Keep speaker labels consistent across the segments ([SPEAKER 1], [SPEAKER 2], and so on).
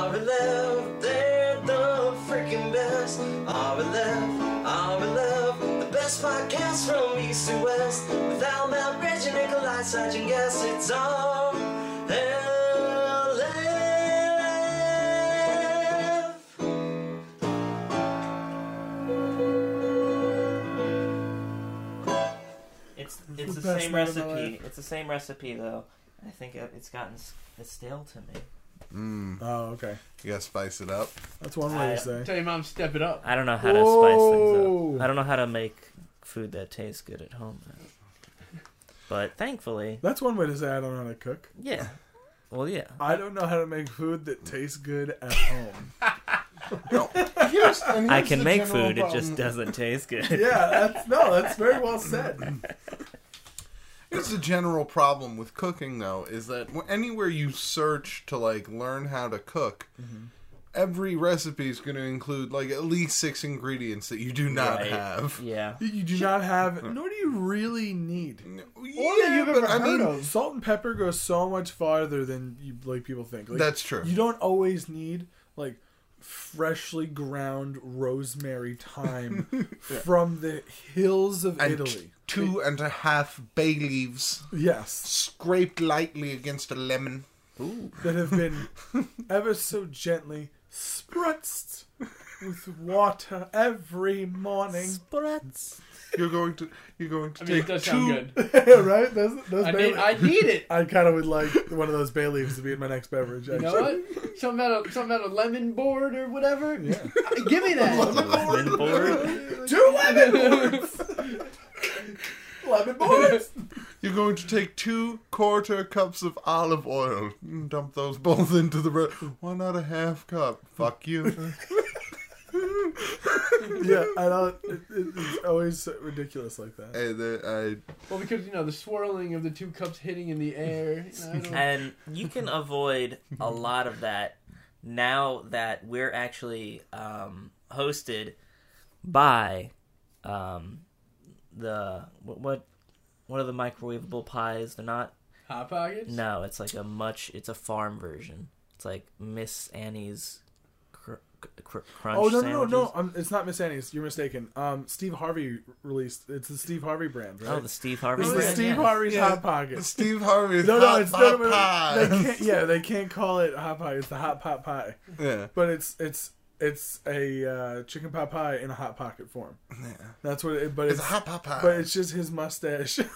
[SPEAKER 1] love, they're the freaking best. RLF, RLF, the best podcast from east to west. With Al, Matt, Reggie, Nikolai, Sergeant, yes, it's RLF.
[SPEAKER 2] It's it's the,
[SPEAKER 3] the best
[SPEAKER 2] same
[SPEAKER 3] night of my
[SPEAKER 2] recipe. It's the same recipe though. I think it, it's gotten s- it's stale to me.
[SPEAKER 3] Oh, okay.
[SPEAKER 4] You gotta spice it up.
[SPEAKER 3] That's one way
[SPEAKER 2] I-
[SPEAKER 3] to say.
[SPEAKER 5] Tell your mom, step it up.
[SPEAKER 2] I don't know how to spice things
[SPEAKER 3] Whoa.
[SPEAKER 2] up. I don't know how to make food that tastes good at home. though. But thankfully,
[SPEAKER 3] That's one way to say I don't know how to cook.
[SPEAKER 2] yeah. Well, yeah.
[SPEAKER 3] I don't know how to make food that tastes good at home.
[SPEAKER 4] Here's, and
[SPEAKER 2] I
[SPEAKER 4] here's
[SPEAKER 2] can
[SPEAKER 4] the
[SPEAKER 2] make
[SPEAKER 4] general
[SPEAKER 2] food. It just
[SPEAKER 4] problem.
[SPEAKER 2] doesn't taste good.
[SPEAKER 3] yeah, that's no, that's very well said.
[SPEAKER 4] Here's the general problem with cooking, though, is that wh- anywhere you search to like learn how to cook,
[SPEAKER 2] Mm-hmm.
[SPEAKER 4] every recipe is going to include like at least six ingredients that you do not
[SPEAKER 2] Right.
[SPEAKER 4] have.
[SPEAKER 2] Yeah.
[SPEAKER 3] You do not have, nor do you really need.
[SPEAKER 4] Yeah,
[SPEAKER 3] Or that you've ever
[SPEAKER 4] but I
[SPEAKER 3] heard
[SPEAKER 4] mean,
[SPEAKER 3] of. Salt and pepper goes so much farther than you like people think. Like,
[SPEAKER 4] That's true.
[SPEAKER 3] You don't always need like freshly ground rosemary thyme from the hills of
[SPEAKER 4] and
[SPEAKER 3] Italy.
[SPEAKER 4] two and a half bay leaves
[SPEAKER 3] Yes.
[SPEAKER 4] scraped lightly against a lemon.
[SPEAKER 2] Ooh.
[SPEAKER 3] that have been ever so gently spritzed with water every morning.
[SPEAKER 2] Spritz.
[SPEAKER 4] You're going to you're going to
[SPEAKER 5] I mean, it
[SPEAKER 4] take
[SPEAKER 5] does
[SPEAKER 4] two.
[SPEAKER 5] sound good.
[SPEAKER 3] right? Those, those
[SPEAKER 5] I
[SPEAKER 3] bay
[SPEAKER 5] need, I need it.
[SPEAKER 3] I kind of would like one of those bay leaves to be in my next beverage.
[SPEAKER 5] You
[SPEAKER 3] Actually.
[SPEAKER 5] know what? Something about a, something about a lemon board or whatever.
[SPEAKER 3] Yeah.
[SPEAKER 5] Give me that.
[SPEAKER 2] Lemon board.
[SPEAKER 3] Two lemon boards! lemon boards!
[SPEAKER 4] You're going to take two quarter cups of olive oil. Mm, Dump those both into the bread. Why not a half cup? Fuck you.
[SPEAKER 3] Yeah, I don't. It, it, it's always ridiculous like that.
[SPEAKER 4] and then I
[SPEAKER 5] well, because you know the swirling of the two cups hitting in the air. you know, I don't-
[SPEAKER 2] and you can avoid a lot of that now that we're actually um, hosted by um, the what, what what are the microwavable pies? They're not.
[SPEAKER 5] Hot pockets.
[SPEAKER 2] No, it's like a much. It's a farm version. It's like Miss Annie's cr- cr- crunch.
[SPEAKER 3] Oh no no no no!
[SPEAKER 2] sandwiches.
[SPEAKER 3] Um, it's not Miss Annie's. You're mistaken. Um, Steve Harvey released. It's the Steve Harvey brand, right?
[SPEAKER 2] Oh, the Steve Harvey.
[SPEAKER 3] This is
[SPEAKER 2] brand,
[SPEAKER 3] Steve
[SPEAKER 2] yeah.
[SPEAKER 3] Harvey's
[SPEAKER 4] Yeah.
[SPEAKER 3] Hot Pockets.
[SPEAKER 4] Steve Harvey's
[SPEAKER 3] No, no,
[SPEAKER 4] hot
[SPEAKER 3] it's
[SPEAKER 4] pot
[SPEAKER 3] no, no,
[SPEAKER 4] pie.
[SPEAKER 3] no, they can't, yeah, they can't call it hot pie. It's the hot pot pie,
[SPEAKER 4] yeah.
[SPEAKER 3] but it's it's it's a uh, chicken pot pie in a hot pocket form. That's what. It, but
[SPEAKER 4] It's
[SPEAKER 3] it's,
[SPEAKER 4] a hot pot pie,
[SPEAKER 3] but it's just his mustache.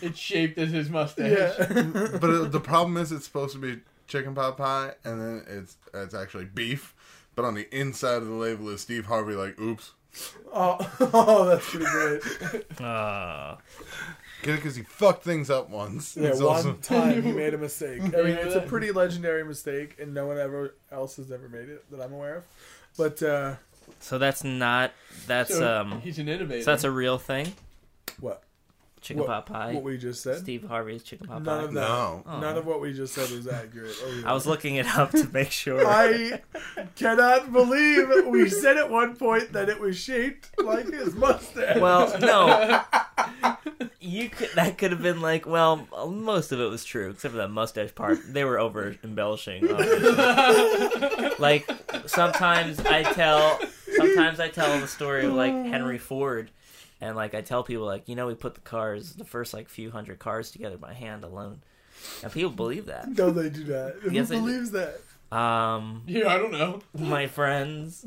[SPEAKER 5] It's shaped as his mustache.
[SPEAKER 3] yeah,
[SPEAKER 4] but it- the problem is it's supposed to be chicken pot pie, and then it's it's actually beef. But on the inside of the label is Steve Harvey. Like, oops,
[SPEAKER 3] oh, oh, that's pretty great.
[SPEAKER 2] Ah.
[SPEAKER 4] get it because he fucked things up once.
[SPEAKER 3] Yeah,
[SPEAKER 4] It's
[SPEAKER 3] one
[SPEAKER 4] also-
[SPEAKER 3] time he made a mistake. I mean,
[SPEAKER 5] Yeah,
[SPEAKER 3] it's a
[SPEAKER 5] that-
[SPEAKER 3] pretty legendary mistake, and no one ever else has ever made it that I'm aware of. But uh,
[SPEAKER 2] so that's not. That's
[SPEAKER 5] So
[SPEAKER 2] um.
[SPEAKER 5] he's an innovator.
[SPEAKER 2] So that's a real thing.
[SPEAKER 3] what
[SPEAKER 2] Chicken pot pie.
[SPEAKER 3] what we just said,
[SPEAKER 2] Steve Harvey's chicken pot
[SPEAKER 3] none
[SPEAKER 2] pie.
[SPEAKER 3] of that,
[SPEAKER 4] no.
[SPEAKER 3] none of what we just said was accurate. or real.
[SPEAKER 2] I was looking it up to make sure.
[SPEAKER 3] I cannot believe we said at one point that it was shaped like his mustache.
[SPEAKER 2] well, no. You could that could have been like well most of it was true except for that mustache part they were over embellishing obviously. like sometimes I tell sometimes I tell the story of like Henry Ford and like I tell people like you know we put the cars the first like few hundred cars together by hand alone and people believe that
[SPEAKER 3] no, they do not.
[SPEAKER 2] Yes, they
[SPEAKER 3] Who
[SPEAKER 2] do.
[SPEAKER 3] believes that?
[SPEAKER 2] um
[SPEAKER 5] yeah, I don't know.
[SPEAKER 2] my friends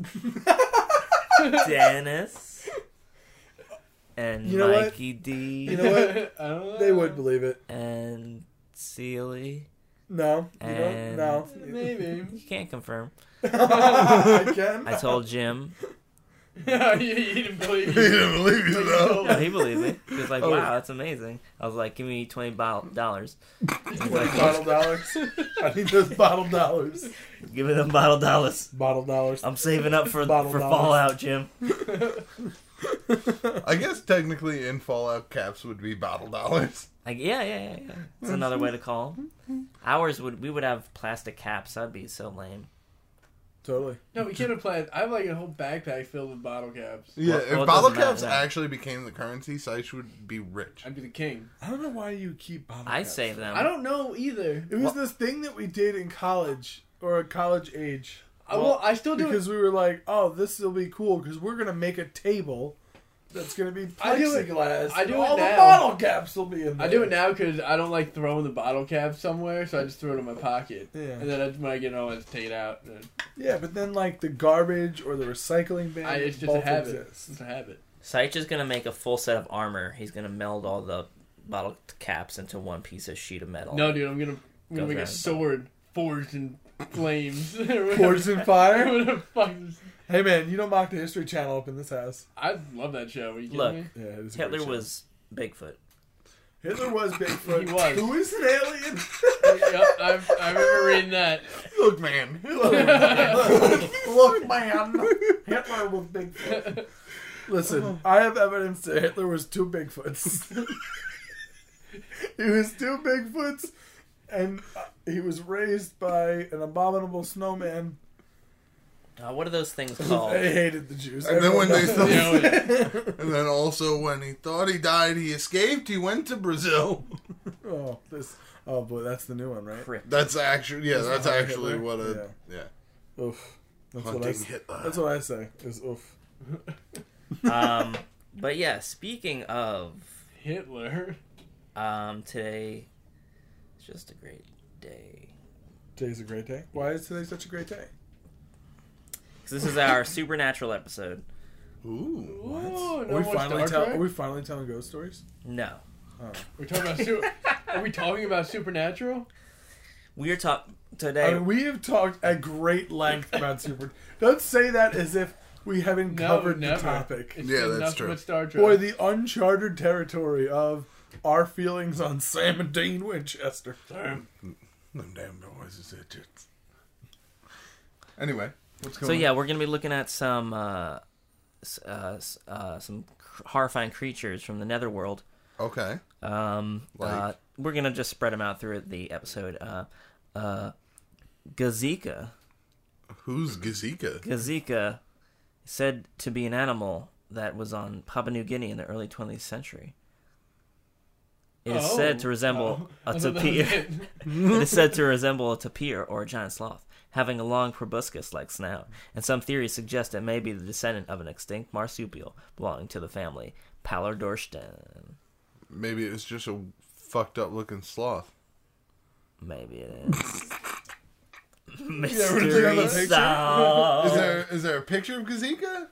[SPEAKER 2] Dennis and
[SPEAKER 3] You know what?
[SPEAKER 2] Mikey D
[SPEAKER 3] You know what?
[SPEAKER 5] I don't know.
[SPEAKER 3] They would believe it.
[SPEAKER 2] and Sealy.
[SPEAKER 3] No, you don't.
[SPEAKER 2] And-
[SPEAKER 3] No,
[SPEAKER 5] Maybe.
[SPEAKER 2] You can't confirm.
[SPEAKER 3] I can.
[SPEAKER 2] I told Jim.
[SPEAKER 5] Yeah, you, you didn't believe
[SPEAKER 4] He
[SPEAKER 5] you.
[SPEAKER 4] didn't believe you though.
[SPEAKER 2] No, he believed me. He was like,
[SPEAKER 4] Oh.
[SPEAKER 2] "Wow, that's amazing." I was like, "Give me twenty bo- dollars." He's
[SPEAKER 3] Like
[SPEAKER 2] like,
[SPEAKER 3] bottle dollars. I need those bottle dollars.
[SPEAKER 2] "Give me them bottle dollars.
[SPEAKER 3] Bottle dollars.
[SPEAKER 2] I'm saving up for
[SPEAKER 3] Bottle
[SPEAKER 2] for
[SPEAKER 3] dollars.
[SPEAKER 2] Fallout, Jim." Oh.
[SPEAKER 4] I guess technically in Fallout caps would be bottle dollars.
[SPEAKER 2] Like, yeah, yeah, yeah, yeah. It's another way to call 'em. Ours would we would have plastic caps. That'd be so lame.
[SPEAKER 3] Totally.
[SPEAKER 5] No, we can't apply it. I have like a whole backpack filled with bottle caps.
[SPEAKER 4] Yeah,
[SPEAKER 2] Well,
[SPEAKER 4] if
[SPEAKER 2] well, it
[SPEAKER 4] bottle
[SPEAKER 2] doesn't matter
[SPEAKER 4] caps
[SPEAKER 2] now.
[SPEAKER 4] actually became the currency, Seich would be rich.
[SPEAKER 5] I'd be the king.
[SPEAKER 3] I don't know why you keep bottle.
[SPEAKER 2] I
[SPEAKER 3] caps.
[SPEAKER 2] save them.
[SPEAKER 5] I don't know either.
[SPEAKER 3] It was this thing that we did in college or college age.
[SPEAKER 5] I, well, I still do it.
[SPEAKER 3] Because we were like, oh, this will be cool because we're gonna make a table that's gonna be
[SPEAKER 5] I do it-
[SPEAKER 3] plexiglass.
[SPEAKER 5] I do
[SPEAKER 3] and
[SPEAKER 5] it
[SPEAKER 3] all the
[SPEAKER 5] now.
[SPEAKER 3] bottle caps will be in there.
[SPEAKER 5] I do it now because I don't like throwing the bottle cap somewhere, so I just throw it in my pocket.
[SPEAKER 3] Yeah.
[SPEAKER 5] And then I, when I get home, I just take it out. And
[SPEAKER 3] Yeah, but then like the garbage or the recycling bin,
[SPEAKER 5] I, it's just a
[SPEAKER 3] both
[SPEAKER 5] habit. It's
[SPEAKER 3] exist.
[SPEAKER 5] just a habit.
[SPEAKER 2] Saich is gonna make a full set of armor. He's gonna meld all the bottle caps into one piece of sheet of metal.
[SPEAKER 5] No, dude, I'm gonna I'm
[SPEAKER 2] Go
[SPEAKER 5] gonna make a
[SPEAKER 2] grab it.
[SPEAKER 5] sword forged in flames.
[SPEAKER 3] Forged in fire.
[SPEAKER 5] What the fuck is-
[SPEAKER 3] Hey man, you don't mock the History Channel up in this house.
[SPEAKER 5] I love that show. Are you kidding
[SPEAKER 2] Look.
[SPEAKER 5] me?
[SPEAKER 3] Yeah, it is a great
[SPEAKER 2] Hitler
[SPEAKER 3] show.
[SPEAKER 2] was Bigfoot.
[SPEAKER 3] Hitler was Bigfoot.
[SPEAKER 5] He was.
[SPEAKER 3] Who is an alien?
[SPEAKER 5] yep, I've, I remember reading that.
[SPEAKER 4] Look, man.
[SPEAKER 3] Look, man, Hitler was Bigfoot. Uh-huh. Listen, I have evidence that Hitler was two Bigfoots. he was two Bigfoots, and uh, he was raised by an abominable snowman.
[SPEAKER 2] Uh, what are those things
[SPEAKER 3] They
[SPEAKER 2] called?
[SPEAKER 3] hated the Jews.
[SPEAKER 4] And then when they
[SPEAKER 3] Everyone knows
[SPEAKER 5] You know,
[SPEAKER 3] that.
[SPEAKER 4] And then also, when he thought he died, he escaped. He went to Brazil.
[SPEAKER 3] oh, this. Oh boy, that's the new one, right?
[SPEAKER 2] Prick.
[SPEAKER 4] That's actually yeah.
[SPEAKER 3] Isn't
[SPEAKER 4] That's
[SPEAKER 3] that
[SPEAKER 4] actually
[SPEAKER 3] Hitler?
[SPEAKER 4] what a yeah.
[SPEAKER 3] Oof. That's what, I,
[SPEAKER 4] Hunting
[SPEAKER 3] s-
[SPEAKER 4] Hitler.
[SPEAKER 3] that's what I say. Is oof.
[SPEAKER 2] Um, but yeah, speaking of
[SPEAKER 5] Hitler.
[SPEAKER 2] um, today, it's just a great day.
[SPEAKER 3] Today's a great day. Why is today such a great day?
[SPEAKER 2] 'Cause This is our supernatural episode.
[SPEAKER 4] Ooh.
[SPEAKER 5] What?
[SPEAKER 3] are we finally tell, Are we finally telling ghost stories?
[SPEAKER 2] No,
[SPEAKER 5] We're talking about su- Are we talking about supernatural?
[SPEAKER 2] we are talking
[SPEAKER 3] I
[SPEAKER 2] today.
[SPEAKER 3] mean, we have talked at great length about Super. Don't say that as if we haven't
[SPEAKER 5] No,
[SPEAKER 3] covered
[SPEAKER 5] never.
[SPEAKER 3] the topic.
[SPEAKER 5] It's
[SPEAKER 4] Yeah, that's
[SPEAKER 5] been nothing
[SPEAKER 4] true.
[SPEAKER 5] But Star Trek.
[SPEAKER 3] Boy, the uncharted territory of our feelings on Sam and Dean Winchester.
[SPEAKER 4] Them damn noises, idiots. Anyway, what's going
[SPEAKER 2] So
[SPEAKER 4] on?
[SPEAKER 2] yeah, we're gonna be looking at some uh, s- uh, s- uh, some cr- horrifying creatures from the netherworld.
[SPEAKER 4] Okay.
[SPEAKER 2] Um,
[SPEAKER 4] Like?
[SPEAKER 2] uh, we're gonna just spread them out through the episode. Uh, uh, Gazika,
[SPEAKER 4] Who's Gazika?
[SPEAKER 2] Gazika, said to be an animal that was on Papua New Guinea in the early 20th century. It is
[SPEAKER 5] Oh.
[SPEAKER 2] said to resemble
[SPEAKER 5] Oh.
[SPEAKER 2] a
[SPEAKER 5] I thought that was
[SPEAKER 2] tapir.
[SPEAKER 5] it.
[SPEAKER 2] It is said to resemble a tapir or a giant sloth, having a long proboscis like snout, and some theories suggest it may be the descendant of an extinct marsupial belonging to the family Pallardorsten.
[SPEAKER 4] Maybe it was just a fucked up looking sloth.
[SPEAKER 2] Maybe it is.
[SPEAKER 3] looking at the
[SPEAKER 2] Mystery
[SPEAKER 3] picture?
[SPEAKER 2] solved.
[SPEAKER 4] Is there is there a picture of Gazika?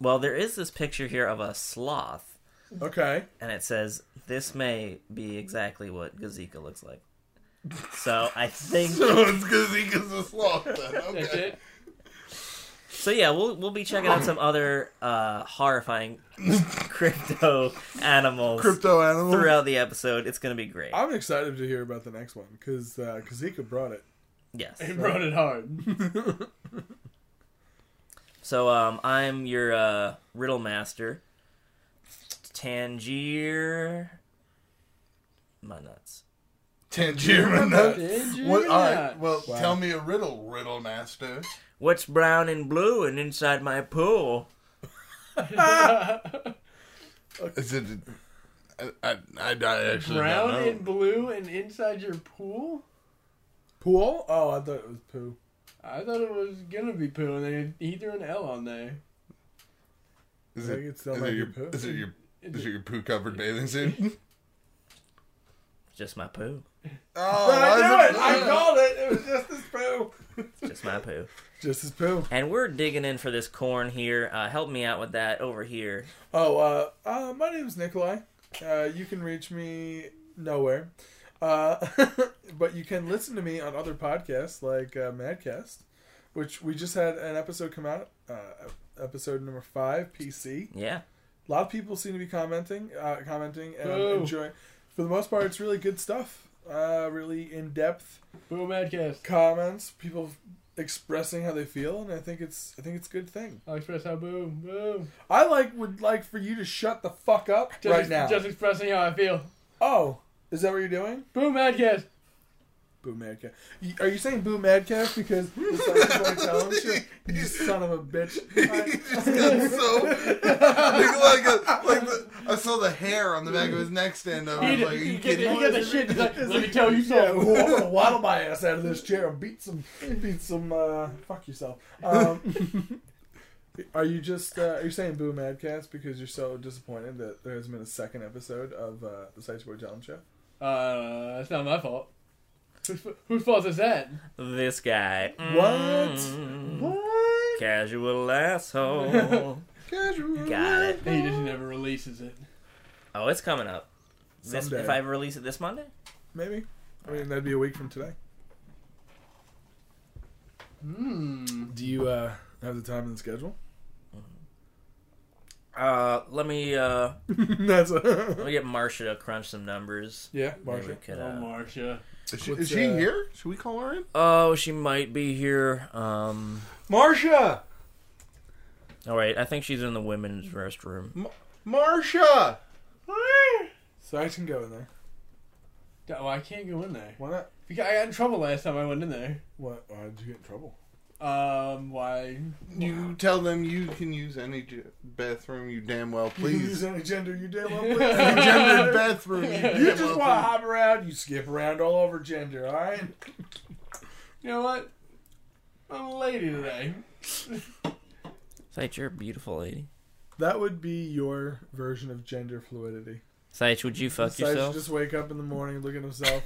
[SPEAKER 2] Well, there is this picture here of a sloth,
[SPEAKER 3] Okay.
[SPEAKER 2] and it says, This may be exactly what Gazika looks like. So I think
[SPEAKER 4] So it's Gazika's a sloth then. Okay.
[SPEAKER 5] That's it.
[SPEAKER 2] So yeah, we'll we'll be checking out some other uh, horrifying crypto animals
[SPEAKER 4] Crypto animal.
[SPEAKER 3] Mm-hmm.
[SPEAKER 2] throughout the episode. It's gonna be great.
[SPEAKER 3] I'm excited to hear about the next one because uh, Kazika brought it.
[SPEAKER 2] Yes.
[SPEAKER 5] He brought it hard.
[SPEAKER 2] So um, I'm your uh, riddle master, Tangier. My nuts.
[SPEAKER 4] Tangier
[SPEAKER 5] Did you
[SPEAKER 4] What,
[SPEAKER 5] or
[SPEAKER 4] all right.
[SPEAKER 5] not?
[SPEAKER 4] Well,
[SPEAKER 3] Wow.
[SPEAKER 4] tell me a riddle, riddle master.
[SPEAKER 2] What's brown and blue and inside my pool?
[SPEAKER 4] Is it? I I, I actually
[SPEAKER 5] Brown
[SPEAKER 4] don't know.
[SPEAKER 5] and blue and inside your pool?
[SPEAKER 3] Pool? Oh, I thought it was poo.
[SPEAKER 5] I thought it was gonna be poo, and then he threw an L on there.
[SPEAKER 4] Is
[SPEAKER 3] I
[SPEAKER 4] it,
[SPEAKER 3] think it's still
[SPEAKER 4] is
[SPEAKER 3] like
[SPEAKER 4] it your
[SPEAKER 3] your poo.
[SPEAKER 4] is it your is it your poo covered bathing suit?
[SPEAKER 2] Just my poo.
[SPEAKER 4] oh,
[SPEAKER 3] I
[SPEAKER 4] why is
[SPEAKER 3] knew it!
[SPEAKER 4] yeah.
[SPEAKER 3] I called it! It was just as poo.
[SPEAKER 2] Just my poo.
[SPEAKER 3] Just as poo.
[SPEAKER 2] And we're digging in for this corn here. Uh, help me out with that over here.
[SPEAKER 3] Oh, uh, uh, my name's Nikolai. Uh, you can reach me nowhere. Uh, but you can listen to me on other podcasts like uh, Madcast, which we just had an episode come out, uh, episode number five, PC.
[SPEAKER 2] Yeah.
[SPEAKER 3] A lot of people seem to be commenting, uh, commenting, and I'm
[SPEAKER 5] Boo.
[SPEAKER 3] enjoying. For the most part, it's really good stuff. Uh, really in depth
[SPEAKER 5] Boo Madcast.
[SPEAKER 3] comments. People expressing how they feel, and I think it's I think it's a good thing.
[SPEAKER 5] I'll express how boo, boo.
[SPEAKER 3] I like would like for you to shut the fuck up
[SPEAKER 5] Just,
[SPEAKER 3] right now.
[SPEAKER 5] Just expressing how I feel.
[SPEAKER 3] Oh, is that what you're doing?
[SPEAKER 5] Boo Madcast.
[SPEAKER 3] Boo Madcap. Y- Are you saying Boo Madcap because it sounds like Tom shit? You son of a bitch.
[SPEAKER 4] He just got so like like a, like the, I saw the hair on the back of his neck stand up. I was like, are you
[SPEAKER 5] get,
[SPEAKER 4] kidding
[SPEAKER 5] you
[SPEAKER 4] me?
[SPEAKER 5] get the shit. He's like, let me tell you
[SPEAKER 3] Yeah,
[SPEAKER 5] something.
[SPEAKER 3] well, I'm gonna waddle my ass out of this chair and beat some, beat some. Uh, fuck yourself. Um, are you just? Uh, are you saying boo Madcast because you're so disappointed that there hasn't been a second episode of uh, the Sites Boy Challenge Show?
[SPEAKER 5] Uh, that's not my fault. Whose, fa- whose fault is that?
[SPEAKER 2] This guy.
[SPEAKER 3] What?
[SPEAKER 2] Mm.
[SPEAKER 3] What?
[SPEAKER 2] Casual asshole.
[SPEAKER 4] Casual.
[SPEAKER 2] Got it.
[SPEAKER 5] He just never releases it.
[SPEAKER 2] Oh, it's coming up. This,
[SPEAKER 3] Someday.
[SPEAKER 2] if I release it this Monday?
[SPEAKER 3] Maybe. I mean, that'd be a week from today.
[SPEAKER 5] Hmm.
[SPEAKER 3] Do you uh, have the time and the schedule?
[SPEAKER 2] Uh, let me uh,
[SPEAKER 3] That's
[SPEAKER 2] let
[SPEAKER 3] a
[SPEAKER 2] me get Marcia to crunch some numbers.
[SPEAKER 3] yeah,
[SPEAKER 2] Maybe we
[SPEAKER 3] Marsha.
[SPEAKER 5] Oh,
[SPEAKER 2] could, uh,
[SPEAKER 5] Marsha.
[SPEAKER 4] Is she,
[SPEAKER 3] What's,
[SPEAKER 4] is she
[SPEAKER 3] uh,
[SPEAKER 4] here? Should we call her in?
[SPEAKER 2] oh, she might be here. Um,
[SPEAKER 4] Marsha!
[SPEAKER 2] all right, I think she's in the women's restroom.
[SPEAKER 4] Marsha!
[SPEAKER 3] So I can go in there.
[SPEAKER 5] Oh, I can't go in there.
[SPEAKER 3] Why not?
[SPEAKER 5] Because I got in trouble last time I went in there.
[SPEAKER 3] What? Why did you get in trouble?
[SPEAKER 5] Um, why?
[SPEAKER 4] You tell them you can use any g- bathroom you damn well
[SPEAKER 3] Use
[SPEAKER 4] please.
[SPEAKER 3] any gender you damn well
[SPEAKER 4] Any
[SPEAKER 3] please.
[SPEAKER 4] gendered bathroom you, damn
[SPEAKER 3] You just
[SPEAKER 4] well
[SPEAKER 3] want to hop around. You skip around all over gender. All right.
[SPEAKER 5] You know what? I'm a lady today.
[SPEAKER 2] Sage, you're a beautiful lady.
[SPEAKER 3] That would be your version of gender fluidity.
[SPEAKER 2] Sage, would you fuck
[SPEAKER 3] Besides,
[SPEAKER 2] yourself?
[SPEAKER 3] just wake up in the morning, look at himself,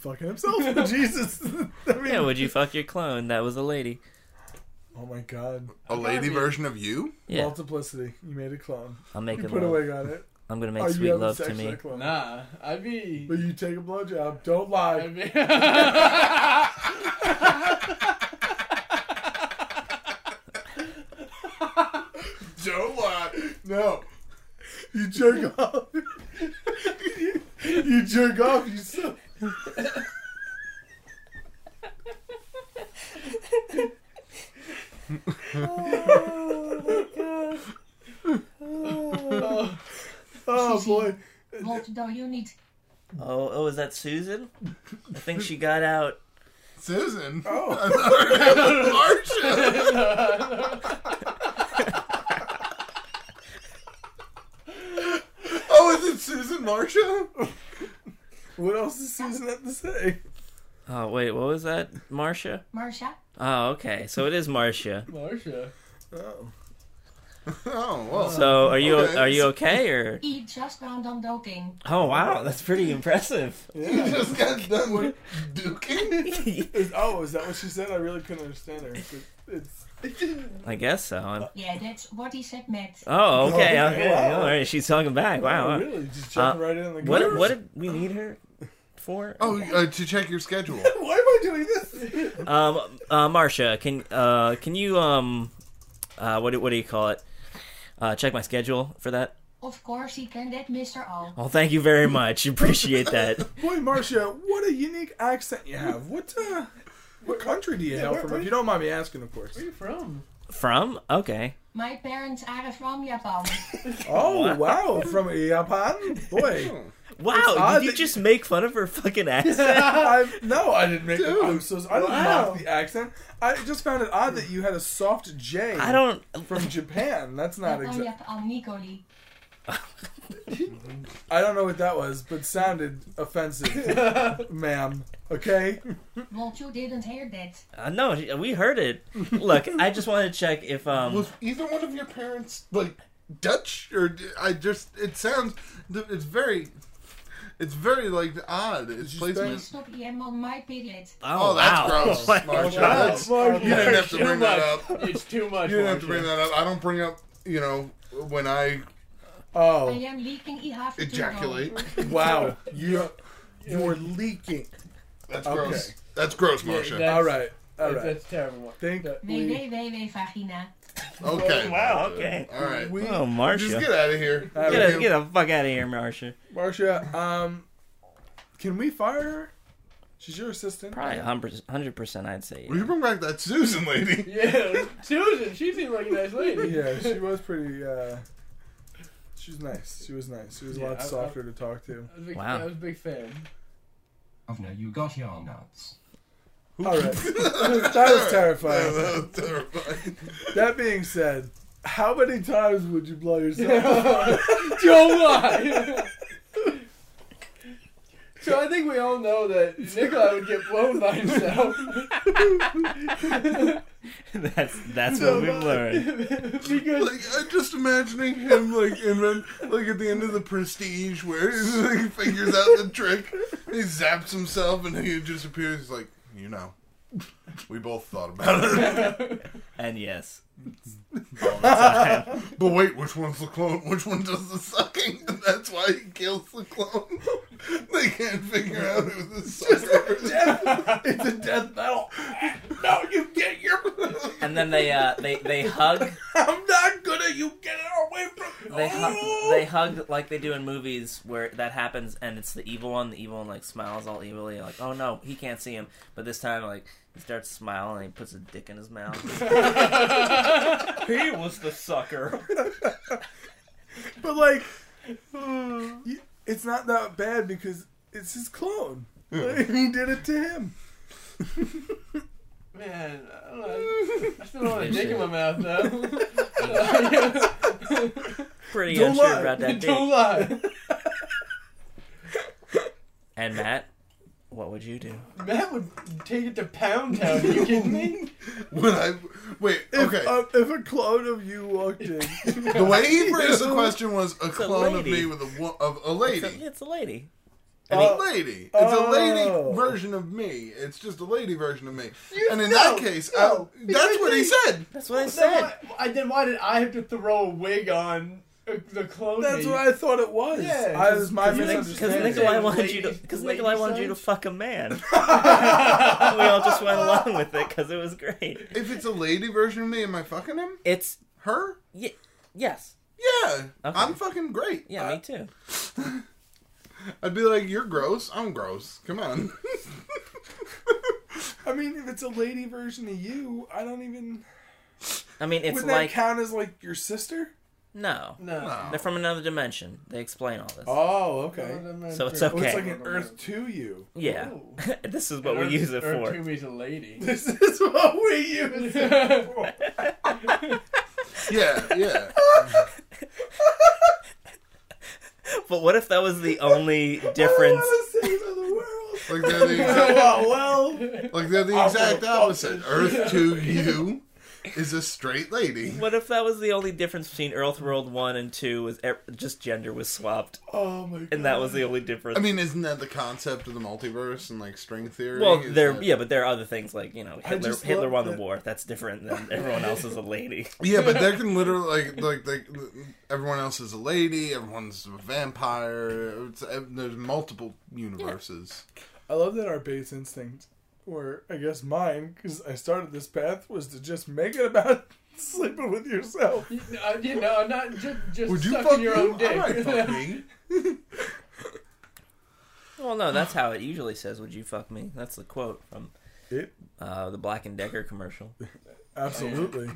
[SPEAKER 3] fucking
[SPEAKER 4] Oh,
[SPEAKER 3] himself. Jesus. I mean,
[SPEAKER 2] Yeah, would you fuck your clone? That was a lady.
[SPEAKER 3] oh my god.
[SPEAKER 4] A lady version of you?
[SPEAKER 2] Yeah,
[SPEAKER 3] Multiplicity. You made a clone.
[SPEAKER 2] I'm
[SPEAKER 3] You
[SPEAKER 2] making
[SPEAKER 3] put a
[SPEAKER 2] love.
[SPEAKER 3] wig on it.
[SPEAKER 2] I'm gonna
[SPEAKER 3] Are
[SPEAKER 2] make
[SPEAKER 3] you
[SPEAKER 2] sweet
[SPEAKER 3] having
[SPEAKER 2] love
[SPEAKER 3] sex
[SPEAKER 2] to
[SPEAKER 3] with
[SPEAKER 2] me.
[SPEAKER 3] that clone?
[SPEAKER 5] Nah, I'd be.
[SPEAKER 3] But you take a blowjob. Don't lie.
[SPEAKER 5] I'd be.
[SPEAKER 4] Don't lie. No.
[SPEAKER 3] You jerk off. you jerk off. You so.
[SPEAKER 5] Oh,
[SPEAKER 3] Oh boy.
[SPEAKER 6] What do you need?
[SPEAKER 2] Oh, oh, is that Susan? I think she got out.
[SPEAKER 4] Susan.
[SPEAKER 3] Oh.
[SPEAKER 4] I thought her name was Marsha. oh, is it Susan Marsha?
[SPEAKER 3] What else does Susan have to say?
[SPEAKER 2] Oh wait, what was that, Marcia?
[SPEAKER 6] Marsha?
[SPEAKER 2] Oh, okay, so it is Marcia.
[SPEAKER 5] Marsha.
[SPEAKER 3] Oh.
[SPEAKER 4] Oh, well.
[SPEAKER 2] So are you
[SPEAKER 4] Okay.
[SPEAKER 2] are you okay or?
[SPEAKER 6] He just round on doking.
[SPEAKER 2] Oh wow, that's pretty impressive.
[SPEAKER 4] You just got done with duking?
[SPEAKER 3] Is- oh, is that what she said? I really couldn't understand her. It's, it's-
[SPEAKER 2] I guess so. I'm-
[SPEAKER 6] Yeah, that's what he said, Matt.
[SPEAKER 2] Oh, okay,
[SPEAKER 3] Oh,
[SPEAKER 2] okay.
[SPEAKER 3] wow.
[SPEAKER 2] All right, she's talking back. Wow. uh,
[SPEAKER 3] really just jumping right in. Like,
[SPEAKER 2] What what did we need her for?
[SPEAKER 4] Oh, uh, to check your schedule.
[SPEAKER 3] Why am I doing this?
[SPEAKER 2] Um, uh, Marcia, can uh can you um, uh what do, what do you call it? Uh, check my schedule for that.
[SPEAKER 6] Of course he can that, Mr. O.
[SPEAKER 2] Oh, thank you very much. Appreciate that.
[SPEAKER 3] Boy, Marcia, what a unique accent you have. What uh, what country do you hail
[SPEAKER 5] where-
[SPEAKER 3] from?
[SPEAKER 5] where-
[SPEAKER 3] If you don't mind me asking, of course.
[SPEAKER 5] Where are you from?
[SPEAKER 2] From? Okay.
[SPEAKER 6] My parents are from Japan.
[SPEAKER 3] Oh wow, from Japan, boy.
[SPEAKER 2] Wow,
[SPEAKER 3] odd
[SPEAKER 2] did you
[SPEAKER 3] that
[SPEAKER 2] just make fun of her fucking accent?
[SPEAKER 3] I've, no, I didn't make.
[SPEAKER 4] Dude.
[SPEAKER 3] I'm so, I didn't
[SPEAKER 2] Wow.
[SPEAKER 3] mock the accent. I just found it odd that you had a soft J.
[SPEAKER 2] I don't.
[SPEAKER 3] from Japan. That's not
[SPEAKER 6] Japan,
[SPEAKER 3] exact.
[SPEAKER 6] Japan, Nikoli.
[SPEAKER 2] uh,
[SPEAKER 3] I don't know what that was, but sounded offensive, ma'am. Okay.
[SPEAKER 6] Well, you didn't hear that.
[SPEAKER 2] Uh, no, we heard it. Look, I just want to check if um.
[SPEAKER 4] Was either one of your parents like Dutch or d- I just it sounds it's very it's very like odd. It's
[SPEAKER 3] you
[SPEAKER 6] Please
[SPEAKER 4] placement.
[SPEAKER 6] stop him on my period.
[SPEAKER 4] Oh, that's
[SPEAKER 2] wow.
[SPEAKER 4] gross,
[SPEAKER 2] Oh, my
[SPEAKER 4] Marcia.
[SPEAKER 2] God.
[SPEAKER 4] That's-
[SPEAKER 5] Marsha.
[SPEAKER 4] You didn't have to
[SPEAKER 5] Too
[SPEAKER 4] bring that
[SPEAKER 5] much.
[SPEAKER 4] up.
[SPEAKER 5] It's too much.
[SPEAKER 4] You didn't have to
[SPEAKER 5] Marsha.
[SPEAKER 4] bring that up. I don't bring up you know when I
[SPEAKER 6] I
[SPEAKER 3] Oh
[SPEAKER 6] am leaking I have to go.
[SPEAKER 4] ejaculate.
[SPEAKER 3] wow, you you were leaking.
[SPEAKER 4] That's
[SPEAKER 3] Okay.
[SPEAKER 4] gross. That's gross, Marsha.
[SPEAKER 5] that-
[SPEAKER 3] All right, all
[SPEAKER 5] That-
[SPEAKER 3] right.
[SPEAKER 5] That's terrible.
[SPEAKER 3] Think
[SPEAKER 5] That-
[SPEAKER 3] we.
[SPEAKER 6] Nee, nee, nee, nee, vagina.
[SPEAKER 4] okay.
[SPEAKER 2] Oh, Wow. Okay.
[SPEAKER 4] All right.
[SPEAKER 3] we
[SPEAKER 2] Oh,
[SPEAKER 4] Just
[SPEAKER 2] Marcia.
[SPEAKER 4] get out of here.
[SPEAKER 3] All
[SPEAKER 2] Get,
[SPEAKER 4] You-
[SPEAKER 2] a, get the fuck out of here, Marcia.
[SPEAKER 3] Marcia, um, can we fire her? She's your assistant.
[SPEAKER 2] Probably 100%, I'd say.
[SPEAKER 4] Will you bring back that Susan lady?
[SPEAKER 5] Yeah, Susan. She seemed like a nice lady.
[SPEAKER 3] Yeah, she was pretty. uh She's nice. She was nice. She was
[SPEAKER 5] Yeah,
[SPEAKER 3] a lot
[SPEAKER 5] I- I-
[SPEAKER 3] softer to talk to.
[SPEAKER 5] I was a big,
[SPEAKER 2] Wow.
[SPEAKER 5] I was a big fan.
[SPEAKER 7] Governor, you got your nuts.
[SPEAKER 3] All right, that was
[SPEAKER 4] Yeah,
[SPEAKER 3] terrifying.
[SPEAKER 4] that was terrifying.
[SPEAKER 3] That being said, How many times would you blow yourself?
[SPEAKER 5] Don't lie. So I think we all know that Nikolai would get blown by himself
[SPEAKER 2] that's that's what we've learned.
[SPEAKER 5] because
[SPEAKER 4] Like I'm just imagining him like invent like at the end of the Prestige where he like, figures out the trick, he zaps himself and he just appears. He's like, you know, we both thought about it.
[SPEAKER 2] And yes, all the time.
[SPEAKER 4] But wait, which one's the clone? Which one does the sucking? And that's why he kills the clone. they can't figure out who the sucker is.
[SPEAKER 3] it's a death battle.
[SPEAKER 4] No, you get your.
[SPEAKER 2] And then they uh they they hug
[SPEAKER 3] I'm not gonna. You get it away from me.
[SPEAKER 2] they hug they hug like they do in movies where that happens and it's the evil one. The evil one like smiles all evilly like oh no he can't see him. But this time like he starts smiling and he puts a dick in his mouth. he was the sucker.
[SPEAKER 3] But like, you- it's not that bad because it's his clone. Like, he did it to him.
[SPEAKER 5] man, I don't know. I still don't want a dick in my mouth though.
[SPEAKER 2] Pretty
[SPEAKER 3] Don't
[SPEAKER 2] unsure
[SPEAKER 3] lie.
[SPEAKER 2] about that
[SPEAKER 5] Don't
[SPEAKER 2] dick.
[SPEAKER 5] lie.
[SPEAKER 2] And Matt, what would you do?
[SPEAKER 5] Matt would take it to Pound Town. Are you kidding me?
[SPEAKER 4] When I wait,
[SPEAKER 3] If,
[SPEAKER 4] okay.
[SPEAKER 3] uh, if a clone of you walked in,
[SPEAKER 4] the way he phrased the question was a
[SPEAKER 2] a
[SPEAKER 4] clone of
[SPEAKER 2] lady.
[SPEAKER 4] me with a wo- of a lady.
[SPEAKER 2] So, yeah, it's a lady.
[SPEAKER 4] And
[SPEAKER 3] Oh.
[SPEAKER 4] a lady. It's a
[SPEAKER 3] Oh.
[SPEAKER 4] lady version of me. It's just a lady version of me. and in
[SPEAKER 5] no,
[SPEAKER 4] that case,
[SPEAKER 5] no.
[SPEAKER 4] I, that's what he said.
[SPEAKER 2] That's what I
[SPEAKER 5] Then
[SPEAKER 2] said.
[SPEAKER 5] why- I then why did I have to throw a wig on uh, the clone?
[SPEAKER 3] that's
[SPEAKER 5] me?
[SPEAKER 3] what I thought it was.
[SPEAKER 5] Yeah.
[SPEAKER 3] I was my
[SPEAKER 5] Cause Nick-
[SPEAKER 2] Because
[SPEAKER 5] understand.
[SPEAKER 3] misunderstanding.
[SPEAKER 2] Nikolai
[SPEAKER 5] Yeah,
[SPEAKER 2] wanted you to.
[SPEAKER 5] lady-
[SPEAKER 2] Because
[SPEAKER 5] lady
[SPEAKER 2] Nikolai wanted you to
[SPEAKER 5] side.
[SPEAKER 2] fuck a man. we all just went along with it because it was great.
[SPEAKER 4] If it's a lady version of me, am I fucking him?
[SPEAKER 2] It's
[SPEAKER 4] Her?
[SPEAKER 2] y- yes,
[SPEAKER 4] Yeah.
[SPEAKER 2] Okay.
[SPEAKER 4] I'm fucking great.
[SPEAKER 2] yeah,
[SPEAKER 4] I,
[SPEAKER 2] me too.
[SPEAKER 4] I'd be like, you're gross. I'm gross. Come on.
[SPEAKER 3] I mean, if it's a lady version of you, I don't even.
[SPEAKER 2] I mean, it's
[SPEAKER 3] Wouldn't
[SPEAKER 2] like
[SPEAKER 3] that count as like your sister?
[SPEAKER 2] no,
[SPEAKER 5] No.
[SPEAKER 2] they're from another dimension. They explain all this.
[SPEAKER 3] Oh, okay.
[SPEAKER 2] So it's
[SPEAKER 3] Well, it's like
[SPEAKER 2] Okay.
[SPEAKER 3] an Earth Two you.
[SPEAKER 2] yeah, this is what we use it for.
[SPEAKER 5] Kumi's a lady.
[SPEAKER 3] This is what we use.
[SPEAKER 4] yeah, yeah.
[SPEAKER 2] But what if that was the only difference?
[SPEAKER 3] save the world.
[SPEAKER 4] Like they're the exact,
[SPEAKER 3] Oh well.
[SPEAKER 4] like they're the
[SPEAKER 3] I'll give a
[SPEAKER 4] exact
[SPEAKER 3] fuck.
[SPEAKER 4] opposite. Earth to you is a straight lady.
[SPEAKER 2] What if that was the only difference between Earthworld One and Two was e- just gender was swapped,
[SPEAKER 3] Oh my god.
[SPEAKER 2] and that was the only difference?
[SPEAKER 4] I mean, isn't that the concept of the multiverse and like string theory?
[SPEAKER 2] Well,
[SPEAKER 4] Is
[SPEAKER 2] there,
[SPEAKER 4] that-
[SPEAKER 2] yeah, but there are other things like you know Hitler.
[SPEAKER 3] just
[SPEAKER 2] Hitler
[SPEAKER 3] love
[SPEAKER 2] won the
[SPEAKER 3] that-
[SPEAKER 2] war. That's different than everyone else is a lady.
[SPEAKER 4] Yeah, but they can literally like like like everyone else is a lady, everyone's a vampire. It's, uh, there's multiple universes.
[SPEAKER 3] I love that our base instinct, or I guess mine, because I started this path, was to just make it about sleeping with yourself.
[SPEAKER 5] You know, you know, not just, just
[SPEAKER 4] Would you
[SPEAKER 5] sucking
[SPEAKER 4] fuck
[SPEAKER 5] your
[SPEAKER 4] you?
[SPEAKER 5] own dick.
[SPEAKER 4] I might fuck me.
[SPEAKER 2] Well, no, that's how it usually says. Would you fuck me? That's the quote from
[SPEAKER 3] It
[SPEAKER 2] uh, the Black and Decker commercial.
[SPEAKER 3] absolutely.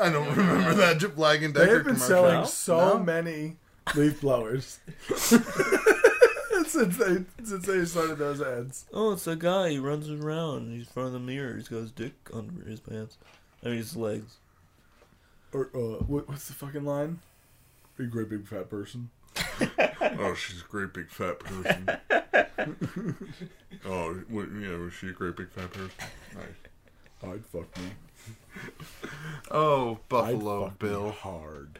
[SPEAKER 4] I don't remember that Black and
[SPEAKER 3] They
[SPEAKER 4] Decker
[SPEAKER 3] have been
[SPEAKER 4] commercial.
[SPEAKER 3] selling
[SPEAKER 2] No?
[SPEAKER 3] so
[SPEAKER 4] No?
[SPEAKER 3] many leaf blowers since they since they started those ads.
[SPEAKER 2] Oh, it's a guy. He runs around. He's in front of the mirror. He's got his dick under his pants. I mean, his legs.
[SPEAKER 3] Or uh, what, what's the fucking line? Be a great big fat person.
[SPEAKER 4] Oh, she's a great big fat person. oh, what, yeah, was she a great big fat person?
[SPEAKER 3] I'd fuck me.
[SPEAKER 4] Oh,
[SPEAKER 3] I'd
[SPEAKER 4] Buffalo
[SPEAKER 3] fuck me
[SPEAKER 4] Bill.
[SPEAKER 3] hard.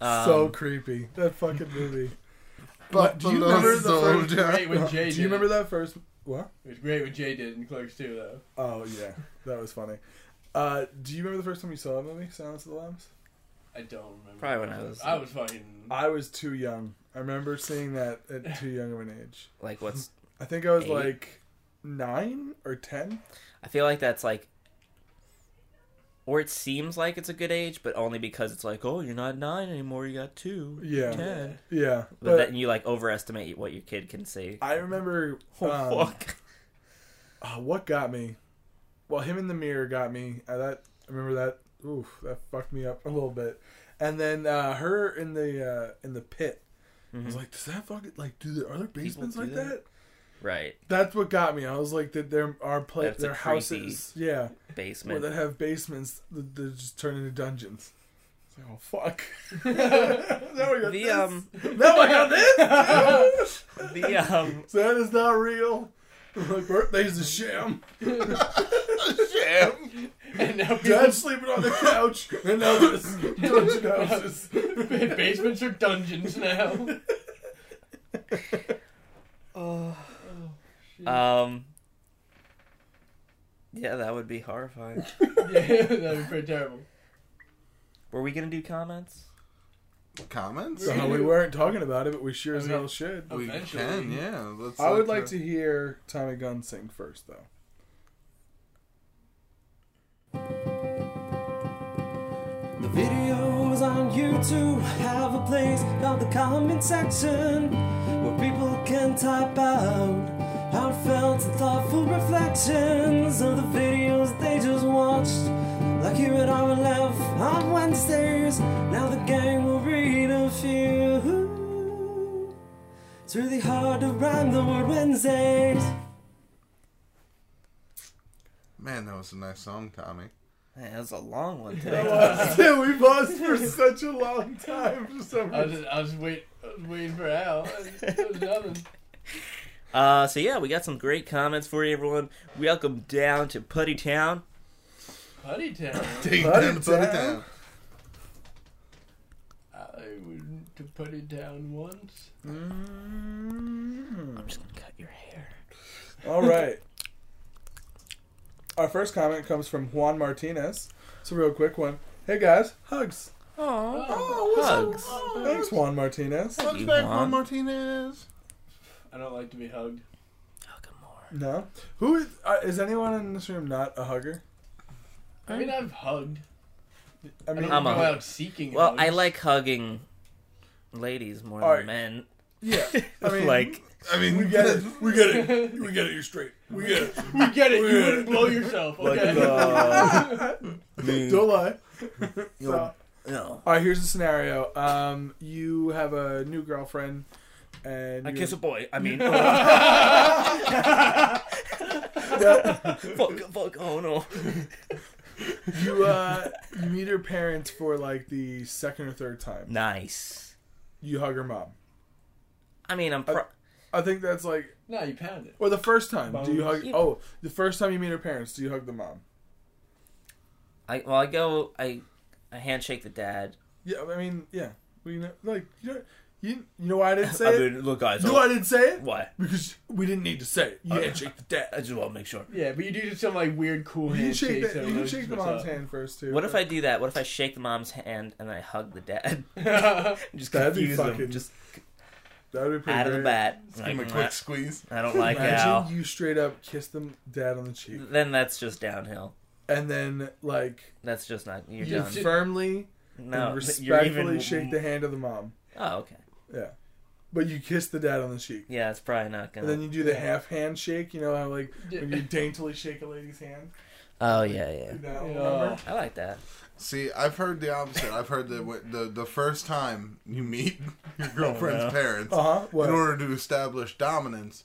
[SPEAKER 2] Um,
[SPEAKER 3] so creepy that fucking movie.
[SPEAKER 4] But
[SPEAKER 3] Do you remember the first
[SPEAKER 5] Great when Jay
[SPEAKER 3] Uh,
[SPEAKER 5] did.
[SPEAKER 3] Do you remember
[SPEAKER 5] it.
[SPEAKER 3] that first? What?
[SPEAKER 5] It was great when Jay did in Clerks too, though.
[SPEAKER 3] Oh yeah, that was funny. Uh, do you remember the first time you saw that movie, Silence of the Lambs?
[SPEAKER 5] I don't remember.
[SPEAKER 2] Probably when I was-
[SPEAKER 5] I was fucking.
[SPEAKER 3] I was too young. I remember seeing that at too young of an age.
[SPEAKER 2] like, what's?
[SPEAKER 3] I think I was
[SPEAKER 2] Eight?
[SPEAKER 3] like nine or ten.
[SPEAKER 2] I feel like that's like, or it seems like it's a good age, but only because it's like, oh, you're not nine anymore. You got two.
[SPEAKER 3] Yeah.
[SPEAKER 2] Ten.
[SPEAKER 3] Yeah,
[SPEAKER 2] But,
[SPEAKER 3] but
[SPEAKER 2] then you like overestimate what your kid can see.
[SPEAKER 3] I remember.
[SPEAKER 2] Oh
[SPEAKER 3] um,
[SPEAKER 2] fuck!
[SPEAKER 3] oh, what got me? Well, him in the mirror got me. Uh, that I remember that. Oof, that fucked me up a little bit. And then uh, her in the uh, in the pit. I was like, does that fucking like do the are there basements
[SPEAKER 2] Mm-hmm. do
[SPEAKER 3] like
[SPEAKER 2] that?
[SPEAKER 3] that?
[SPEAKER 2] Right,
[SPEAKER 3] That's what got me. I was like, that there are pla-
[SPEAKER 2] That's a
[SPEAKER 3] their houses, yeah, where
[SPEAKER 2] basement.
[SPEAKER 3] they have basements that that just turn into dungeons. Oh fuck! now I got
[SPEAKER 2] The
[SPEAKER 3] this.
[SPEAKER 2] um
[SPEAKER 3] Now I got this.
[SPEAKER 2] the um
[SPEAKER 3] that is not real. My birthday's a sham.
[SPEAKER 4] Sham.
[SPEAKER 5] And now
[SPEAKER 3] Dad's
[SPEAKER 5] people's
[SPEAKER 3] sleeping on the couch, and now this dungeon houses.
[SPEAKER 5] basements are dungeons now.
[SPEAKER 2] um Yeah, that would be horrifying.
[SPEAKER 5] yeah, that'd be pretty terrible.
[SPEAKER 2] Were we gonna do comments?
[SPEAKER 4] Comments?
[SPEAKER 3] So we weren't talking about it, but we sure as
[SPEAKER 5] I mean-
[SPEAKER 3] hell should.
[SPEAKER 4] We
[SPEAKER 5] Eventually.
[SPEAKER 4] can, yeah. Let's
[SPEAKER 3] I would like
[SPEAKER 4] uh,
[SPEAKER 3] to hear Tommy Gunn sing first, though.
[SPEAKER 1] The videos on YouTube have a place called the comment section where people can type out heartfelt and thoughtful reflections of the videos they just watched. Like here at our left on Wednesdays, now the gang will read a few. It's really hard to rhyme the word Wednesdays.
[SPEAKER 4] Man, that was a nice song, Tommy.
[SPEAKER 2] Man, that was a long one today.
[SPEAKER 3] Yeah, we paused for such a long time for some
[SPEAKER 5] I was
[SPEAKER 3] reason.
[SPEAKER 5] just, I was wait, I was waiting for Al. It was nothing.
[SPEAKER 2] Uh, so yeah, we got some great comments for you, everyone. Welcome down to Putty Town.
[SPEAKER 5] Putty Town.
[SPEAKER 4] Take
[SPEAKER 3] Put
[SPEAKER 4] down,
[SPEAKER 3] it
[SPEAKER 4] put it
[SPEAKER 3] down.
[SPEAKER 4] down.
[SPEAKER 5] I went to Putty Town once.
[SPEAKER 2] I'm just gonna cut your hair.
[SPEAKER 3] All right. Our first comment comes from Juan Martinez. It's a real quick one. Hey guys, hugs.
[SPEAKER 5] Oh,
[SPEAKER 2] Hugs.
[SPEAKER 3] Thanks, Juan Martinez.
[SPEAKER 4] Hugs
[SPEAKER 2] You
[SPEAKER 4] back,
[SPEAKER 2] want-
[SPEAKER 4] Juan Martinez.
[SPEAKER 5] I don't like to be hugged.
[SPEAKER 2] Hug 'em more.
[SPEAKER 3] No, who is, uh, is anyone in this room not a hugger?
[SPEAKER 5] I mean, I've hugged.
[SPEAKER 3] I
[SPEAKER 5] I don't
[SPEAKER 3] mean,
[SPEAKER 2] I'm
[SPEAKER 5] go
[SPEAKER 2] a-
[SPEAKER 5] out seeking.
[SPEAKER 2] Well,
[SPEAKER 5] hugs.
[SPEAKER 2] I like hugging ladies more
[SPEAKER 3] All
[SPEAKER 2] than
[SPEAKER 3] right.
[SPEAKER 2] men.
[SPEAKER 3] yeah. I mean,
[SPEAKER 2] like,
[SPEAKER 4] I mean,
[SPEAKER 3] we get it. We get it. We get it. You're straight. We get it.
[SPEAKER 5] We get it. uh, You wouldn't blow yourself. Okay.
[SPEAKER 3] Don't lie. So-
[SPEAKER 2] no.
[SPEAKER 3] All right, here's the scenario. Um, you have a new girlfriend, and
[SPEAKER 2] I
[SPEAKER 3] you-
[SPEAKER 2] kiss a boy. I mean, fuck, fuck, oh no.
[SPEAKER 3] you uh, you meet her parents for like the second or third time.
[SPEAKER 2] Nice.
[SPEAKER 3] You hug her mom.
[SPEAKER 2] I mean, I'm pro-
[SPEAKER 3] I think that's like,
[SPEAKER 5] no, you pound it.
[SPEAKER 3] or the first time. Do you hug?
[SPEAKER 2] Bones.
[SPEAKER 3] Oh, the first time you meet her parents, do you hug the mom?
[SPEAKER 2] I well, I go, I, I handshake the dad.
[SPEAKER 3] Yeah, I mean, yeah. We know, like you know, you, you know why I didn't say it.
[SPEAKER 2] look, guys.
[SPEAKER 3] You know why I didn't say it
[SPEAKER 2] why?
[SPEAKER 3] because we didn't need to say it. You
[SPEAKER 2] Uh,
[SPEAKER 3] handshake the dad.
[SPEAKER 2] I just want to make sure.
[SPEAKER 5] Yeah, but you do some like weird, cool
[SPEAKER 3] You can shake
[SPEAKER 5] handshake.
[SPEAKER 3] the, you can shake the mom's hand first too.
[SPEAKER 2] What if I do that? What if I shake the mom's hand and I hug the dad?
[SPEAKER 5] Oh, hand?
[SPEAKER 2] just
[SPEAKER 3] That'd be
[SPEAKER 2] confuse
[SPEAKER 3] fucking
[SPEAKER 2] them. Just
[SPEAKER 3] That would be pretty
[SPEAKER 2] out of the
[SPEAKER 3] great.
[SPEAKER 2] bat. Like,
[SPEAKER 4] Give him a quick squeeze.
[SPEAKER 2] I don't like
[SPEAKER 3] Imagine
[SPEAKER 2] Al.
[SPEAKER 3] you straight up kiss them dad on the cheek,
[SPEAKER 2] Then that's just downhill.
[SPEAKER 3] and then like
[SPEAKER 2] That's just not. You're
[SPEAKER 5] You
[SPEAKER 2] done.
[SPEAKER 5] just-
[SPEAKER 3] firmly
[SPEAKER 2] no,
[SPEAKER 3] and
[SPEAKER 2] you're
[SPEAKER 3] respectfully
[SPEAKER 2] even.
[SPEAKER 3] shake the hand of the mom,
[SPEAKER 2] Oh, okay.
[SPEAKER 3] but you kiss the dad on the cheek,
[SPEAKER 2] Yeah, it's probably not
[SPEAKER 3] and
[SPEAKER 2] gonna.
[SPEAKER 3] then you do the half handshake. You know how like when you
[SPEAKER 5] Yeah.
[SPEAKER 3] daintily shake a lady's hand.
[SPEAKER 2] Oh yeah, yeah.
[SPEAKER 3] Do that,
[SPEAKER 5] Yeah.
[SPEAKER 3] remember?
[SPEAKER 2] I like that.
[SPEAKER 4] See, I've heard the opposite. I've heard that wh- the the first time you meet your girlfriend's
[SPEAKER 2] no.
[SPEAKER 4] parents,
[SPEAKER 3] Uh huh. What?
[SPEAKER 4] in order to establish dominance,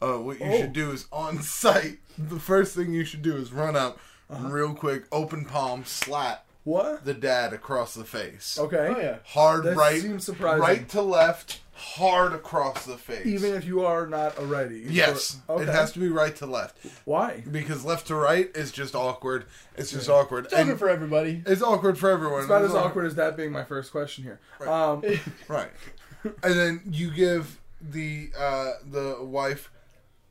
[SPEAKER 4] uh, what you
[SPEAKER 3] Oh.
[SPEAKER 4] should do is on site. The first thing you should do is run up,
[SPEAKER 3] Uh-huh.
[SPEAKER 4] real quick, open palm, slap
[SPEAKER 3] what?
[SPEAKER 4] the dad across the face.
[SPEAKER 3] Okay.
[SPEAKER 5] oh yeah.
[SPEAKER 4] Hard
[SPEAKER 3] That
[SPEAKER 4] right,
[SPEAKER 3] seems surprising.
[SPEAKER 4] right to left, hard across the face.
[SPEAKER 3] Even if you are not a righty.
[SPEAKER 4] yes,
[SPEAKER 3] Or- okay.
[SPEAKER 4] it has to be right to left
[SPEAKER 3] Why?
[SPEAKER 4] because left to right is just awkward. It's just awkward.
[SPEAKER 5] It's over for everybody.
[SPEAKER 4] It's awkward for everyone.
[SPEAKER 3] It's not as
[SPEAKER 4] awkward.
[SPEAKER 3] awkward as that being my first question here. Um,
[SPEAKER 4] Right. and then you give the uh, the wife,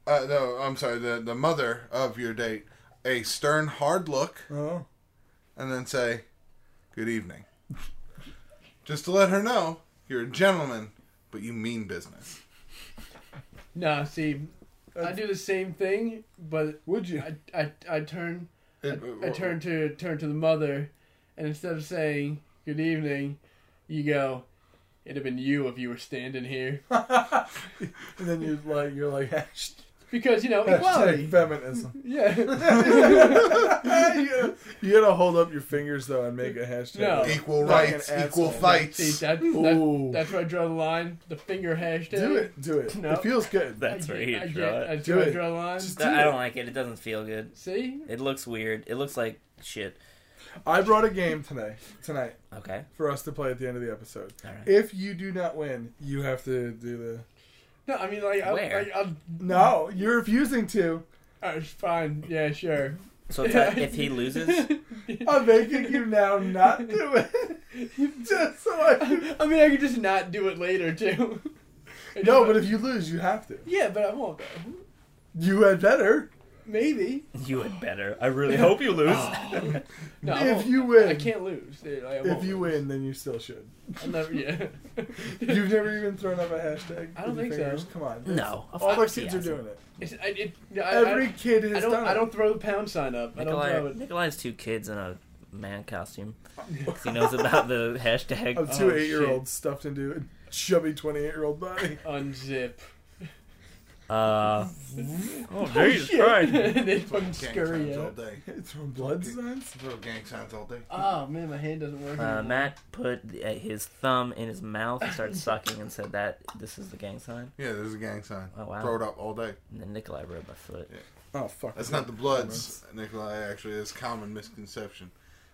[SPEAKER 4] uh, no, I'm sorry, the the mother of your date a stern, hard look,
[SPEAKER 3] oh,
[SPEAKER 4] and then say, "Good evening," just to let her know you're a gentleman, but you mean business.
[SPEAKER 5] Nah, see, I do the same thing, but
[SPEAKER 3] would you?
[SPEAKER 5] I I, I turn
[SPEAKER 4] It- uh,
[SPEAKER 5] I turn to turn to the mother, and instead of saying good evening, you go. It'd have been you if you were standing here,
[SPEAKER 3] And then you like you're like hashtag,
[SPEAKER 5] because you know
[SPEAKER 3] hashtag
[SPEAKER 5] equality.
[SPEAKER 3] feminism.
[SPEAKER 5] Yeah,
[SPEAKER 3] you, you gotta hold up your fingers though and make a hashtag.
[SPEAKER 5] No.
[SPEAKER 4] uh, equal
[SPEAKER 3] Fucking
[SPEAKER 4] rights,
[SPEAKER 3] asshole.
[SPEAKER 4] equal
[SPEAKER 5] see
[SPEAKER 4] fights.
[SPEAKER 5] that, that
[SPEAKER 3] Ooh.
[SPEAKER 5] that's where I draw the line. The finger hashtag.
[SPEAKER 3] Do it. Do it.
[SPEAKER 5] No.
[SPEAKER 3] It feels good.
[SPEAKER 2] That's
[SPEAKER 5] I,
[SPEAKER 2] where
[SPEAKER 5] get-
[SPEAKER 2] you
[SPEAKER 5] I,
[SPEAKER 2] draw
[SPEAKER 5] get-
[SPEAKER 2] it.
[SPEAKER 5] That's
[SPEAKER 3] Do
[SPEAKER 5] where I
[SPEAKER 3] it.
[SPEAKER 5] draw the line.
[SPEAKER 3] Just
[SPEAKER 2] I don't like it. It doesn't feel good.
[SPEAKER 5] See,
[SPEAKER 2] It looks weird. It looks like shit.
[SPEAKER 3] I brought a game today, tonight
[SPEAKER 2] Okay.
[SPEAKER 3] for us to play at the end of the episode.
[SPEAKER 2] All right.
[SPEAKER 3] If you do not win, you have to do the.
[SPEAKER 5] No, I mean like, I,
[SPEAKER 2] Where?
[SPEAKER 5] like I'm,
[SPEAKER 3] No, you're refusing to.
[SPEAKER 5] all right, fine. Yeah, sure.
[SPEAKER 2] So it's like if he loses,
[SPEAKER 3] I'm making you now not do it. Just so I can-
[SPEAKER 5] I mean, I could just not do it later too. I
[SPEAKER 3] No,
[SPEAKER 5] just-
[SPEAKER 3] but if you lose, you have to.
[SPEAKER 5] yeah, but I won't though.
[SPEAKER 3] You had better.
[SPEAKER 5] Maybe.
[SPEAKER 2] you had better. I really hope you lose.
[SPEAKER 5] No, Oh, I
[SPEAKER 3] If
[SPEAKER 5] won't.
[SPEAKER 3] you win.
[SPEAKER 5] I can't lose. Dude. Like, I
[SPEAKER 3] If
[SPEAKER 5] won't
[SPEAKER 3] you
[SPEAKER 5] lose.
[SPEAKER 3] win, then you still should.
[SPEAKER 5] I'll never. Yeah.
[SPEAKER 3] You've never even thrown up a hashtag.
[SPEAKER 5] I don't
[SPEAKER 3] with your
[SPEAKER 5] think so.
[SPEAKER 3] fingers? Come on.
[SPEAKER 2] No. Of
[SPEAKER 3] All our
[SPEAKER 2] course he
[SPEAKER 3] kids are
[SPEAKER 2] hasn't.
[SPEAKER 3] doing it.
[SPEAKER 5] It's, I, it, no, I,
[SPEAKER 3] Every
[SPEAKER 5] I,
[SPEAKER 3] kid has
[SPEAKER 5] I don't.
[SPEAKER 3] done it.
[SPEAKER 5] I don't throw the pound sign up. I don't throw
[SPEAKER 2] Nikolai,
[SPEAKER 5] it.
[SPEAKER 2] Nikolai's two kids in a man costume. 'Cause He knows about the hashtag.
[SPEAKER 3] Of two
[SPEAKER 5] Oh,
[SPEAKER 3] year olds stuffed into a chubby 28 year old body.
[SPEAKER 5] Unzip.
[SPEAKER 2] Uh, oh, Jesus
[SPEAKER 5] Shit.
[SPEAKER 2] Christ.
[SPEAKER 5] they fucking
[SPEAKER 4] Gang
[SPEAKER 5] scurry
[SPEAKER 4] signs all
[SPEAKER 5] out.
[SPEAKER 4] day.
[SPEAKER 3] It's from blood signs?
[SPEAKER 4] Throw gang signs all day.
[SPEAKER 5] Oh man, my hand doesn't work.
[SPEAKER 2] Uh,
[SPEAKER 5] anymore.
[SPEAKER 2] Matt put uh, his thumb in his mouth and started sucking and said that this is the gang sign.
[SPEAKER 4] Yeah, there's a gang sign.
[SPEAKER 2] Oh, wow.
[SPEAKER 4] Throw it up all day.
[SPEAKER 2] And then Nikolai rubbed my foot.
[SPEAKER 3] Oh, fuck.
[SPEAKER 4] That's not the Bloods, Nikolai. Actually, it's common misconception.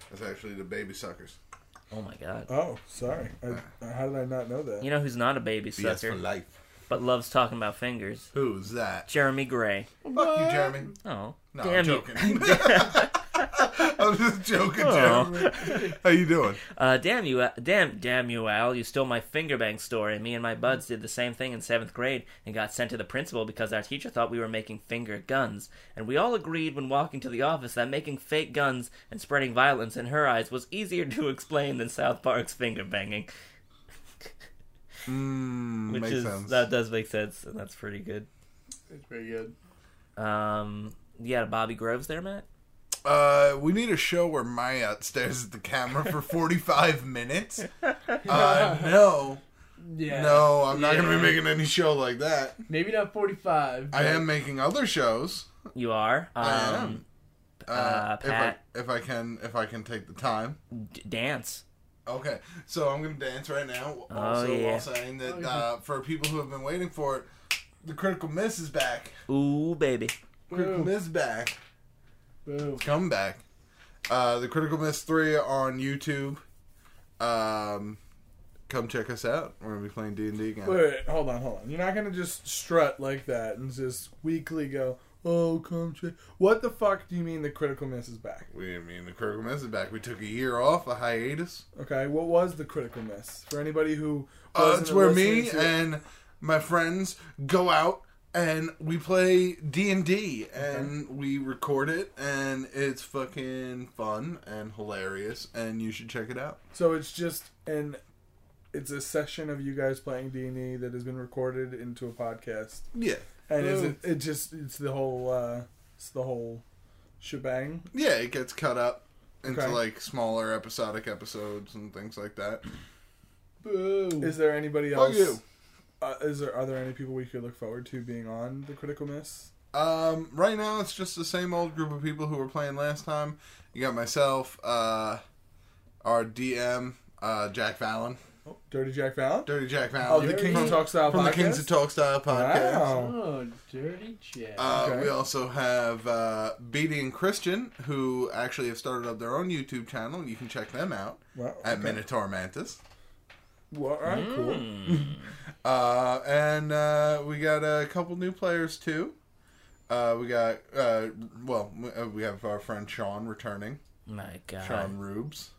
[SPEAKER 4] That's actually the baby suckers.
[SPEAKER 2] Oh my god.
[SPEAKER 3] Oh, sorry. I, how did I not know that?
[SPEAKER 2] You know who's not a baby
[SPEAKER 4] BS for
[SPEAKER 2] sucker,
[SPEAKER 4] life.
[SPEAKER 2] but loves talking about fingers?
[SPEAKER 4] Who's that?
[SPEAKER 2] Jeremy Gray.
[SPEAKER 4] Fuck you, Jeremy.
[SPEAKER 2] Oh,
[SPEAKER 4] No,
[SPEAKER 2] damn
[SPEAKER 4] I'm
[SPEAKER 2] you.
[SPEAKER 4] joking. I was just joking,
[SPEAKER 2] Oh.
[SPEAKER 4] Jeremy. How you doing?
[SPEAKER 2] Uh, damn you, Al- damn, damn you, Al! You stole my finger bang story. Me and my buds did the same thing in seventh grade and got sent to the principal because our teacher thought we were making finger guns. And we all agreed when walking to the office that making fake guns and spreading violence in her eyes was easier to explain than South Park's finger banging,
[SPEAKER 4] Mm,
[SPEAKER 2] which
[SPEAKER 4] makes
[SPEAKER 2] is
[SPEAKER 4] sense.
[SPEAKER 2] that does make sense and that's pretty good.
[SPEAKER 5] It's pretty good.
[SPEAKER 2] Um, you got a Bobby Groves there, Matt?
[SPEAKER 4] Uh, we need a show where Maya stares at the camera for 45 minutes. Uh, no.
[SPEAKER 5] Yeah.
[SPEAKER 4] No, I'm not going to
[SPEAKER 5] Yeah.
[SPEAKER 4] be making any show like that.
[SPEAKER 5] Maybe not forty-five.
[SPEAKER 4] I am making other shows.
[SPEAKER 2] You are. Um,
[SPEAKER 4] I am. Uh,
[SPEAKER 2] uh, Pat.
[SPEAKER 4] If, I, if I can if I can take the time.
[SPEAKER 2] d- dance.
[SPEAKER 4] Okay, so I'm gonna dance right now.
[SPEAKER 2] Oh,
[SPEAKER 4] Also,
[SPEAKER 2] yeah.
[SPEAKER 4] while saying that
[SPEAKER 5] Oh, yeah.
[SPEAKER 4] uh, for people who have been waiting for it, the Critical Miss is back.
[SPEAKER 2] Ooh, baby.
[SPEAKER 4] Critical
[SPEAKER 5] Woo.
[SPEAKER 4] Miss back.
[SPEAKER 5] Boo.
[SPEAKER 4] comeback. Uh, the Critical Miss 3 on YouTube. Um, come check us out. We're going to be playing D&D again.
[SPEAKER 3] Wait, wait, hold on, hold on. You're not gonna just strut like that and just weekly go, "Oh, come check." What the fuck do you mean the critical miss is back?
[SPEAKER 4] We didn't mean the Critical Miss is back. We took a year off, a hiatus.
[SPEAKER 3] Okay, what was the critical miss for anybody who?
[SPEAKER 4] Uh,
[SPEAKER 3] wasn't
[SPEAKER 4] it's where me
[SPEAKER 3] listening to it?
[SPEAKER 4] and my friends go out and we play D&D and we record it and it's fucking fun and hilarious and you should check it out.
[SPEAKER 3] so it's just an, it's a session of you guys playing D and D that has been recorded into a podcast,
[SPEAKER 4] Yeah.
[SPEAKER 3] and is
[SPEAKER 5] Ooh.
[SPEAKER 3] it, it just it's the whole uh it's the whole shebang.
[SPEAKER 4] Yeah, it gets cut up into
[SPEAKER 3] Okay.
[SPEAKER 4] like smaller episodic episodes and things like that.
[SPEAKER 5] Boo.
[SPEAKER 3] Is there anybody
[SPEAKER 4] Fuck
[SPEAKER 3] else?
[SPEAKER 4] you.
[SPEAKER 3] Uh, is there are there any people we could look forward to being on the critical miss?
[SPEAKER 4] Um, right now it's just the same old group of people who were playing last time. You got myself, uh, our DM, uh, Jack Fallon,
[SPEAKER 3] Dirty Jack Fallon.
[SPEAKER 4] Dirty Jack
[SPEAKER 3] Oh,
[SPEAKER 4] Fallon,
[SPEAKER 3] the
[SPEAKER 5] Dirty-
[SPEAKER 3] Kings of Talk Style
[SPEAKER 4] from the
[SPEAKER 3] podcast?
[SPEAKER 4] Kings of Talk Style podcast.
[SPEAKER 3] Wow.
[SPEAKER 5] Oh, dirty Jack.
[SPEAKER 4] Uh,
[SPEAKER 3] Okay.
[SPEAKER 4] We also have uh, Beatty and Christian, who actually have started up their own YouTube channel. You can check them out
[SPEAKER 3] Wow.
[SPEAKER 4] at Minotaur Mantis.
[SPEAKER 3] Well, all right, cool.
[SPEAKER 2] Mm.
[SPEAKER 4] Uh, and uh, we got a couple new players too. Uh, we got uh, well, we- uh, we have our friend Sean returning,
[SPEAKER 2] My God.
[SPEAKER 4] Sean Rubes.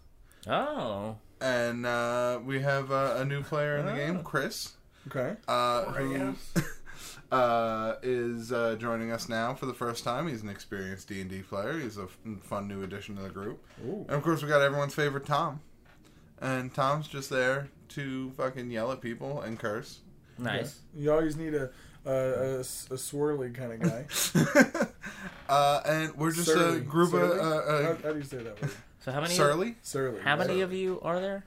[SPEAKER 2] Oh.
[SPEAKER 4] and uh, we have uh, a new player
[SPEAKER 3] Ah.
[SPEAKER 4] in the game, Chris,
[SPEAKER 3] Okay.
[SPEAKER 4] uh, who uh, is uh, joining us now for the first time. He's an experienced D and D player. He's a f- fun new addition to the group,
[SPEAKER 3] Ooh.
[SPEAKER 4] and of course, we got everyone's favorite Tom. And Tom's just there to fucking yell at people and curse.
[SPEAKER 2] Nice.
[SPEAKER 3] You always need a a, a s- a swirly kind of guy.
[SPEAKER 4] uh, and we're just
[SPEAKER 3] Surly.
[SPEAKER 4] a group
[SPEAKER 3] Surly? how,
[SPEAKER 4] of uh,
[SPEAKER 3] how do you say that word?
[SPEAKER 2] So how
[SPEAKER 4] uh,
[SPEAKER 2] many?
[SPEAKER 4] surly.
[SPEAKER 3] Surly.
[SPEAKER 2] How many
[SPEAKER 3] Surly.
[SPEAKER 2] of you are there?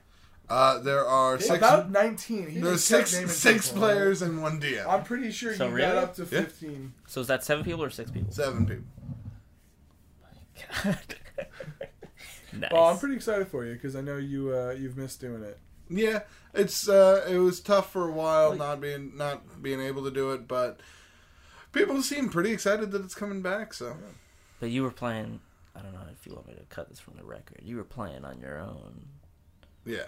[SPEAKER 4] Uh, there are six.
[SPEAKER 3] About nineteen. He
[SPEAKER 4] there's
[SPEAKER 3] just kept
[SPEAKER 4] six
[SPEAKER 3] naming
[SPEAKER 4] six
[SPEAKER 3] people.
[SPEAKER 4] players and one DM.
[SPEAKER 3] I'm pretty sure
[SPEAKER 2] So
[SPEAKER 3] you got
[SPEAKER 2] really?
[SPEAKER 3] up to
[SPEAKER 4] Yeah.
[SPEAKER 3] fifteen.
[SPEAKER 2] So is that seven people or six people?
[SPEAKER 4] Seven people.
[SPEAKER 2] God. nice.
[SPEAKER 3] Well, I'm pretty excited for you because I know you uh, you've missed doing it.
[SPEAKER 4] Yeah, it's uh, it was tough for a while
[SPEAKER 2] Like-
[SPEAKER 4] not being not being able to do it, but people seem pretty excited that it's coming back. So
[SPEAKER 2] But you were playing I don't know if you want me to cut this from the record. You were playing on your own,
[SPEAKER 4] Yeah.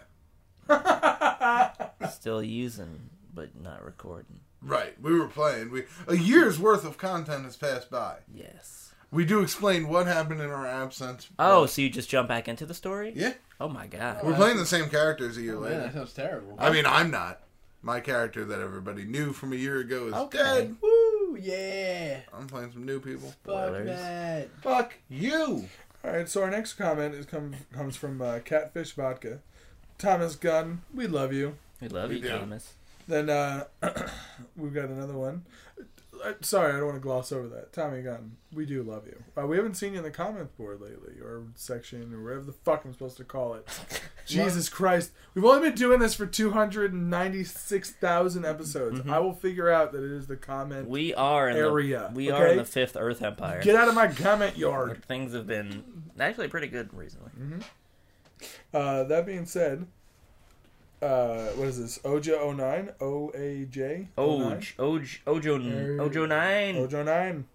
[SPEAKER 2] still using but not recording.
[SPEAKER 4] Right. We were playing. We a year's worth of content has passed by.
[SPEAKER 2] Yes.
[SPEAKER 4] We do explain what happened in our absence.
[SPEAKER 2] Oh, so you just jump back into the story?
[SPEAKER 4] Yeah.
[SPEAKER 2] Oh my god.
[SPEAKER 4] We're playing the same characters a year
[SPEAKER 5] Man, that
[SPEAKER 4] later.
[SPEAKER 5] sounds terrible.
[SPEAKER 4] I mean, I'm not. My character that everybody knew from a year ago is
[SPEAKER 2] Okay.
[SPEAKER 4] dead.
[SPEAKER 5] Woo, yeah.
[SPEAKER 4] I'm playing some new people.
[SPEAKER 5] Fuck
[SPEAKER 2] Spoilers.
[SPEAKER 5] that.
[SPEAKER 4] Fuck you.
[SPEAKER 3] All right, so our next comment is come, comes from uh, Catfish Vodka. Thomas Gunn, we love you.
[SPEAKER 2] We love
[SPEAKER 4] We
[SPEAKER 2] you,
[SPEAKER 4] do.
[SPEAKER 2] Thomas.
[SPEAKER 3] Then uh, we've got another one. Uh, Sorry, I don't want to gloss over that. Tommy Gunn, we do love you. Uh, we haven't seen you in the comment board lately, or section, or whatever the fuck I'm supposed to call it. Jesus Christ. We've only been doing this for 296,000 episodes. I will figure out that it is the comment.
[SPEAKER 2] We are in
[SPEAKER 3] Area,
[SPEAKER 2] The, we are in
[SPEAKER 3] okay?
[SPEAKER 2] the Fifth Earth Empire.
[SPEAKER 3] Get out of my comment yard.
[SPEAKER 2] Things have been actually pretty good recently.
[SPEAKER 3] Mm-hmm. Uh, that being said, uh, what is this? Oja 09? O-A-J?
[SPEAKER 2] Oj, Oj, Ojo,
[SPEAKER 5] Er,
[SPEAKER 2] Ojo nine.
[SPEAKER 3] Ojo 09.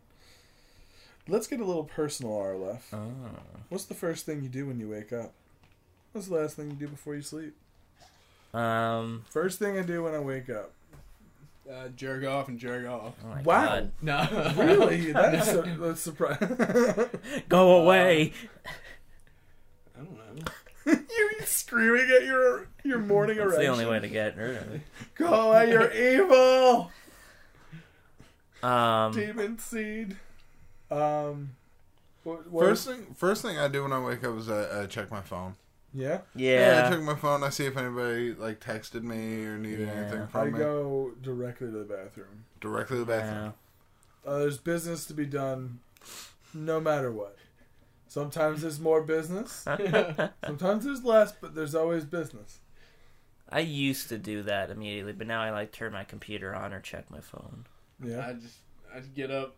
[SPEAKER 3] Let's get a little personal, Arlef.
[SPEAKER 2] Oh.
[SPEAKER 3] What's the first thing you do when you wake up? What's the last thing you do before you sleep?
[SPEAKER 2] Um.
[SPEAKER 3] First thing I do when I wake up.
[SPEAKER 5] Uh, jerk off and jerk off.
[SPEAKER 2] Oh my
[SPEAKER 3] Wow.
[SPEAKER 2] God.
[SPEAKER 5] No.
[SPEAKER 3] Really? That's, a, that's surprising.
[SPEAKER 2] Go
[SPEAKER 3] Uh,
[SPEAKER 2] away.
[SPEAKER 5] I don't know.
[SPEAKER 3] You're screaming at your your morning
[SPEAKER 2] That's
[SPEAKER 3] erection.
[SPEAKER 2] the only way to get rid of it.
[SPEAKER 3] Go away, you're evil!
[SPEAKER 2] Um.
[SPEAKER 3] Demon seed. Um. What, what-
[SPEAKER 4] First thing, first thing I do when I wake up is I, I check my phone.
[SPEAKER 3] Yeah.
[SPEAKER 4] Yeah. I
[SPEAKER 2] Yeah.
[SPEAKER 4] check my phone. I see if anybody like texted me or needed
[SPEAKER 2] Yeah.
[SPEAKER 4] anything
[SPEAKER 3] I
[SPEAKER 4] from me
[SPEAKER 3] go directly to the bathroom.
[SPEAKER 4] directly to the bathroom.
[SPEAKER 2] Yeah.
[SPEAKER 3] Uh, there's business to be done, no matter what. Sometimes there's more business. Sometimes there's less, but there's always business.
[SPEAKER 2] I used to do that immediately, but now I like turn my computer on or check my phone.
[SPEAKER 3] Yeah.
[SPEAKER 5] I just I just get up,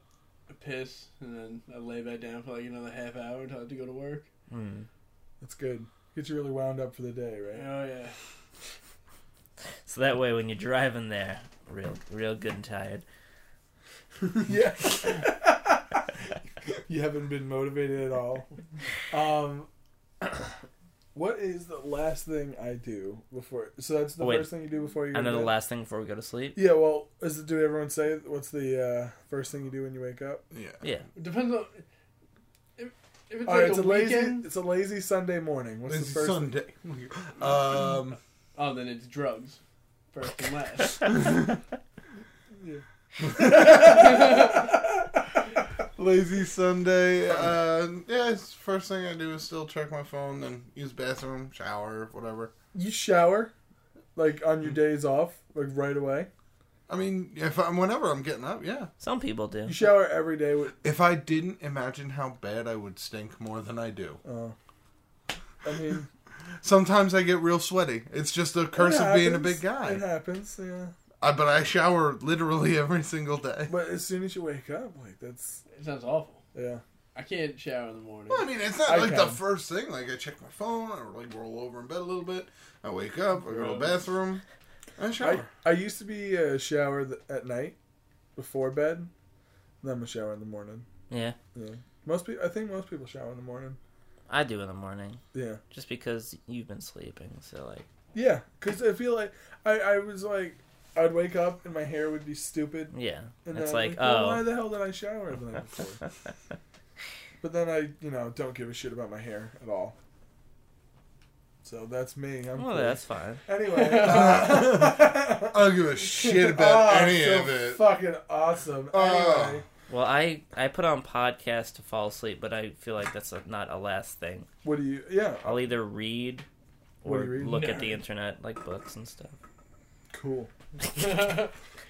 [SPEAKER 5] I piss, and then I lay back down for like another half hour until I have to go to work.
[SPEAKER 2] Hmm.
[SPEAKER 3] That's good. Gets you really wound up for the day, right?
[SPEAKER 5] Oh yeah.
[SPEAKER 2] So that way, when you're driving there, real, real good and tired.
[SPEAKER 3] yeah. you haven't been motivated at all. Um, what is the last thing I do before? So that's the
[SPEAKER 2] Oh, Wait.
[SPEAKER 3] first thing you do before you. go
[SPEAKER 2] And then
[SPEAKER 3] to
[SPEAKER 2] the
[SPEAKER 3] bed?
[SPEAKER 2] last thing before we go to sleep.
[SPEAKER 3] Yeah. Well, is it, do everyone say what's the uh, first thing you do when you wake up?
[SPEAKER 4] Yeah.
[SPEAKER 2] Yeah.
[SPEAKER 5] It depends on if, if it's
[SPEAKER 3] All
[SPEAKER 5] like
[SPEAKER 3] right, it's
[SPEAKER 5] a,
[SPEAKER 3] a lazy.
[SPEAKER 5] weekend.
[SPEAKER 3] It's a lazy Sunday morning. What's
[SPEAKER 4] It's
[SPEAKER 3] the first?
[SPEAKER 4] Sunday. um.
[SPEAKER 5] Oh, then it's drugs. First and last.
[SPEAKER 4] Lazy Sunday. Uh, yeah, it's first thing I do is still check my phone, then use bathroom, shower, whatever.
[SPEAKER 3] You shower, like on
[SPEAKER 5] Mm-hmm.
[SPEAKER 3] your days off, like right away.
[SPEAKER 4] I mean, if I'm whenever I'm getting up, yeah.
[SPEAKER 2] Some people do.
[SPEAKER 3] You shower every day with.
[SPEAKER 4] If I didn't imagine how bad I would stink more than I do,
[SPEAKER 3] Oh. I mean,
[SPEAKER 4] sometimes I get real sweaty. It's just the curse
[SPEAKER 3] it
[SPEAKER 4] of being a
[SPEAKER 3] happens.
[SPEAKER 4] big
[SPEAKER 3] It
[SPEAKER 4] guy.
[SPEAKER 3] happens. Yeah.
[SPEAKER 4] I, but I shower literally every single day.
[SPEAKER 3] But as soon as you wake up, like that's
[SPEAKER 5] it sounds awful.
[SPEAKER 3] yeah.
[SPEAKER 5] I can't shower in the morning.
[SPEAKER 4] Well, I mean, it's not
[SPEAKER 3] I
[SPEAKER 4] like the
[SPEAKER 3] can.
[SPEAKER 4] first thing. Like I check my phone, I like roll over in bed a little bit. I wake up, I go to the
[SPEAKER 5] Gross.
[SPEAKER 4] bathroom, I
[SPEAKER 3] I,
[SPEAKER 4] shower.
[SPEAKER 3] I used to be a shower th- at night before bed. Then I'm a shower in the morning.
[SPEAKER 2] Yeah.
[SPEAKER 3] Most people, I think most people shower in the morning.
[SPEAKER 2] I do in the morning,
[SPEAKER 3] Yeah,
[SPEAKER 2] just because you've been sleeping. So like,
[SPEAKER 3] yeah. Cause I feel like I, I was like I'd wake up and my hair would be stupid,
[SPEAKER 2] yeah.
[SPEAKER 3] and
[SPEAKER 2] it's
[SPEAKER 3] I'd
[SPEAKER 2] like,
[SPEAKER 3] be well, why
[SPEAKER 2] oh,
[SPEAKER 3] the hell did I shower the night before? but then I, you know, don't give a shit about my hair at all. So that's me. I'm
[SPEAKER 2] well,
[SPEAKER 3] cool.
[SPEAKER 2] that's fine.
[SPEAKER 3] anyway. uh,
[SPEAKER 4] I don't give a shit about
[SPEAKER 3] Oh,
[SPEAKER 4] any
[SPEAKER 3] so
[SPEAKER 4] of it.
[SPEAKER 3] Fucking awesome.
[SPEAKER 4] Oh.
[SPEAKER 3] Anyway,
[SPEAKER 2] Well, I I put on podcasts to fall asleep, but I feel like that's a, not a last thing.
[SPEAKER 3] what do you? Yeah,
[SPEAKER 2] I'll either read
[SPEAKER 3] What
[SPEAKER 2] or
[SPEAKER 3] do you read?
[SPEAKER 2] look at the internet, like books and stuff.
[SPEAKER 3] cool.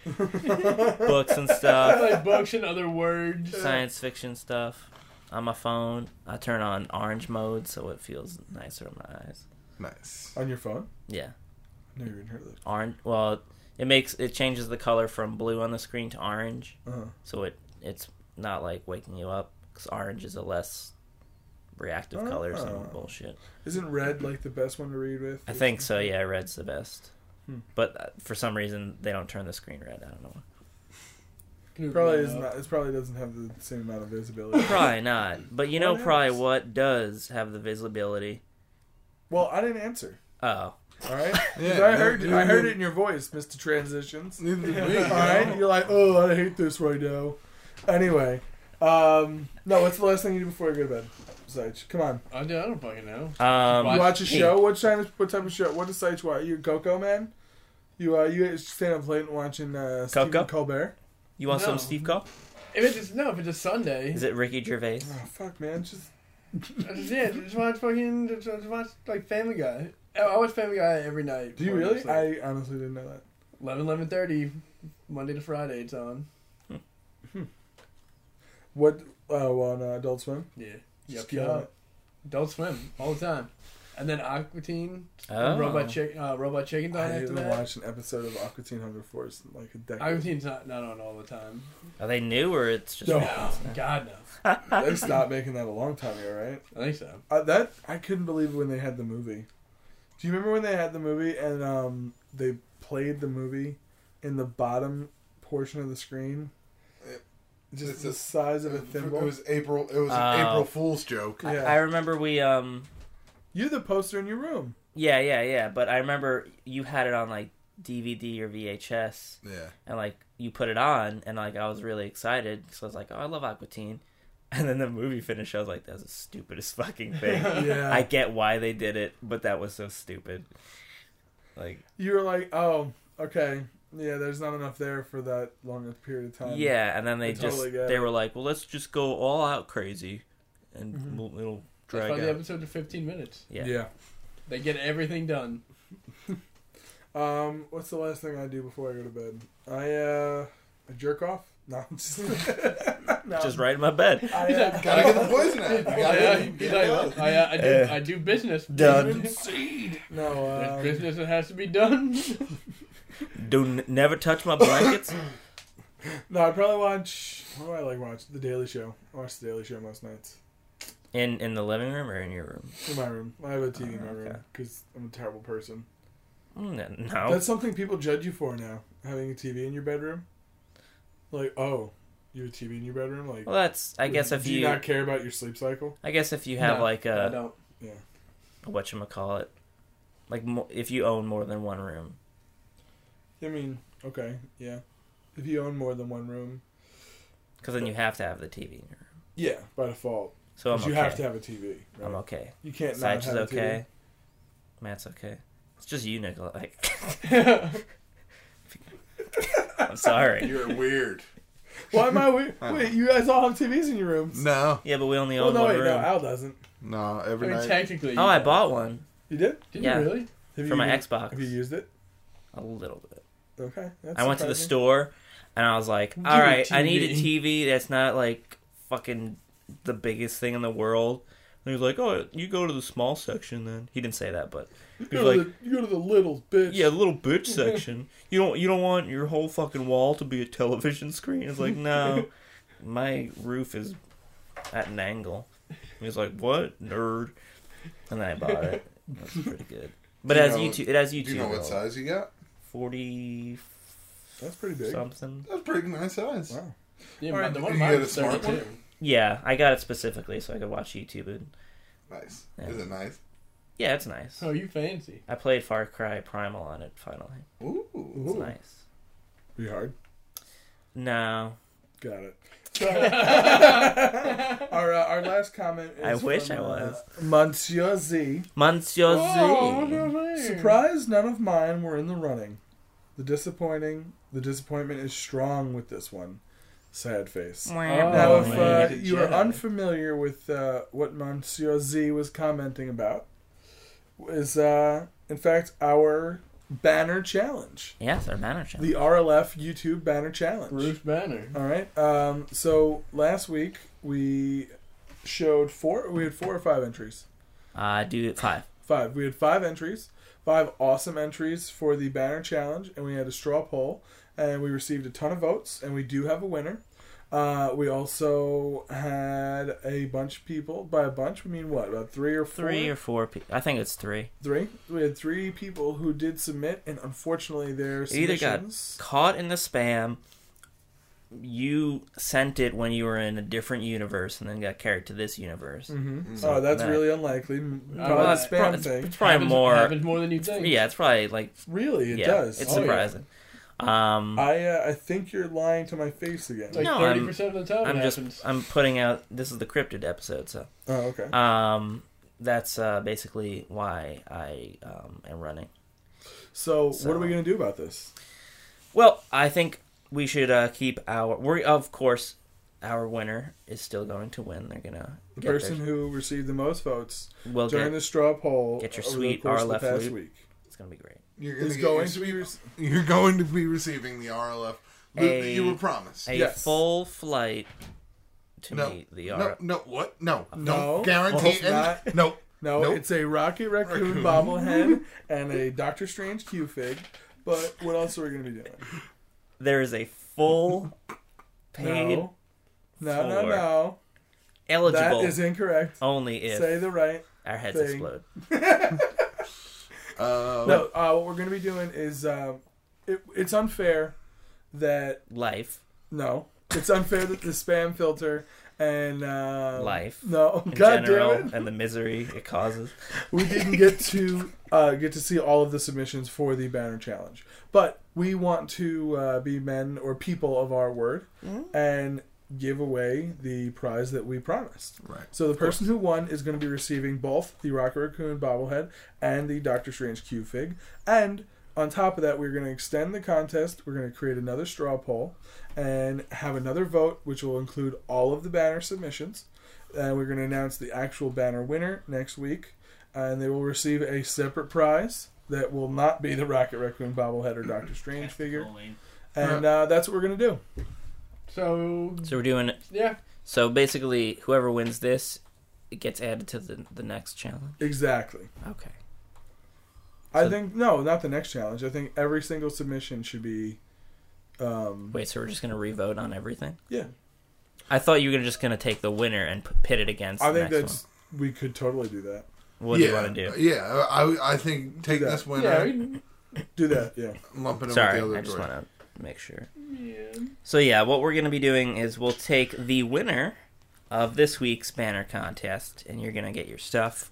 [SPEAKER 2] books and
[SPEAKER 5] I
[SPEAKER 2] stuff,
[SPEAKER 5] like books and other
[SPEAKER 3] Uh.
[SPEAKER 5] words.
[SPEAKER 2] science fiction stuff. On my phone, I turn on orange mode so it feels nicer on my eyes.
[SPEAKER 4] Nice.
[SPEAKER 3] On your phone?
[SPEAKER 2] Yeah,
[SPEAKER 3] No, you didn't hear that.
[SPEAKER 2] orange. Well, it makes it changes the color from blue on the screen to orange,
[SPEAKER 3] Uh-huh.
[SPEAKER 2] so it it's not like waking you up because orange is a less reactive color or
[SPEAKER 3] Oh.
[SPEAKER 2] some bullshit.
[SPEAKER 3] Isn't red like the best one to read with?
[SPEAKER 2] I think so. Yeah, red's the best.
[SPEAKER 3] Hmm.
[SPEAKER 2] But uh, for some reason, they don't turn the screen red. I don't know. why.
[SPEAKER 5] Snoop
[SPEAKER 3] Probably
[SPEAKER 5] Dogg.
[SPEAKER 3] is not. It probably doesn't have the same amount of visibility.
[SPEAKER 2] Probably not. But you know,
[SPEAKER 3] What
[SPEAKER 2] probably
[SPEAKER 3] else?
[SPEAKER 2] what does have the visibility.
[SPEAKER 3] well, I didn't answer.
[SPEAKER 2] Oh,
[SPEAKER 3] All right, 'Cause
[SPEAKER 4] Yeah,
[SPEAKER 3] I heard.
[SPEAKER 4] you-
[SPEAKER 3] I heard
[SPEAKER 4] you-
[SPEAKER 3] it in your voice, Mister Transitions.
[SPEAKER 4] Neither do
[SPEAKER 3] All
[SPEAKER 4] we.
[SPEAKER 3] right, you're like, oh, I hate this right now. Anyway, um, no. What's the last thing you do before you go to bed? Sage, come on.
[SPEAKER 5] I don't, I don't fucking know.
[SPEAKER 3] You
[SPEAKER 2] um,
[SPEAKER 5] Watch
[SPEAKER 3] watch a
[SPEAKER 5] Pink.
[SPEAKER 3] show. What time? What type of show? What does Sage watch? You a Coco man? You uh, you staying up late and watching uh, Stephen
[SPEAKER 2] Coco?
[SPEAKER 3] Colbert?
[SPEAKER 2] you want
[SPEAKER 5] No.
[SPEAKER 2] some Steve Call?
[SPEAKER 5] If it's just, no, if it's a Sunday,
[SPEAKER 2] Is it Ricky Gervais?
[SPEAKER 3] Oh fuck, man! Just
[SPEAKER 5] I just, yeah, just watch fucking, just, just watch like Family Guy. I, I watch Family Guy every night.
[SPEAKER 3] do you
[SPEAKER 5] before I go
[SPEAKER 3] really?
[SPEAKER 5] to sleep.
[SPEAKER 3] I honestly didn't know that.
[SPEAKER 5] 11, 11.30, Monday to Friday, it's on.
[SPEAKER 3] What? Oh, on uh, Adult Swim.
[SPEAKER 5] Yeah.
[SPEAKER 3] Just
[SPEAKER 5] Yep,
[SPEAKER 3] killing
[SPEAKER 5] yep.
[SPEAKER 3] it.
[SPEAKER 5] Don't swim all the time. And then Aqua Teen,
[SPEAKER 2] Oh.
[SPEAKER 5] Robot, Chick, uh, Robot Chicken
[SPEAKER 3] I
[SPEAKER 5] Dawn after
[SPEAKER 3] haven't
[SPEAKER 5] that.
[SPEAKER 3] watched an episode of Aqua Teen Hunger Force in like a decade.
[SPEAKER 5] Aqua Teen's not, not on all the time.
[SPEAKER 2] Oh. Are they new or it's just?
[SPEAKER 3] No.
[SPEAKER 5] Oh, God, no.
[SPEAKER 3] they stopped making that a long time ago, right?
[SPEAKER 5] I think so.
[SPEAKER 3] Uh, that I couldn't believe when they had the movie. Do you remember when they had the movie and um, they played the movie in the bottom portion of the screen?
[SPEAKER 4] It-
[SPEAKER 3] Just
[SPEAKER 4] it's
[SPEAKER 3] the
[SPEAKER 4] a-
[SPEAKER 3] size of a
[SPEAKER 4] It
[SPEAKER 3] thimble.
[SPEAKER 4] was April. It was an
[SPEAKER 2] Oh.
[SPEAKER 4] April Fool's joke.
[SPEAKER 2] I,
[SPEAKER 3] Yeah.
[SPEAKER 2] I remember we um.
[SPEAKER 3] you had the poster in your room.
[SPEAKER 2] Yeah, yeah, yeah. But I remember you had it on like DVD or VHS,
[SPEAKER 4] Yeah.
[SPEAKER 2] and like you put it on, and like I was really excited because I was like, "Oh, I love Aquatine," and then the movie finished. I was like, "That's the stupidest fucking thing."
[SPEAKER 3] Yeah.
[SPEAKER 2] I get why they did it, but that was so stupid. Like,
[SPEAKER 3] You were like, oh, okay. Yeah, there's not enough there for that long a period of time.
[SPEAKER 2] yeah, and then
[SPEAKER 3] I
[SPEAKER 2] they just
[SPEAKER 3] totally get
[SPEAKER 2] they
[SPEAKER 3] it.
[SPEAKER 2] were like, "Well, let's just go all out crazy, and we'll, it'll
[SPEAKER 5] That's
[SPEAKER 2] drag
[SPEAKER 5] why the
[SPEAKER 2] out."
[SPEAKER 5] episode's are 15 minutes.
[SPEAKER 2] Yeah.
[SPEAKER 3] Yeah.
[SPEAKER 5] They get everything done.
[SPEAKER 3] Um, what's the last thing I do before I go to bed? I uh, I jerk off. No, I'm just no.
[SPEAKER 2] just right in my bed.
[SPEAKER 3] I, uh,
[SPEAKER 4] Gotta get the poison out. You
[SPEAKER 5] I,
[SPEAKER 4] gotta
[SPEAKER 5] uh,
[SPEAKER 4] get
[SPEAKER 5] he's like,
[SPEAKER 4] it out.
[SPEAKER 5] I, uh, I, do,
[SPEAKER 2] Uh,
[SPEAKER 5] I do business.
[SPEAKER 2] done.
[SPEAKER 3] no.
[SPEAKER 5] There's
[SPEAKER 3] Um,
[SPEAKER 5] business that has to be done.
[SPEAKER 2] Do n- never touch my blankets.
[SPEAKER 3] no, I probably watch. What do I like watch? The Daily Show. I watch The Daily Show most nights
[SPEAKER 2] in in the living room or in your room?
[SPEAKER 3] in my room. I have a TV in my
[SPEAKER 2] Oh,
[SPEAKER 3] room
[SPEAKER 2] okay.
[SPEAKER 3] because I'm a terrible person.
[SPEAKER 2] Mm, No.
[SPEAKER 3] That's something people judge you for now. Having a TV in your bedroom, like oh, you have a TV in your bedroom. Like
[SPEAKER 2] Well, that's I guess if
[SPEAKER 3] do you,
[SPEAKER 2] you
[SPEAKER 3] not care about your sleep cycle.
[SPEAKER 2] I guess if you have
[SPEAKER 5] No,
[SPEAKER 2] like uh,
[SPEAKER 5] I
[SPEAKER 2] a
[SPEAKER 5] don't.
[SPEAKER 2] what you call it, like mo- if you own more than one room,
[SPEAKER 3] I mean, okay, yeah. If you own more than one room,
[SPEAKER 2] because then you have to have the TV. in your room.
[SPEAKER 3] yeah, by default,
[SPEAKER 2] So I'm
[SPEAKER 3] 'Cause
[SPEAKER 2] okay.
[SPEAKER 3] you have to have a TV. Right?
[SPEAKER 2] I'm okay.
[SPEAKER 3] You can't not
[SPEAKER 2] Satch is
[SPEAKER 3] have a TV.
[SPEAKER 2] okay. Matt's okay. It's just you, Nicola. Like, I'm sorry.
[SPEAKER 4] You're weird.
[SPEAKER 3] Why am I weird? Wait, you guys all have TVs in your rooms?
[SPEAKER 4] No,
[SPEAKER 2] Yeah, but we only
[SPEAKER 3] Well,
[SPEAKER 2] own
[SPEAKER 3] no,
[SPEAKER 2] one
[SPEAKER 3] wait, no,
[SPEAKER 2] room.
[SPEAKER 3] Al doesn't.
[SPEAKER 4] no.
[SPEAKER 5] I
[SPEAKER 4] Every
[SPEAKER 5] mean,
[SPEAKER 4] night.
[SPEAKER 5] technically.
[SPEAKER 2] oh, I bought one
[SPEAKER 3] You did?
[SPEAKER 5] Did
[SPEAKER 2] Yeah.
[SPEAKER 5] you really?
[SPEAKER 2] for
[SPEAKER 3] Have you
[SPEAKER 2] my
[SPEAKER 3] used-
[SPEAKER 2] Xbox.
[SPEAKER 3] Have you used it?
[SPEAKER 2] a little bit.
[SPEAKER 3] Okay. That's
[SPEAKER 2] I went to the
[SPEAKER 3] surprising.
[SPEAKER 2] store and I was like,
[SPEAKER 5] Dude,
[SPEAKER 2] all right, I need a
[SPEAKER 5] TV.
[SPEAKER 2] TV that's not like fucking the biggest thing in the world. And he was like, oh, you go to the small section then. He didn't say that, but he
[SPEAKER 3] You
[SPEAKER 2] was
[SPEAKER 3] go,
[SPEAKER 2] like,
[SPEAKER 3] to the, you go to the little bitch.
[SPEAKER 2] Yeah, the little bitch section. You don't you don't want your whole fucking wall to be a television screen. It's like no, my roof is at an angle. And he's like, what nerd? And then I bought it. It's pretty good. But
[SPEAKER 4] Do you
[SPEAKER 2] as
[SPEAKER 4] know-
[SPEAKER 2] YouTube, it has YouTube.
[SPEAKER 4] Do you know what size you got?
[SPEAKER 2] Forty
[SPEAKER 3] That's pretty big.
[SPEAKER 2] something.
[SPEAKER 4] That's pretty nice size.
[SPEAKER 3] Wow.
[SPEAKER 5] Yeah,
[SPEAKER 3] All
[SPEAKER 5] my-
[SPEAKER 3] right,
[SPEAKER 5] the one
[SPEAKER 4] you
[SPEAKER 5] mine
[SPEAKER 4] got a
[SPEAKER 5] was
[SPEAKER 4] smart
[SPEAKER 5] 32.
[SPEAKER 2] Yeah, I got it specifically so I could watch YouTube. And
[SPEAKER 4] Nice.
[SPEAKER 2] Yeah.
[SPEAKER 4] Is it nice?
[SPEAKER 2] yeah, it's nice.
[SPEAKER 5] Oh, you fancy.
[SPEAKER 2] I played Far Cry Primal on it finally.
[SPEAKER 4] Ooh.
[SPEAKER 2] It's
[SPEAKER 3] Ooh.
[SPEAKER 2] nice.
[SPEAKER 3] Be hard.
[SPEAKER 2] No,
[SPEAKER 3] Got it. our uh, our last comment. Is
[SPEAKER 2] I wish
[SPEAKER 3] from,
[SPEAKER 2] I
[SPEAKER 3] uh,
[SPEAKER 2] was.
[SPEAKER 3] Monsieur Z.
[SPEAKER 2] Monsieur Z.
[SPEAKER 3] Oh, Surprise! None of mine were in the running. The disappointing, the disappointment is strong with this one. Sad face. Now,
[SPEAKER 5] Oh,
[SPEAKER 3] if
[SPEAKER 5] man.
[SPEAKER 3] uh,
[SPEAKER 5] He's a
[SPEAKER 3] you are
[SPEAKER 5] Jedi.
[SPEAKER 3] unfamiliar with uh, what Monsieur Z was commenting about, is uh, in fact our banner challenge,
[SPEAKER 2] Yes, our manager.
[SPEAKER 3] the RLF YouTube banner challenge.
[SPEAKER 5] Bruce Banner.
[SPEAKER 3] All right. Um, so last week we showed four. We had four or five entries.
[SPEAKER 2] Uh, do it five.
[SPEAKER 3] Five. We had five entries, five awesome entries for the banner challenge, and we had a straw poll, and we received a ton of votes, and we do have a winner. Uh, we also had a bunch of people. By a bunch, we mean what? About three or four?
[SPEAKER 2] Three or four pe I think it's three.
[SPEAKER 3] three. We had three people who did submit, and unfortunately, their
[SPEAKER 2] It either got
[SPEAKER 3] submissions
[SPEAKER 2] caught in the spam you sent it when you were in a different universe and then got carried to this universe.
[SPEAKER 3] oh, that's
[SPEAKER 2] that-
[SPEAKER 3] really unlikely. Probably
[SPEAKER 5] well,
[SPEAKER 3] the
[SPEAKER 5] it's
[SPEAKER 3] spam
[SPEAKER 2] pro- it's,
[SPEAKER 3] thing.
[SPEAKER 2] it's probably
[SPEAKER 5] happens,
[SPEAKER 2] more.
[SPEAKER 5] happens more than you think.
[SPEAKER 2] Yeah, it's probably like
[SPEAKER 3] really, it
[SPEAKER 2] yeah,
[SPEAKER 3] does.
[SPEAKER 2] it's
[SPEAKER 3] Oh, yeah.
[SPEAKER 2] surprising. Um,
[SPEAKER 3] I uh, I think you're lying to my face again.
[SPEAKER 5] like
[SPEAKER 2] No, I'm-
[SPEAKER 5] thirty percent of the time
[SPEAKER 2] I'm
[SPEAKER 5] it
[SPEAKER 2] just
[SPEAKER 5] happens.
[SPEAKER 2] I'm putting out this is the cryptid episode, so
[SPEAKER 3] oh, okay.
[SPEAKER 2] um, that's uh, basically why I um, am running.
[SPEAKER 3] So,
[SPEAKER 2] so-
[SPEAKER 3] what are we gonna do about this?
[SPEAKER 2] Well, I think we should uh, keep our. We're of course our winner is still going to win. They're gonna
[SPEAKER 3] The
[SPEAKER 2] get their-
[SPEAKER 3] person who received the most votes
[SPEAKER 2] we'll
[SPEAKER 3] during
[SPEAKER 2] get.
[SPEAKER 3] the straw poll
[SPEAKER 2] get your
[SPEAKER 3] over
[SPEAKER 2] sweet
[SPEAKER 3] the course of the
[SPEAKER 2] RLF
[SPEAKER 3] past
[SPEAKER 2] loot.
[SPEAKER 3] week
[SPEAKER 2] It's gonna be great.
[SPEAKER 4] You're
[SPEAKER 3] is
[SPEAKER 4] get
[SPEAKER 3] going
[SPEAKER 4] your
[SPEAKER 3] to be.
[SPEAKER 4] sweet-
[SPEAKER 3] rec-
[SPEAKER 4] You're going to be receiving the RLF loot that you were promised.
[SPEAKER 2] A
[SPEAKER 3] Yes.
[SPEAKER 2] full flight to
[SPEAKER 4] no,
[SPEAKER 2] meet the
[SPEAKER 4] no,
[SPEAKER 2] R.
[SPEAKER 4] no, what? No,
[SPEAKER 3] No.
[SPEAKER 4] don't guarantee.
[SPEAKER 3] Well,
[SPEAKER 4] any-
[SPEAKER 3] not-
[SPEAKER 4] No,
[SPEAKER 3] No,
[SPEAKER 4] Nope.
[SPEAKER 3] it's a Rocket Raccoon
[SPEAKER 4] Raccoon.
[SPEAKER 3] bobblehead and a Doctor Strange Q fig. But what else are we gonna be doing?
[SPEAKER 2] There is a full paid
[SPEAKER 3] No, no, no,
[SPEAKER 2] for-
[SPEAKER 3] no. That
[SPEAKER 2] eligible
[SPEAKER 3] is incorrect.
[SPEAKER 2] only if
[SPEAKER 3] Say the right.
[SPEAKER 2] our heads
[SPEAKER 3] thing.
[SPEAKER 2] explode.
[SPEAKER 4] Uh,
[SPEAKER 3] No, uh, what we're gonna be doing is um, it, it's unfair that
[SPEAKER 2] Life,
[SPEAKER 3] no, it's unfair that the spam filter and um,
[SPEAKER 2] Life
[SPEAKER 3] No,
[SPEAKER 2] in
[SPEAKER 3] god
[SPEAKER 2] general,
[SPEAKER 3] damn it,
[SPEAKER 2] and the misery it causes.
[SPEAKER 3] we didn't get to uh, get to see all of the submissions for the banner challenge, but we want to uh, be men or people of our word and give away the prize that we promised.
[SPEAKER 4] Right.
[SPEAKER 3] So the person who won is going to be receiving both the Rocket Raccoon bobblehead and the Doctor Strange Q fig, and on top of that, we're going to extend the contest. We're going to create another straw poll and have another vote, which will include all of the banner submissions. And we're going to announce the actual banner winner next week. And they will receive a separate prize that will not be the Rocket Raccoon bobblehead or Doctor Strange figure. And uh, that's what we're going to do.
[SPEAKER 5] So
[SPEAKER 2] So we're doing.
[SPEAKER 5] yeah,
[SPEAKER 2] So basically, whoever wins this, it gets added to the the next challenge.
[SPEAKER 3] Exactly.
[SPEAKER 2] Okay.
[SPEAKER 3] I
[SPEAKER 2] So-
[SPEAKER 3] think, no, not the next challenge. I think every single submission should be. Um,
[SPEAKER 2] Wait, so we're just gonna revote on everything?
[SPEAKER 3] yeah.
[SPEAKER 2] I thought you were just gonna take the winner and p- pit it against.
[SPEAKER 3] I
[SPEAKER 2] the
[SPEAKER 3] think
[SPEAKER 2] next
[SPEAKER 3] that's. We could totally do that.
[SPEAKER 2] One. What
[SPEAKER 4] yeah,
[SPEAKER 2] do you want to do?
[SPEAKER 4] Yeah, I, I think take
[SPEAKER 3] that.
[SPEAKER 4] this winner,
[SPEAKER 5] yeah, we,
[SPEAKER 3] Do that, yeah.
[SPEAKER 4] lump it in
[SPEAKER 2] Sorry,
[SPEAKER 4] with the other
[SPEAKER 2] I just
[SPEAKER 4] door.
[SPEAKER 2] want to make sure.
[SPEAKER 5] yeah.
[SPEAKER 2] So yeah, what we're gonna be doing is we'll take the winner of this week's banner contest, and you're gonna get your stuff.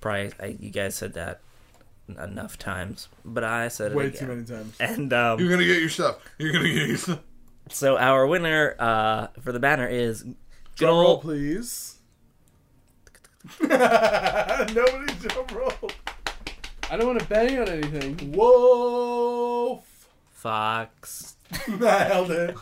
[SPEAKER 2] Probably I, you guys said that enough times, but I said it
[SPEAKER 3] Way
[SPEAKER 2] again.
[SPEAKER 3] too many times.
[SPEAKER 2] And
[SPEAKER 4] You're
[SPEAKER 2] um,
[SPEAKER 4] gonna get your stuff. You're gonna get your stuff.
[SPEAKER 2] so our winner uh, for the banner is good
[SPEAKER 3] Drum roll,
[SPEAKER 2] old
[SPEAKER 3] please. Nobody drum roll.
[SPEAKER 5] I don't want to bang on anything.
[SPEAKER 3] Wolf.
[SPEAKER 2] Fox.
[SPEAKER 3] Nailed it.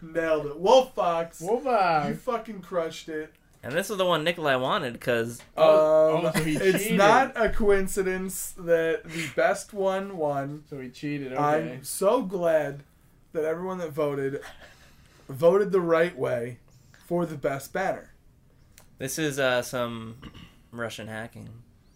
[SPEAKER 3] Nailed it. Wolf Fox. You
[SPEAKER 5] Woba.
[SPEAKER 3] fucking crushed it.
[SPEAKER 2] And this is the one Nikolai wanted because
[SPEAKER 5] Oh,
[SPEAKER 3] Um,
[SPEAKER 5] oh, so he
[SPEAKER 3] it's
[SPEAKER 5] cheated.
[SPEAKER 3] not a coincidence that the best one won.
[SPEAKER 5] So he cheated. Okay.
[SPEAKER 3] I'm so glad that everyone that voted voted the right way for the best banner.
[SPEAKER 2] this is uh, some Russian hacking.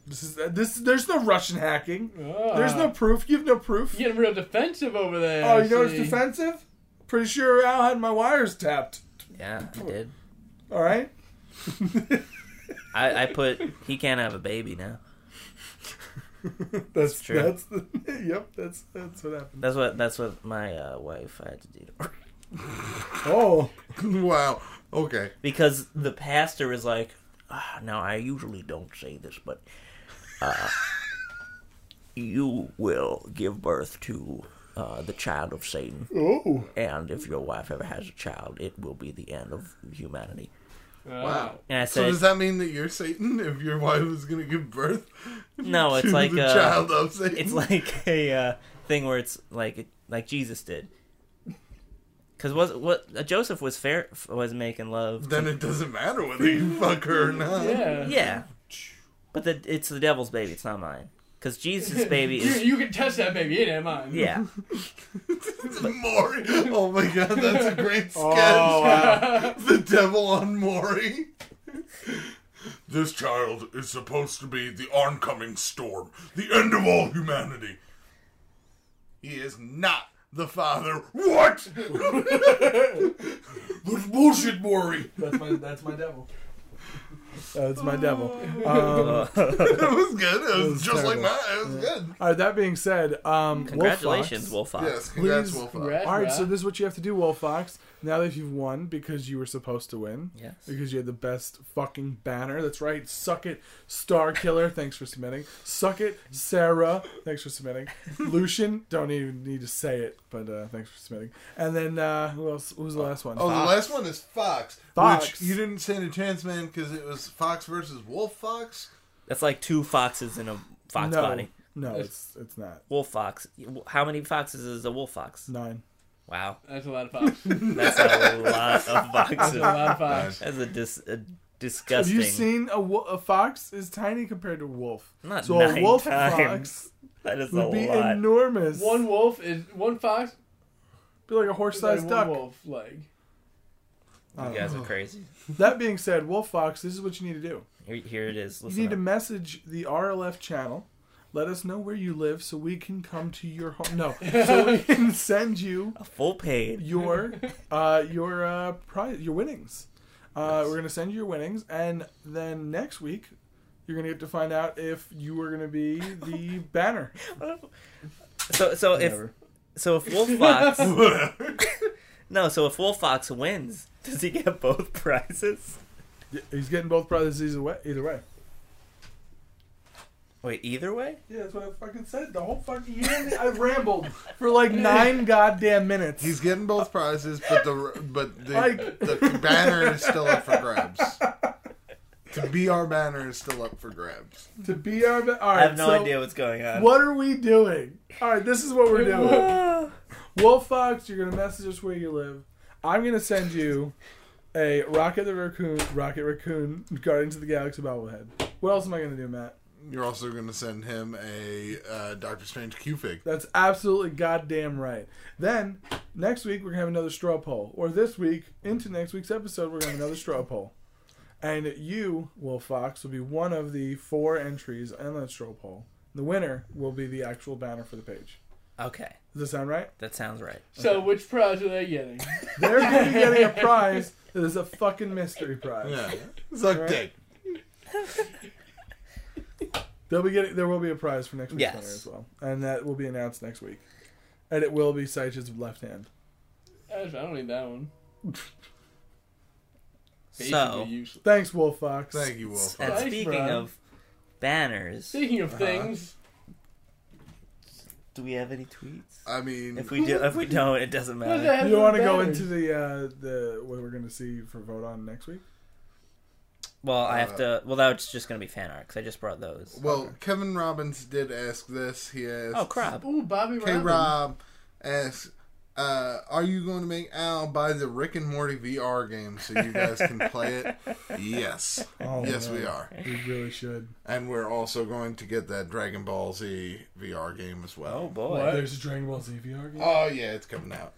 [SPEAKER 3] This is this. There's no Russian hacking.
[SPEAKER 5] Ah.
[SPEAKER 3] There's no proof. You have no proof.
[SPEAKER 5] You're getting real defensive over there.
[SPEAKER 3] Oh,
[SPEAKER 5] I
[SPEAKER 3] you know it's
[SPEAKER 5] see.
[SPEAKER 3] defensive? Pretty sure Al had my wires tapped.
[SPEAKER 2] Yeah, I did.
[SPEAKER 3] All right?
[SPEAKER 2] I, I put he can't have a baby now.
[SPEAKER 3] that's
[SPEAKER 2] true.
[SPEAKER 3] That's the, yep, that's that's what happened.
[SPEAKER 2] That's what that's what my uh, wife had to do.
[SPEAKER 3] Oh,
[SPEAKER 4] wow. Okay.
[SPEAKER 2] because the pastor is like, ah, now I usually don't say this, but uh, you will give birth to uh, the child of Satan,
[SPEAKER 3] oh,
[SPEAKER 2] and if your wife ever has a child, it will be the end of humanity.
[SPEAKER 5] Oh.
[SPEAKER 4] Wow.
[SPEAKER 2] And I
[SPEAKER 4] So
[SPEAKER 2] said,
[SPEAKER 4] does that mean that you're Satan if your wife is gonna give birth?
[SPEAKER 2] no, it's
[SPEAKER 4] to
[SPEAKER 2] like
[SPEAKER 4] the
[SPEAKER 2] a,
[SPEAKER 4] child of Satan.
[SPEAKER 2] it's like a uh, thing where it's like like Jesus did. Because what what uh, Joseph was fair was making love.
[SPEAKER 4] then it doesn't matter whether you fuck her or not.
[SPEAKER 5] Yeah.
[SPEAKER 2] Yeah, but the, it's the devil's baby. It's not mine. Because Jesus' baby
[SPEAKER 5] You,
[SPEAKER 2] is
[SPEAKER 5] you can touch that baby. It ain't mine.
[SPEAKER 2] yeah.
[SPEAKER 4] Maury. Oh my god, that's a great sketch.
[SPEAKER 3] Oh, wow.
[SPEAKER 4] the devil on Maury. This child is supposed to be the oncoming storm, the end of all humanity. He is not the father. What? That's bullshit, Maury.
[SPEAKER 3] that's my that's my devil. Uh, it's my devil. Um,
[SPEAKER 4] it was good. It was,
[SPEAKER 3] was
[SPEAKER 4] just like
[SPEAKER 3] terrible.
[SPEAKER 4] mine. It was good.
[SPEAKER 3] all right. That being said, um,
[SPEAKER 2] Congratulations, Wolf Fox.
[SPEAKER 4] Yes, congrats,
[SPEAKER 3] Please
[SPEAKER 4] Wolf.
[SPEAKER 5] congrats.
[SPEAKER 3] All right. So this is what you have to do, Wolf Fox. Now that you've won because you were supposed to win.
[SPEAKER 2] Yes.
[SPEAKER 3] Because you had the best fucking banner. That's right. Suck it, Star Killer. Thanks for submitting. Suck it, Sarah. Thanks for submitting. Lucian. Don't even need to say it, but uh, thanks for submitting. And then uh, who else? Who's the last one?
[SPEAKER 4] Oh, the
[SPEAKER 3] Fox.
[SPEAKER 4] last one is Fox.
[SPEAKER 3] Fox.
[SPEAKER 4] Which you didn't stand a chance, man, because it was Fox versus Wolf Fox.
[SPEAKER 2] That's like two foxes in a fox
[SPEAKER 3] no,
[SPEAKER 2] body.
[SPEAKER 3] No, it's it's not
[SPEAKER 2] Wolf fox. How many foxes is a wolf fox?
[SPEAKER 3] nine.
[SPEAKER 2] Wow,
[SPEAKER 5] That's a lot of fox.
[SPEAKER 2] that's a lot of
[SPEAKER 5] That's a
[SPEAKER 2] foxes.
[SPEAKER 5] lot of fox.
[SPEAKER 2] That's a, dis- a
[SPEAKER 3] Have
[SPEAKER 2] disgusting.
[SPEAKER 3] you seen a, wo- a fox? Is tiny compared to a wolf.
[SPEAKER 2] Not
[SPEAKER 3] so a
[SPEAKER 2] nine
[SPEAKER 3] wolf
[SPEAKER 2] times.
[SPEAKER 3] fox
[SPEAKER 2] that is a
[SPEAKER 3] would be
[SPEAKER 2] lot.
[SPEAKER 3] enormous.
[SPEAKER 5] One wolf is one fox. is
[SPEAKER 3] be like a
[SPEAKER 5] like
[SPEAKER 3] horse-sized
[SPEAKER 5] one
[SPEAKER 3] duck.
[SPEAKER 5] wolf leg.
[SPEAKER 2] you guys
[SPEAKER 3] Oh.
[SPEAKER 2] are crazy.
[SPEAKER 3] That being said, Wolf Fox, this is what you need to do.
[SPEAKER 2] Here, here it is.
[SPEAKER 3] you
[SPEAKER 2] Listen
[SPEAKER 3] need to
[SPEAKER 2] up.
[SPEAKER 3] message the RLF channel. Let us know where you live so we can come to your home. No, so we can send you
[SPEAKER 2] a full paid.
[SPEAKER 3] your uh, your uh, prize, your winnings. Uh, We're gonna send you your winnings, and then next week you're gonna get to find out if you are gonna be the banner.
[SPEAKER 2] So so if
[SPEAKER 5] Whatever.
[SPEAKER 2] so if wolf fox no so if wolf fox wins, does he get both prizes?
[SPEAKER 3] He's getting both brothers either way. Either way.
[SPEAKER 2] Wait, either way.
[SPEAKER 3] Yeah, that's what I fucking said. The whole fucking year I rambled for like nine goddamn minutes.
[SPEAKER 4] He's getting both prizes, but the but the,
[SPEAKER 3] Like-
[SPEAKER 4] the banner is still up for grabs. To be our banner is still up for grabs.
[SPEAKER 3] to be our. Ba- All
[SPEAKER 2] I
[SPEAKER 3] right,
[SPEAKER 2] have no
[SPEAKER 3] so
[SPEAKER 2] idea what's going on.
[SPEAKER 3] What are we doing? All right, this is what we're doing. Wolf Fox, you're gonna message us where you live. I'm gonna send you a Rocket the Raccoon, Rocket Raccoon, Guardians of the Galaxy bobblehead. What else am I gonna do, Matt?
[SPEAKER 4] You're also going to send him a uh, Doctor Strange Q fig.
[SPEAKER 3] That's absolutely goddamn right. Then next week we're gonna have another straw poll, or this week into next week's episode we're gonna have another straw poll, and you, Will Fox, will be one of the four entries in that straw poll. The winner will be the actual banner for the page.
[SPEAKER 2] Okay,
[SPEAKER 3] Does that sound right?
[SPEAKER 2] that sounds right.
[SPEAKER 5] So which prize are they getting?
[SPEAKER 3] They're gonna be getting a prize that is a fucking mystery prize.
[SPEAKER 4] Yeah. Suck
[SPEAKER 3] Right.
[SPEAKER 4] dick.
[SPEAKER 3] They'll be getting. There will be a prize for next week's
[SPEAKER 2] Yes.
[SPEAKER 3] winner as well, and that will be announced next week. And it will be Seich's left hand.
[SPEAKER 5] Actually, I don't need that one. Basically
[SPEAKER 2] So
[SPEAKER 5] useless.
[SPEAKER 3] Thanks, Wolf Fox.
[SPEAKER 4] Thank you, Wolf.
[SPEAKER 2] and
[SPEAKER 5] Thanks,
[SPEAKER 2] speaking
[SPEAKER 5] Brian.
[SPEAKER 2] of banners,
[SPEAKER 5] Speaking of things,
[SPEAKER 2] do we have any tweets?
[SPEAKER 4] I mean,
[SPEAKER 2] If we do, if we don't, it doesn't
[SPEAKER 5] what does
[SPEAKER 2] matter.
[SPEAKER 5] that have
[SPEAKER 3] you
[SPEAKER 5] do
[SPEAKER 3] want to
[SPEAKER 5] with
[SPEAKER 3] go
[SPEAKER 5] banners?
[SPEAKER 3] into the uh, the what we're going to see for vote on next week?
[SPEAKER 2] Well, I have to. Well, that's just gonna be fan art because I just brought those.
[SPEAKER 4] Uh, well, Kevin Robbins did ask this. He asked,
[SPEAKER 2] Oh crap!
[SPEAKER 5] Ooh, Bobby
[SPEAKER 4] K
[SPEAKER 5] Robin.
[SPEAKER 4] Rob asks, uh, "Are you going to make Al buy the Rick and Morty VR game so you guys can play it?" Yes,
[SPEAKER 3] Oh,
[SPEAKER 4] yes,
[SPEAKER 3] man.
[SPEAKER 4] we are,
[SPEAKER 3] We really should.
[SPEAKER 4] and we're also going to get that Dragon Ball Z VR game as
[SPEAKER 2] Oh
[SPEAKER 4] well.
[SPEAKER 2] boy!
[SPEAKER 3] There's a Dragon Ball Z VR game.
[SPEAKER 4] Oh yeah, it's coming out.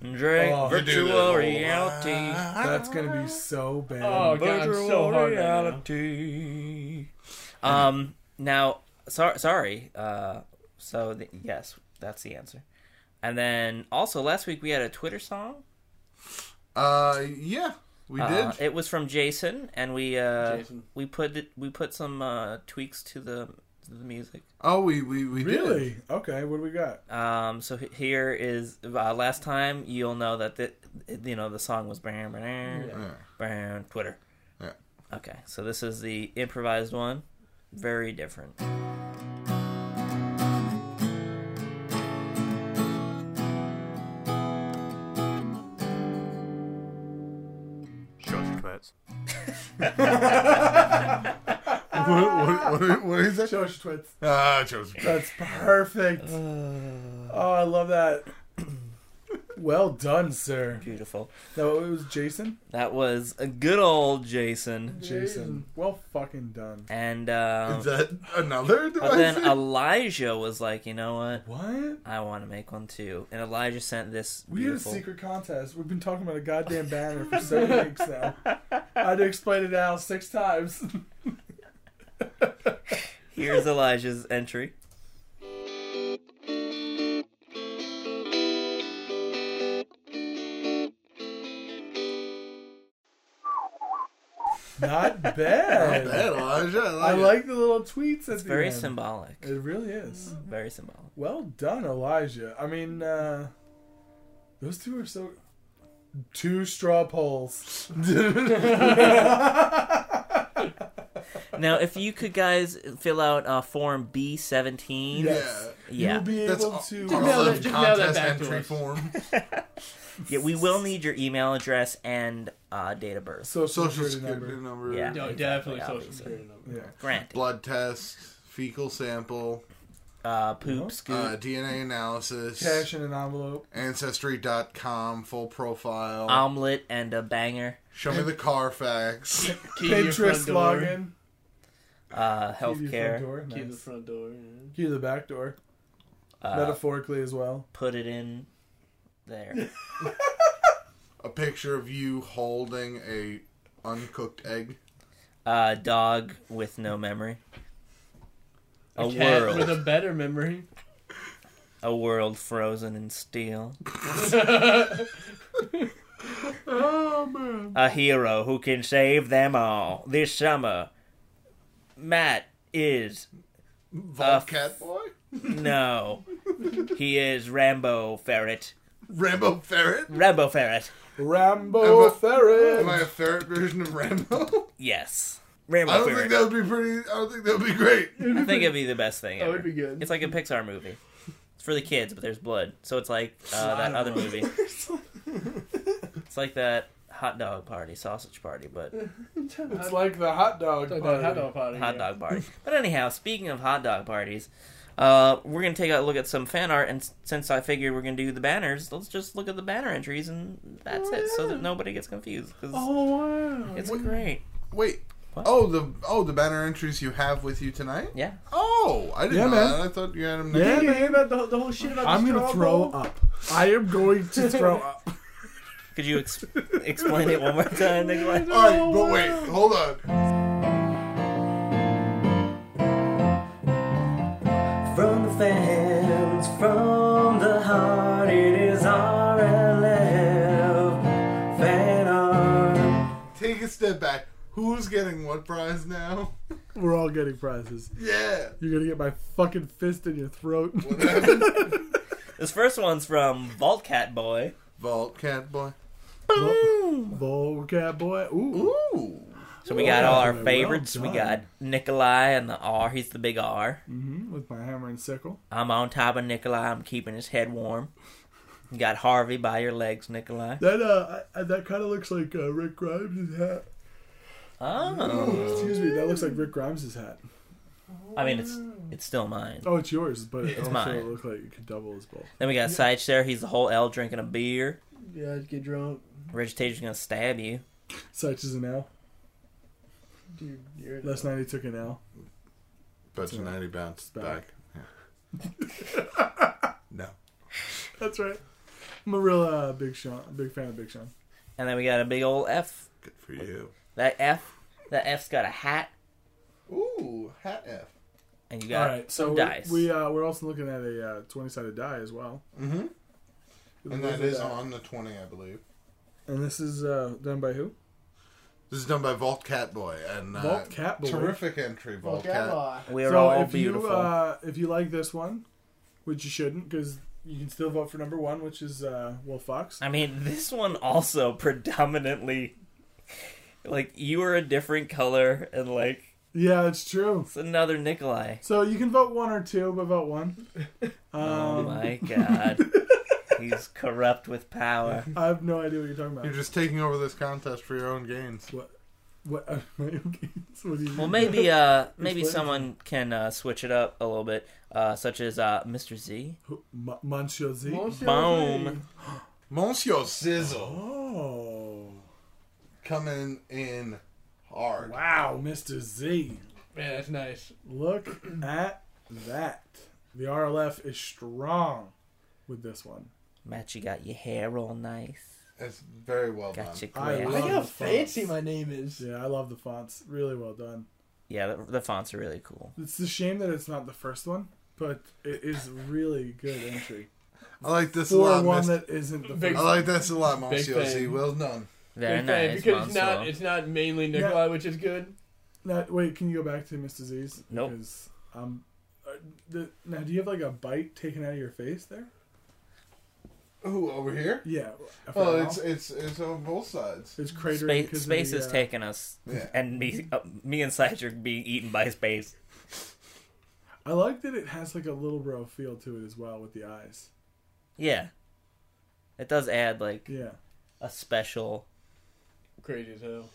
[SPEAKER 2] Drink
[SPEAKER 3] Oh.
[SPEAKER 4] We do the
[SPEAKER 2] virtual
[SPEAKER 4] whole-
[SPEAKER 2] reality.
[SPEAKER 3] That's going to be so bad.
[SPEAKER 5] Oh, God, I'm
[SPEAKER 2] virtual
[SPEAKER 5] so hard right now.
[SPEAKER 2] reality. um. Now, so, sorry. Uh. So the, yes, that's the answer. And then also last week we had a Twitter song.
[SPEAKER 4] Uh, yeah, we
[SPEAKER 2] Uh,
[SPEAKER 4] did.
[SPEAKER 2] it was from Jason, and we uh
[SPEAKER 5] Jason.
[SPEAKER 2] we put it, we put some uh, tweaks to the to the music.
[SPEAKER 4] Oh, we we we
[SPEAKER 3] really?
[SPEAKER 4] did.
[SPEAKER 3] Okay, what do we got?
[SPEAKER 2] Um, so h- here is uh, last time you'll know that the you know the song was bam bam
[SPEAKER 4] Yeah.
[SPEAKER 2] bam Twitter.
[SPEAKER 4] Yeah.
[SPEAKER 2] Okay, so this is the improvised one, very different.
[SPEAKER 5] Uh,
[SPEAKER 4] what, what, what, what is that?
[SPEAKER 3] Show us your twits.
[SPEAKER 4] Ah, Joseph.
[SPEAKER 3] That's perfect. oh, I love that. Well done, sir.
[SPEAKER 2] Beautiful.
[SPEAKER 3] No, it was Jason.
[SPEAKER 2] That was a good old Jason,
[SPEAKER 3] Jason. Well fucking done.
[SPEAKER 2] and um,
[SPEAKER 4] Is that another
[SPEAKER 2] but then
[SPEAKER 4] device?
[SPEAKER 2] Elijah was like, you know what,
[SPEAKER 3] What?
[SPEAKER 2] I want to make one too, and Elijah sent this
[SPEAKER 3] We had a
[SPEAKER 2] beautiful.
[SPEAKER 3] secret contest. We've been talking about a goddamn banner for seven weeks now. I had to explain it out six times.
[SPEAKER 2] Here's Elijah's entry.
[SPEAKER 3] Not bad.
[SPEAKER 4] That Elijah, I
[SPEAKER 3] I
[SPEAKER 4] like, it.
[SPEAKER 3] like the little tweets at the
[SPEAKER 2] Very
[SPEAKER 3] end.
[SPEAKER 2] symbolic.
[SPEAKER 3] It really is.
[SPEAKER 2] Very symbolic.
[SPEAKER 3] Mm-hmm. Well done, Elijah. I mean, uh, those two are so. Two straw polls.
[SPEAKER 2] Now, if you could guys fill out uh, form B seventeen,
[SPEAKER 4] Yes.
[SPEAKER 2] yeah,
[SPEAKER 3] You'll be
[SPEAKER 4] That's
[SPEAKER 3] able
[SPEAKER 4] all,
[SPEAKER 3] to.
[SPEAKER 4] all
[SPEAKER 5] mail
[SPEAKER 4] of
[SPEAKER 5] that- just mail that
[SPEAKER 4] contest
[SPEAKER 5] back to
[SPEAKER 4] entry
[SPEAKER 5] us.
[SPEAKER 4] form,
[SPEAKER 2] yeah, we will need your email address and uh, date of birth.
[SPEAKER 3] social,
[SPEAKER 4] social
[SPEAKER 3] security,
[SPEAKER 4] security
[SPEAKER 3] number.
[SPEAKER 4] number,
[SPEAKER 2] Yeah.
[SPEAKER 5] No,
[SPEAKER 2] Exactly,
[SPEAKER 5] definitely social
[SPEAKER 2] obviously.
[SPEAKER 5] security number.
[SPEAKER 3] Yeah.
[SPEAKER 2] Grant,
[SPEAKER 4] blood test, fecal sample,
[SPEAKER 2] uh, poop, scoop,
[SPEAKER 4] uh, DNA analysis,
[SPEAKER 3] Cash in an envelope.
[SPEAKER 4] Ancestry.com, full
[SPEAKER 2] Ah,
[SPEAKER 4] profile.
[SPEAKER 2] omelet, and a banger.
[SPEAKER 4] Show me the Carfax.
[SPEAKER 5] Key to your front
[SPEAKER 3] Pinterest
[SPEAKER 5] door.
[SPEAKER 3] login.
[SPEAKER 2] Uh,
[SPEAKER 3] Key to your front
[SPEAKER 2] healthcare.
[SPEAKER 3] door.
[SPEAKER 5] Key to the
[SPEAKER 3] Nice.
[SPEAKER 5] front door. yeah.
[SPEAKER 3] Key to the back door.
[SPEAKER 2] Uh,
[SPEAKER 3] Metaphorically as well.
[SPEAKER 2] put it in there.
[SPEAKER 4] a picture of you holding a uncooked egg.
[SPEAKER 2] Uh, dog with no memory. A,
[SPEAKER 5] Cat
[SPEAKER 2] world,
[SPEAKER 5] with a better memory.
[SPEAKER 2] a world frozen in steel.
[SPEAKER 4] Oh man.
[SPEAKER 2] a hero who can save them all this summer. Matt is Uh,
[SPEAKER 4] cat boy?
[SPEAKER 2] no, he is Rambo Ferret.
[SPEAKER 4] Rambo ferret?
[SPEAKER 2] Rambo Ferret,
[SPEAKER 3] Rambo
[SPEAKER 4] Am I-
[SPEAKER 3] Ferret.
[SPEAKER 4] Am I a ferret version of Rambo?
[SPEAKER 2] yes, Rambo
[SPEAKER 4] I don't
[SPEAKER 2] Ferret.
[SPEAKER 4] think that would be pretty I don't think that would be great.
[SPEAKER 2] I think it'd be the best thing.
[SPEAKER 5] That
[SPEAKER 2] Ever.
[SPEAKER 5] would be good.
[SPEAKER 2] It's like a Pixar movie. It's for the kids, but there's blood, so it's like uh, that other movie. It's like that hot dog party, sausage party, but
[SPEAKER 3] It's like the hot dog.
[SPEAKER 5] Talk about
[SPEAKER 3] party.
[SPEAKER 5] hot dog party.
[SPEAKER 2] hot
[SPEAKER 5] yeah.
[SPEAKER 2] dog party. But anyhow, speaking of hot dog parties, uh, we're gonna take a look at some fan art, and s- since I figured we're gonna do the banners, let's just look at the banner entries, and that's it, so that nobody gets confused. 'cause
[SPEAKER 3] Oh wow.
[SPEAKER 2] it's great.
[SPEAKER 4] Wait.
[SPEAKER 2] What?
[SPEAKER 4] Oh the oh the banner entries you have with you tonight?
[SPEAKER 2] Yeah.
[SPEAKER 4] Oh, I didn't
[SPEAKER 3] Yeah,
[SPEAKER 4] know
[SPEAKER 3] man.
[SPEAKER 4] that. I thought you had them
[SPEAKER 5] Did
[SPEAKER 4] next.
[SPEAKER 5] you hear about the, the whole shit about
[SPEAKER 3] I'm
[SPEAKER 5] the
[SPEAKER 3] gonna
[SPEAKER 5] straw
[SPEAKER 3] throw
[SPEAKER 5] poll?
[SPEAKER 3] up. I am going to throw up.
[SPEAKER 2] Could you ex- explain it one more time, Nikolai?
[SPEAKER 4] All right, but wait, hold on.
[SPEAKER 1] From the fans, from the heart, it is RLF fan art.
[SPEAKER 4] Take a step back. Who's getting what prize now?
[SPEAKER 3] We're all getting prizes.
[SPEAKER 4] Yeah.
[SPEAKER 3] You're gonna get my fucking fist in your throat.
[SPEAKER 4] What happened?
[SPEAKER 2] This first one's from Vault Cat Boy.
[SPEAKER 4] Vault cat boy.
[SPEAKER 5] Hmm.
[SPEAKER 3] Vocab boy. Ooh.
[SPEAKER 4] Ooh.
[SPEAKER 2] So we got all our
[SPEAKER 3] Well
[SPEAKER 2] favorites. we
[SPEAKER 3] done.
[SPEAKER 2] got Nikolai and the R. He's the big R.
[SPEAKER 3] hmm With my hammer and sickle.
[SPEAKER 2] I'm on top of Nikolai. I'm keeping his head warm. You got Harvey by your legs, Nikolai.
[SPEAKER 3] That uh, I, I- that kind of looks like uh, Rick Grimes' hat.
[SPEAKER 2] Oh,
[SPEAKER 3] Excuse me. That looks like Rick Grimes' hat.
[SPEAKER 2] I mean it's it's still mine.
[SPEAKER 3] Oh, it's yours, but it also
[SPEAKER 2] mine.
[SPEAKER 3] looked like it could double as both.
[SPEAKER 2] Then we got Side Share. He's the whole L drinking a beer.
[SPEAKER 5] Yeah, I'd get drunk.
[SPEAKER 2] Vegetation's gonna stab you.
[SPEAKER 3] Such as an L.
[SPEAKER 5] Dude, you're
[SPEAKER 3] Last night he took an L.
[SPEAKER 4] But tonight he bounced
[SPEAKER 3] back.
[SPEAKER 4] back. no.
[SPEAKER 3] That's right. I'm a real uh, Big Sean, big fan of Big Sean.
[SPEAKER 2] And then we got a big old F.
[SPEAKER 4] Good for you.
[SPEAKER 2] That F. That F's got a hat.
[SPEAKER 4] Ooh, hat F.
[SPEAKER 2] And you got
[SPEAKER 3] so
[SPEAKER 2] some
[SPEAKER 3] we-
[SPEAKER 2] dice.
[SPEAKER 3] we uh, we're also looking at a uh, twenty sided die as well,
[SPEAKER 4] Mm-hmm. And that
[SPEAKER 3] Those
[SPEAKER 4] is
[SPEAKER 3] are, uh,
[SPEAKER 4] on the 20, I believe.
[SPEAKER 3] And this is uh, done by who?
[SPEAKER 4] This is done by Vault Cat Boy. And, uh,
[SPEAKER 3] Vault Cat Boy.
[SPEAKER 4] Terrific entry, Vault Cat.
[SPEAKER 5] Vocab.
[SPEAKER 2] We're
[SPEAKER 3] so
[SPEAKER 2] all
[SPEAKER 3] if
[SPEAKER 2] beautiful.
[SPEAKER 3] you uh, if you like this one, which you shouldn't, because you can still vote for number one, which is uh, Will Fox.
[SPEAKER 2] I mean, this one also predominantly, like you are a different color, and like
[SPEAKER 3] Yeah, it's true.
[SPEAKER 2] it's another Nikolai.
[SPEAKER 3] So you can vote one or two, but vote one.
[SPEAKER 2] oh
[SPEAKER 3] Um,
[SPEAKER 2] my god, he's corrupt with power.
[SPEAKER 3] I have no idea what you're talking
[SPEAKER 4] You're
[SPEAKER 3] about.
[SPEAKER 4] just taking over this contest for your own gains.
[SPEAKER 3] What? okay, so what do you
[SPEAKER 2] Well,
[SPEAKER 3] mean?
[SPEAKER 2] maybe uh, maybe
[SPEAKER 3] Explain.
[SPEAKER 2] someone can uh, switch it up a little bit, uh, such as uh, Mr. Z.
[SPEAKER 3] Who- M- Monsieur Z.
[SPEAKER 5] Monsieur
[SPEAKER 2] Boom.
[SPEAKER 4] Monsieur Sizzle
[SPEAKER 3] Oh.
[SPEAKER 4] coming in hard.
[SPEAKER 3] Wow, Mr. Z.
[SPEAKER 5] Man, that's nice.
[SPEAKER 3] Look at that. The RLF is strong with this one.
[SPEAKER 2] Matt, you got your hair all nice.
[SPEAKER 4] That's very well
[SPEAKER 2] Got your
[SPEAKER 4] done.
[SPEAKER 3] I
[SPEAKER 2] glass.
[SPEAKER 3] love-
[SPEAKER 5] Look how
[SPEAKER 3] the fonts.
[SPEAKER 5] fancy my name is.
[SPEAKER 3] Yeah, I love the fonts. Really well done.
[SPEAKER 2] Yeah, the, the fonts are really cool.
[SPEAKER 3] It's a shame that it's not the first one, but it is really good entry.
[SPEAKER 4] I like this a
[SPEAKER 3] For
[SPEAKER 4] lot.
[SPEAKER 3] one
[SPEAKER 4] Mis-
[SPEAKER 3] that isn't the
[SPEAKER 5] Big-
[SPEAKER 3] first
[SPEAKER 4] I like this a lot, Monsieur
[SPEAKER 5] Big
[SPEAKER 4] Z.
[SPEAKER 5] fan.
[SPEAKER 4] Well done.
[SPEAKER 2] They're
[SPEAKER 5] Good thing,
[SPEAKER 2] Oh, nice.
[SPEAKER 5] because it's not
[SPEAKER 2] Monster.
[SPEAKER 5] it's not mainly Nikolai, which is good.
[SPEAKER 3] Now, wait, can you go back to Miss Disease?
[SPEAKER 2] Nope.
[SPEAKER 3] Because, um, uh, the, now, do you have like a bite taken out of your face there?
[SPEAKER 4] Who over here?
[SPEAKER 3] Yeah. for
[SPEAKER 4] Oh,
[SPEAKER 3] now.
[SPEAKER 4] it's it's it's on both sides.
[SPEAKER 3] it's cratering.
[SPEAKER 2] Space,
[SPEAKER 3] 'cause of
[SPEAKER 2] space
[SPEAKER 3] the,
[SPEAKER 2] is
[SPEAKER 3] uh,
[SPEAKER 2] taking us,
[SPEAKER 4] Yeah.
[SPEAKER 2] and me, uh, me and Slash are being eaten by space.
[SPEAKER 3] I like that it has like a little bro feel to it as well with the eyes.
[SPEAKER 2] Yeah, it does add like
[SPEAKER 3] Yeah.
[SPEAKER 2] a special,
[SPEAKER 5] Crazy as hell.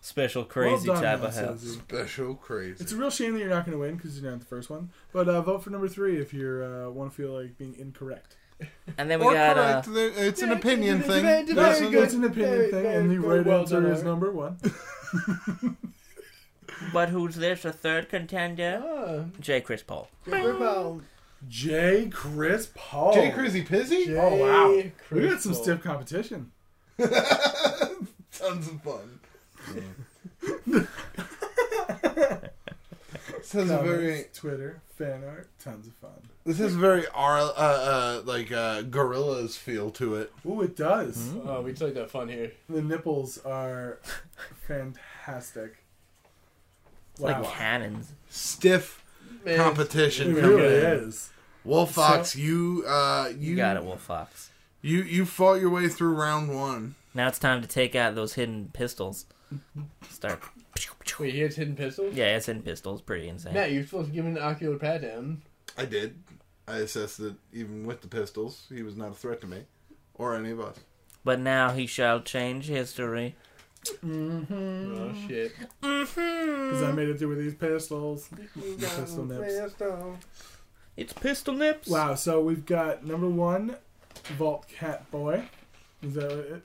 [SPEAKER 2] special crazy
[SPEAKER 3] well done,
[SPEAKER 2] type
[SPEAKER 3] Matt
[SPEAKER 2] of house.
[SPEAKER 3] Suzy.
[SPEAKER 4] Special crazy.
[SPEAKER 3] It's a real shame that you're not going to win because you're not the first one. But uh, vote for number three if you uh, want to feel like being incorrect.
[SPEAKER 2] And then we
[SPEAKER 4] or
[SPEAKER 2] got uh,
[SPEAKER 4] correct. there- it's an opinion
[SPEAKER 5] it's
[SPEAKER 4] thing.
[SPEAKER 5] very- it's
[SPEAKER 3] That's,
[SPEAKER 4] That's
[SPEAKER 5] very
[SPEAKER 4] an-
[SPEAKER 5] good.
[SPEAKER 3] that's an opinion
[SPEAKER 5] Very,
[SPEAKER 3] thing,
[SPEAKER 5] very,
[SPEAKER 3] and the
[SPEAKER 5] very
[SPEAKER 3] right
[SPEAKER 5] well
[SPEAKER 3] answer
[SPEAKER 5] done,
[SPEAKER 3] is
[SPEAKER 5] Eric.
[SPEAKER 3] number one.
[SPEAKER 2] but who's this? A third contender?
[SPEAKER 5] Ah,
[SPEAKER 2] J. Chris Paul.
[SPEAKER 5] Jay
[SPEAKER 3] Oh,
[SPEAKER 5] Powell.
[SPEAKER 3] J. Chris Paul.
[SPEAKER 4] Jay Crizzy Pizzy?
[SPEAKER 3] Oh, wow.
[SPEAKER 5] Jay
[SPEAKER 3] We got some
[SPEAKER 5] Crystal.
[SPEAKER 3] stiff competition.
[SPEAKER 4] Tons of fun. this has a very
[SPEAKER 3] Comments, Twitter, fan art, tons of fun.
[SPEAKER 4] this has a very R uh, uh like uh gorillas feel to it.
[SPEAKER 3] Ooh, it does.
[SPEAKER 5] Oh, we took that fun here.
[SPEAKER 3] Hmm? The nipples are fantastic.
[SPEAKER 2] It's like cannons.
[SPEAKER 4] Stiff
[SPEAKER 5] Man,
[SPEAKER 3] It
[SPEAKER 4] competition.
[SPEAKER 3] really
[SPEAKER 4] coming in.
[SPEAKER 3] is.
[SPEAKER 4] Wolf Fox,
[SPEAKER 3] So-
[SPEAKER 4] you uh you
[SPEAKER 2] You got it, Wolf Fox.
[SPEAKER 4] You you fought your way through round one.
[SPEAKER 2] Now it's time to take out those hidden pistols. Start.
[SPEAKER 5] Wait, he has hidden pistols?
[SPEAKER 2] Yeah, it's hidden pistols. Pretty insane.
[SPEAKER 5] Matt, you're supposed to give him an ocular pat down.
[SPEAKER 4] I did. I assessed that even with the pistols, he was not a threat to me or any of us.
[SPEAKER 2] But now he shall change history.
[SPEAKER 5] Oh, shit.
[SPEAKER 3] Because I made it through with these pistols. Pistol nips.
[SPEAKER 2] It's pistol nips.
[SPEAKER 3] Wow, so we've got number one, Vault Cat Boy. Is that it?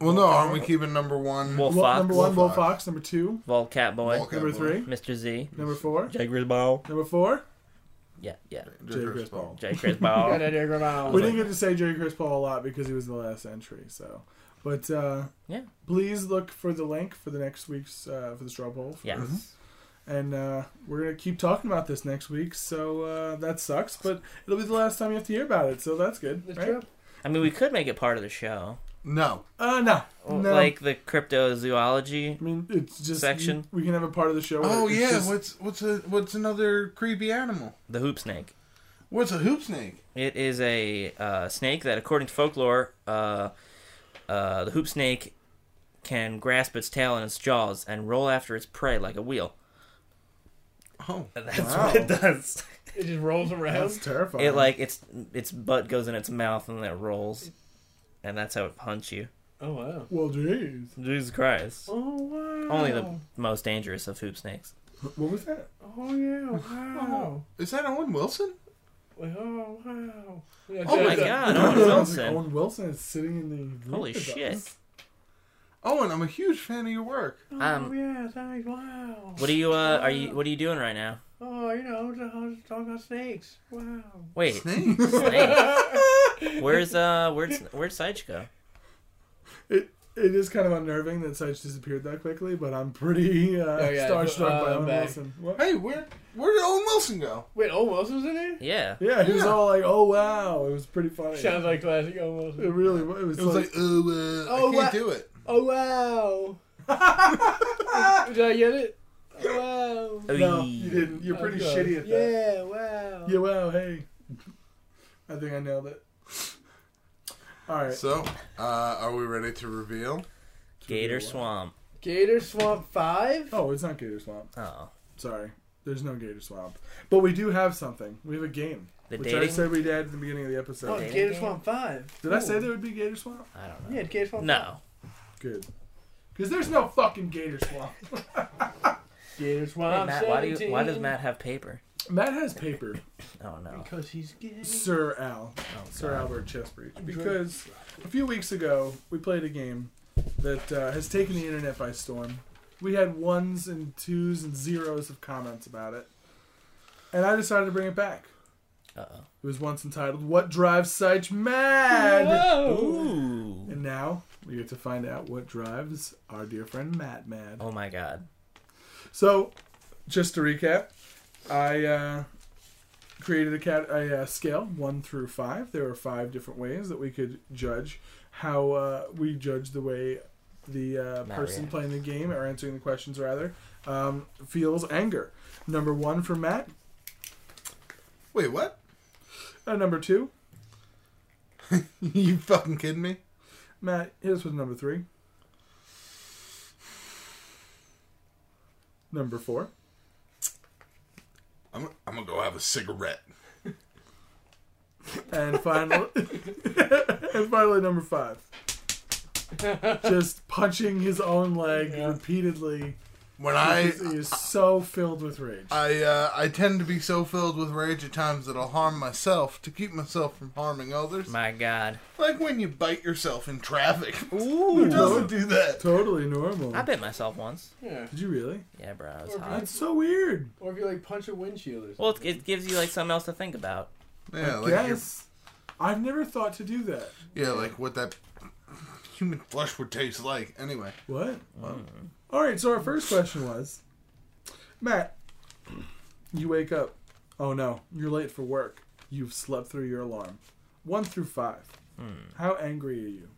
[SPEAKER 4] Well, no, aren't we keeping number one?
[SPEAKER 2] Wolf
[SPEAKER 3] Well,
[SPEAKER 2] Fox.
[SPEAKER 3] Number
[SPEAKER 4] Wolf
[SPEAKER 3] one, Wolf
[SPEAKER 4] Fox.
[SPEAKER 3] Fox. Number two,
[SPEAKER 2] Vault Cat Boy.
[SPEAKER 4] Volcat
[SPEAKER 3] number
[SPEAKER 4] Boy.
[SPEAKER 3] three,
[SPEAKER 2] Mr. Z.
[SPEAKER 3] number four,
[SPEAKER 2] J. Chris Ball.
[SPEAKER 3] number four.
[SPEAKER 2] Yeah, yeah.
[SPEAKER 4] Jay
[SPEAKER 3] Jay
[SPEAKER 4] Chris
[SPEAKER 3] Chris
[SPEAKER 4] Paul.
[SPEAKER 2] J. Chris
[SPEAKER 5] Got
[SPEAKER 2] Ball.
[SPEAKER 5] that there, grandma.
[SPEAKER 3] We didn't get to say Jerry Chris Paul a lot because he was the last entry. So, but uh,
[SPEAKER 2] Yeah.
[SPEAKER 3] please look for the link for the next week's uh, for the straw poll.
[SPEAKER 2] yes.
[SPEAKER 3] and uh, we're gonna keep talking about this next week. So uh, that sucks, but it'll be the last time you have to hear about it. So that's good,
[SPEAKER 5] That's
[SPEAKER 3] right?
[SPEAKER 5] true.
[SPEAKER 2] I mean, we could make it part of the show,
[SPEAKER 4] No,
[SPEAKER 3] Uh, no, no.
[SPEAKER 2] like the cryptozoology.
[SPEAKER 3] I mean, it's just
[SPEAKER 2] Section.
[SPEAKER 3] We can have a part of the show. where
[SPEAKER 4] Oh
[SPEAKER 3] it's
[SPEAKER 4] yeah,
[SPEAKER 3] just-
[SPEAKER 4] what's what's a what's another creepy animal?
[SPEAKER 2] The hoop snake.
[SPEAKER 4] What's a hoop snake?
[SPEAKER 2] It is a uh, snake that, according to folklore, uh, uh, the hoop snake can grasp its tail in its jaws and roll after its prey like a wheel.
[SPEAKER 4] Oh,
[SPEAKER 2] And that's
[SPEAKER 3] Wow.
[SPEAKER 2] what it does.
[SPEAKER 5] It just rolls around.
[SPEAKER 3] that's terrifying.
[SPEAKER 2] It like its its butt goes in its mouth and then it rolls, and that's how it hunts you.
[SPEAKER 5] Oh, wow.
[SPEAKER 3] well, jeez,
[SPEAKER 2] Jesus Christ!
[SPEAKER 5] Oh, wow.
[SPEAKER 2] Only the most dangerous of hoop snakes.
[SPEAKER 3] what was that?
[SPEAKER 5] Oh, yeah. Wow.
[SPEAKER 4] is that Owen Wilson?
[SPEAKER 5] Oh, wow. Yeah,
[SPEAKER 2] Oh my
[SPEAKER 5] that's a-
[SPEAKER 2] God! Owen
[SPEAKER 3] Sounds like
[SPEAKER 2] Wilson.
[SPEAKER 3] Owen Wilson is sitting in the room
[SPEAKER 2] Holy
[SPEAKER 3] with
[SPEAKER 2] shit!
[SPEAKER 3] us.
[SPEAKER 4] Owen, I'm a huge fan of your work.
[SPEAKER 5] Oh,
[SPEAKER 2] Um,
[SPEAKER 5] yeah, thanks. Wow.
[SPEAKER 2] what are you? Uh, are you? What are you doing right now?
[SPEAKER 5] Oh, you know, I was just talking about snakes. Wow.
[SPEAKER 2] Wait,
[SPEAKER 4] Snakes.
[SPEAKER 2] snake. Where's uh? Where's where's Sage go?
[SPEAKER 3] It it is kind of unnerving that Sage disappeared that quickly, but I'm pretty uh,
[SPEAKER 5] Oh, yeah,
[SPEAKER 3] starstruck
[SPEAKER 5] uh,
[SPEAKER 3] by Owen
[SPEAKER 5] back.
[SPEAKER 3] Wilson. What?
[SPEAKER 4] hey, where where did Owen Wilson go?
[SPEAKER 5] Wait, Owen Wilson's in there?
[SPEAKER 2] Yeah.
[SPEAKER 3] Yeah, he was
[SPEAKER 4] Yeah.
[SPEAKER 3] all like, "Oh wow," it was pretty funny.
[SPEAKER 5] Sounds like classic Owen
[SPEAKER 3] it
[SPEAKER 5] Wilson.
[SPEAKER 3] really was. It was,
[SPEAKER 4] It was
[SPEAKER 3] like,
[SPEAKER 4] like, oh, uh,
[SPEAKER 5] Oh,
[SPEAKER 4] I can't
[SPEAKER 5] what-
[SPEAKER 4] do it.
[SPEAKER 5] Oh, wow. Did I get it? Oh, wow.
[SPEAKER 3] no,
[SPEAKER 2] Oy.
[SPEAKER 3] you didn't. You're pretty
[SPEAKER 5] Okay.
[SPEAKER 3] shitty at that.
[SPEAKER 5] Oh, Yeah, wow.
[SPEAKER 3] Yeah, wow, hey. I think I nailed it. All right.
[SPEAKER 4] So, uh, are we ready to reveal?
[SPEAKER 2] Gator Swamp.
[SPEAKER 5] Gator Swamp 5?
[SPEAKER 3] Oh, it's not Gator Swamp.
[SPEAKER 2] Oh.
[SPEAKER 3] Sorry. There's no Gator Swamp. But we do have something. We have a game.
[SPEAKER 2] The
[SPEAKER 3] which I
[SPEAKER 2] dating?
[SPEAKER 3] said we did at the beginning of the
[SPEAKER 5] Oh,
[SPEAKER 3] episode.
[SPEAKER 5] it's
[SPEAKER 2] Dating
[SPEAKER 5] Gator
[SPEAKER 2] game?
[SPEAKER 5] Swamp 5.
[SPEAKER 3] Did I say there would be Gator Swamp?
[SPEAKER 2] I don't know.
[SPEAKER 5] Yeah, Gator Swamp
[SPEAKER 2] No.
[SPEAKER 3] Good. Because there's no fucking Gator Swamp.
[SPEAKER 5] Gator Swamp
[SPEAKER 2] Hey, Matt, why do you, why does
[SPEAKER 5] 17.
[SPEAKER 2] Matt have paper?
[SPEAKER 3] Matt has paper.
[SPEAKER 2] Oh no.
[SPEAKER 5] Because he's gay.
[SPEAKER 3] Sir Al. Oh, Sir Albert Chessbreach. Because a few weeks ago, we played a game that uh, has taken the internet by storm. We had ones and twos and zeros of comments about it. And I decided to bring it back.
[SPEAKER 2] Uh
[SPEAKER 3] It was once entitled, What Drives Seich Mad?
[SPEAKER 2] oh.
[SPEAKER 5] Whoa.
[SPEAKER 2] Ooh.
[SPEAKER 3] And now we get to find out what drives our dear friend Matt mad.
[SPEAKER 2] Oh my god.
[SPEAKER 3] So, just to recap, I uh, created a, cat- a uh, scale one through five. There were five different ways that we could judge how uh, we judge the way the uh,
[SPEAKER 2] Matt
[SPEAKER 3] person
[SPEAKER 2] reacts.
[SPEAKER 3] playing the game or answering the questions rather um, feels anger. Number one for Matt.
[SPEAKER 4] Wait, what?
[SPEAKER 3] Uh, number two,
[SPEAKER 4] you fucking kidding me?
[SPEAKER 3] Matt. Hit us with number three. Number four.
[SPEAKER 4] I'm, I'm gonna go have a cigarette.
[SPEAKER 3] And finally, and finally, number five. Just punching his own leg repeatedly.
[SPEAKER 4] When
[SPEAKER 3] I,
[SPEAKER 4] I
[SPEAKER 3] he is so filled with rage.
[SPEAKER 4] I uh, I tend to be so filled with rage at times that I'll harm myself to keep myself from harming others.
[SPEAKER 2] My God.
[SPEAKER 4] like when you bite yourself in traffic.
[SPEAKER 2] Ooh.
[SPEAKER 4] Who doesn't do that?
[SPEAKER 3] totally normal.
[SPEAKER 2] I bit myself once.
[SPEAKER 5] Yeah.
[SPEAKER 3] Did you really?
[SPEAKER 2] Yeah, bro. I was
[SPEAKER 5] Or
[SPEAKER 2] hot.
[SPEAKER 3] That's so weird.
[SPEAKER 5] Or if you like punch a windshield or something.
[SPEAKER 2] Well, it, it gives you like something else to think about.
[SPEAKER 4] Yeah, like you're-
[SPEAKER 3] yes. I've never thought to do that.
[SPEAKER 4] yeah, like what that human flesh would taste like. Anyway,
[SPEAKER 3] What?
[SPEAKER 5] Mm.
[SPEAKER 3] All right, so our first question was Matt, you wake up. Oh no, you're late for work. You've slept through your alarm. One through five.
[SPEAKER 5] Hmm.
[SPEAKER 3] How angry are you?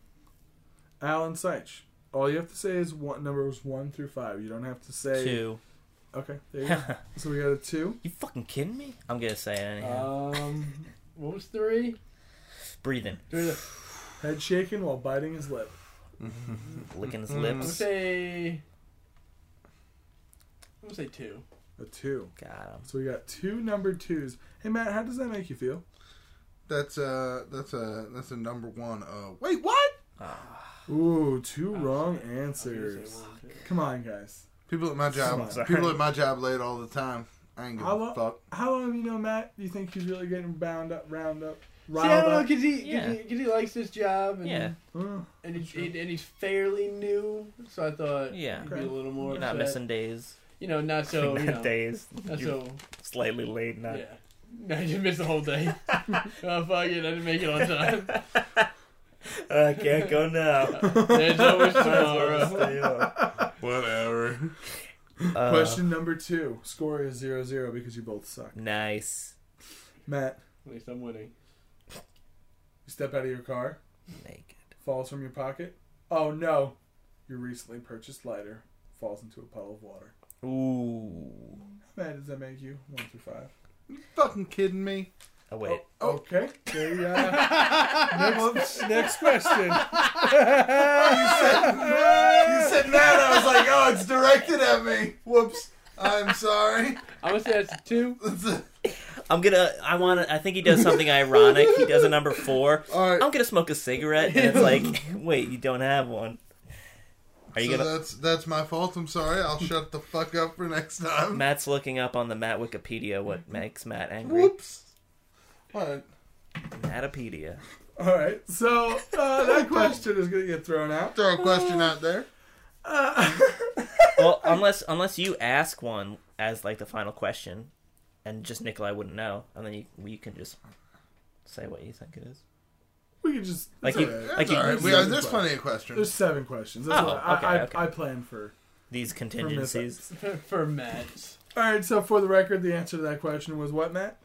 [SPEAKER 3] Alan Seich. All you have to say is one, numbers one through five. You don't have to say.
[SPEAKER 2] Two.
[SPEAKER 3] Okay, there you go. so we got a two.
[SPEAKER 2] You fucking kidding me? I'm gonna say it anyhow.
[SPEAKER 5] Um, what was three?
[SPEAKER 2] Breathing,
[SPEAKER 5] Three. the-
[SPEAKER 3] Head shaking while biting his lip.
[SPEAKER 2] licking his
[SPEAKER 5] I'm gonna
[SPEAKER 2] lips.
[SPEAKER 5] say. I'm gonna say two.
[SPEAKER 3] A two.
[SPEAKER 2] Got him.
[SPEAKER 3] So we got two number twos. Hey Matt, how does that make you feel?
[SPEAKER 4] that's uh that's a that's a number one. Uh, wait, what?
[SPEAKER 3] Ooh, two wrong
[SPEAKER 5] Oh, I was gonna
[SPEAKER 3] answers.
[SPEAKER 5] say one, two.
[SPEAKER 3] Come on, guys.
[SPEAKER 4] People at my job,
[SPEAKER 2] Sorry.
[SPEAKER 4] people at my job late all the time. I ain't give
[SPEAKER 3] I
[SPEAKER 4] a
[SPEAKER 3] lo-
[SPEAKER 4] fuck.
[SPEAKER 3] How long have you known Matt? Do you think he's really getting bound up, round up,
[SPEAKER 5] See, I
[SPEAKER 3] riled
[SPEAKER 5] don't know,
[SPEAKER 3] up?
[SPEAKER 5] cause he, cause
[SPEAKER 2] Yeah.
[SPEAKER 5] he, cause he likes this job, and
[SPEAKER 2] Yeah.
[SPEAKER 3] Uh,
[SPEAKER 5] and, he, he- and he's fairly new, so I thought
[SPEAKER 2] Yeah.
[SPEAKER 5] he'd be a little more.
[SPEAKER 2] You're not
[SPEAKER 5] upset.
[SPEAKER 2] missing days.
[SPEAKER 5] You know, not so. You know,
[SPEAKER 2] days.
[SPEAKER 5] not
[SPEAKER 2] You're
[SPEAKER 5] so.
[SPEAKER 2] slightly late now.
[SPEAKER 5] Yeah. No, you missed the whole day. oh fuck it, I didn't make it on time.
[SPEAKER 2] I can't go now.
[SPEAKER 5] There's always tomorrow.
[SPEAKER 4] Whatever.
[SPEAKER 2] Uh,
[SPEAKER 3] Question number two. Score is 0 0 because you both suck.
[SPEAKER 2] Nice.
[SPEAKER 3] Matt,
[SPEAKER 5] At least I'm winning.
[SPEAKER 3] you step out of your car,
[SPEAKER 2] Naked.
[SPEAKER 3] falls from your pocket. Oh no! Your recently purchased lighter falls into a puddle of water.
[SPEAKER 2] Ooh.
[SPEAKER 3] How mad does that make you? One through five.
[SPEAKER 4] You fucking kidding me?
[SPEAKER 2] Oh wait.
[SPEAKER 3] Oh, okay. There you go. next, next question.
[SPEAKER 4] You said that, I was like, oh, it's directed at me. Whoops. I'm sorry.
[SPEAKER 5] I'm gonna say that's a two.
[SPEAKER 4] That's a-
[SPEAKER 2] I'm gonna. I want. to I think he does something ironic. He does a number four.
[SPEAKER 4] All right.
[SPEAKER 2] I'm gonna smoke a cigarette, and it's like, wait, you don't have one. Are you
[SPEAKER 4] so
[SPEAKER 2] gonna?
[SPEAKER 4] that's that's my fault. I'm sorry. I'll shut the fuck up for next time.
[SPEAKER 2] Matt's looking up on the Matt Wikipedia what makes Matt angry.
[SPEAKER 4] Whoops. All right.
[SPEAKER 2] Mattopedia.
[SPEAKER 3] All right. So uh, that question is going to get thrown out.
[SPEAKER 4] Throw a question out there.
[SPEAKER 2] Well, unless unless you ask one as like the final question, and just Nikolai wouldn't know, and then you we can just say what you think it is.
[SPEAKER 3] We can just
[SPEAKER 2] Like you, like
[SPEAKER 4] That's
[SPEAKER 2] you,
[SPEAKER 4] all right. We,
[SPEAKER 3] Yeah.
[SPEAKER 4] there's plenty of questions.
[SPEAKER 3] There's seven questions. That's
[SPEAKER 2] Oh,
[SPEAKER 3] what I,
[SPEAKER 2] okay,
[SPEAKER 3] I,
[SPEAKER 2] okay.
[SPEAKER 3] I plan for.
[SPEAKER 2] these contingencies.
[SPEAKER 5] For Matt.
[SPEAKER 3] All right. So for the record, the answer to that question was what, Matt?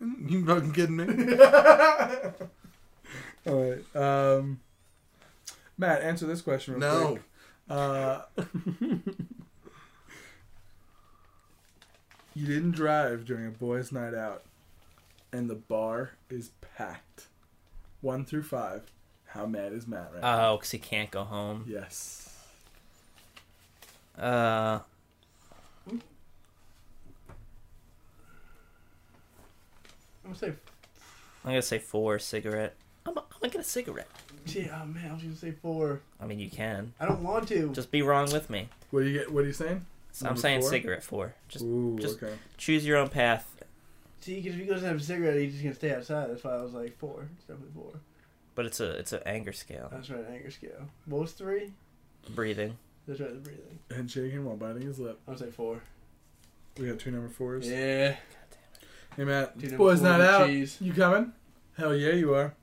[SPEAKER 4] You fucking kidding me?
[SPEAKER 3] All right. Um, Matt, answer this question. Real
[SPEAKER 4] No.
[SPEAKER 3] Quick. Uh, you didn't drive during a boys' night out, and the bar is packed. One through five. How mad is Matt right now?
[SPEAKER 2] Oh, because he can't go home.
[SPEAKER 3] Yes.
[SPEAKER 2] Uh,
[SPEAKER 5] I'm gonna say.
[SPEAKER 2] I'm gonna say four cigarette. I'm, I'm gonna get a cigarette.
[SPEAKER 5] Gee, oh man, I was gonna say four.
[SPEAKER 2] I mean, you can.
[SPEAKER 5] I don't want to.
[SPEAKER 2] Just be wrong with me.
[SPEAKER 3] What do you get? What are you saying?
[SPEAKER 2] So I'm
[SPEAKER 3] Number
[SPEAKER 2] saying
[SPEAKER 3] four?
[SPEAKER 2] cigarette four. Just
[SPEAKER 3] Ooh.
[SPEAKER 2] just-
[SPEAKER 3] okay.
[SPEAKER 2] choose your own path.
[SPEAKER 5] See, because if he doesn't have a cigarette, he's just gonna stay outside. That's why I was like four. It's definitely four.
[SPEAKER 2] But it's a it's an anger scale.
[SPEAKER 5] That's right, anger scale. What was three?
[SPEAKER 2] Breathing.
[SPEAKER 5] That's right, the breathing.
[SPEAKER 3] Head shaking while biting his lip.
[SPEAKER 5] I would say four.
[SPEAKER 3] We got two number fours.
[SPEAKER 5] Yeah.
[SPEAKER 3] Hey Matt,
[SPEAKER 5] Dude,
[SPEAKER 3] boys
[SPEAKER 5] I'm
[SPEAKER 3] not
[SPEAKER 5] full of
[SPEAKER 3] out.
[SPEAKER 5] cheese.
[SPEAKER 3] You coming? Hell yeah, you are.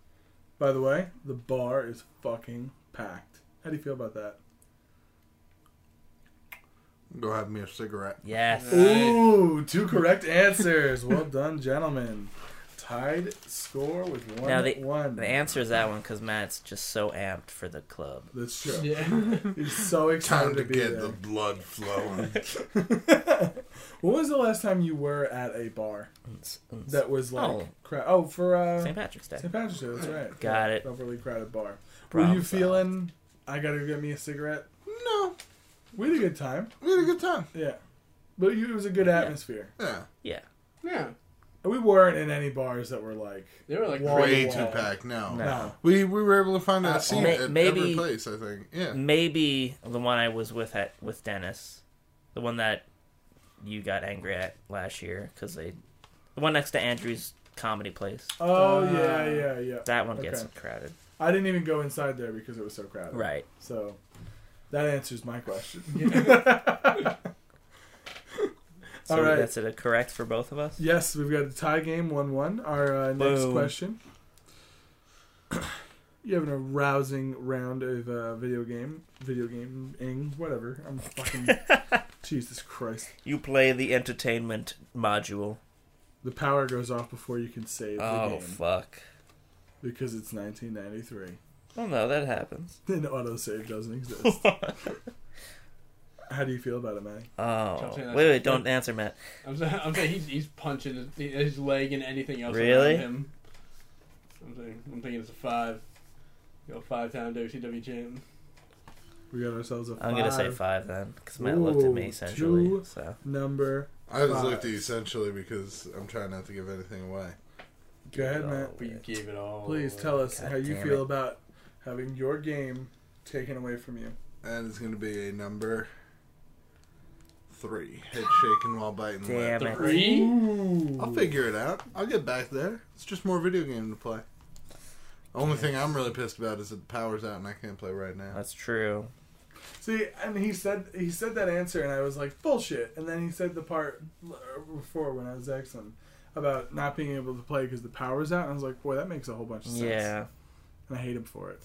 [SPEAKER 3] By the way, the bar is fucking packed. How do you feel about that?
[SPEAKER 4] Go have me a cigarette.
[SPEAKER 2] Yes.
[SPEAKER 5] Nice.
[SPEAKER 3] Ooh, two correct answers. Well done, gentlemen. Tied score with one
[SPEAKER 2] Now the
[SPEAKER 3] one.
[SPEAKER 2] the answer is that one because Matt's just so amped for the club.
[SPEAKER 3] That's true.
[SPEAKER 5] Yeah.
[SPEAKER 3] He's so excited
[SPEAKER 4] Time to
[SPEAKER 3] to be
[SPEAKER 4] get
[SPEAKER 3] there.
[SPEAKER 4] the blood flowing.
[SPEAKER 3] when was the last time you were at a bar that was like
[SPEAKER 2] Oh.
[SPEAKER 3] crowd? Oh, for uh,
[SPEAKER 2] St. Patrick's Day.
[SPEAKER 3] St. Patrick's Day. That's right.
[SPEAKER 2] Got it.
[SPEAKER 3] Overly crowded bar. Were you
[SPEAKER 2] Problem solved.
[SPEAKER 3] feeling? I gotta go get me a cigarette.
[SPEAKER 4] no,
[SPEAKER 3] We had a good time.
[SPEAKER 4] we had a good time.
[SPEAKER 3] Yeah, but you, it was a good atmosphere.
[SPEAKER 4] Yeah.
[SPEAKER 2] Yeah.
[SPEAKER 5] yeah.
[SPEAKER 3] And We weren't in any bars that were like
[SPEAKER 5] They were like
[SPEAKER 3] Wall-
[SPEAKER 5] crazy.
[SPEAKER 4] Way
[SPEAKER 3] wow.
[SPEAKER 4] too packed. No.
[SPEAKER 2] No.
[SPEAKER 3] no.
[SPEAKER 4] We we were able to find
[SPEAKER 3] Uh,
[SPEAKER 4] a seat
[SPEAKER 2] may-
[SPEAKER 4] at every
[SPEAKER 2] maybe-
[SPEAKER 4] place. I think. Yeah.
[SPEAKER 2] Maybe the one I was with at with Dennis, the one that you got angry at last year because they, the one next to Andrew's comedy place.
[SPEAKER 3] Oh
[SPEAKER 5] Uh,
[SPEAKER 3] yeah, yeah, yeah.
[SPEAKER 2] That one gets
[SPEAKER 3] Okay.
[SPEAKER 2] crowded.
[SPEAKER 3] I didn't even go inside there because it was so crowded.
[SPEAKER 2] Right.
[SPEAKER 3] So that answers my question.
[SPEAKER 2] So
[SPEAKER 3] All right.
[SPEAKER 2] that's it. A correct for both of us.
[SPEAKER 3] Yes, we've got a tie game, one-one. Our uh, next
[SPEAKER 2] Boom.
[SPEAKER 3] question. You having a rousing round of uh, video game, video game ing, whatever. I'm fucking Jesus Christ.
[SPEAKER 2] You play the entertainment module.
[SPEAKER 3] The power goes off before you can save the
[SPEAKER 2] Oh
[SPEAKER 3] game
[SPEAKER 2] fuck!
[SPEAKER 3] because it's 1993
[SPEAKER 2] Oh no, that happens.
[SPEAKER 3] and autosave doesn't exist. How do you feel about it, Manny?
[SPEAKER 2] Oh
[SPEAKER 5] Don't say
[SPEAKER 2] wait,
[SPEAKER 5] that.
[SPEAKER 2] wait, don't answer, Matt.
[SPEAKER 5] I'm, saying, I'm saying he's, he's punching his, his leg and anything else.
[SPEAKER 2] Really?
[SPEAKER 5] around Him. I'm, saying, I'm thinking it's a five. Go five time WCW champ.
[SPEAKER 3] We got ourselves a.
[SPEAKER 2] I'm gonna say
[SPEAKER 3] five.
[SPEAKER 2] five then, because Matt looked at me
[SPEAKER 3] Ooh,
[SPEAKER 2] essentially.
[SPEAKER 3] two.
[SPEAKER 2] So
[SPEAKER 3] Number.
[SPEAKER 4] I just
[SPEAKER 3] Five.
[SPEAKER 4] looked at you essentially because I'm trying not to give anything away.
[SPEAKER 3] Go ahead, Matt.
[SPEAKER 5] But you gave it all.
[SPEAKER 3] Please tell us
[SPEAKER 2] Oh, God
[SPEAKER 3] how you
[SPEAKER 2] damn
[SPEAKER 3] feel
[SPEAKER 2] it.
[SPEAKER 3] about having your game taken away from you.
[SPEAKER 4] And it's going to be a number three. Head shaking while biting.
[SPEAKER 2] Damn
[SPEAKER 4] lip.
[SPEAKER 2] it.
[SPEAKER 5] Three?
[SPEAKER 4] I'll figure it out. I'll get back there. It's just more video game to play. Only thing I'm really pissed about is that the power's out and I can't play right now.
[SPEAKER 2] that's true.
[SPEAKER 3] See, and he said he said that answer, and I was like bullshit. And then he said the part l- before when I was Xing about not being able to play because the power's out. And I was like, boy, that makes a whole bunch of sense.
[SPEAKER 2] Yeah.
[SPEAKER 3] And I hate him for it.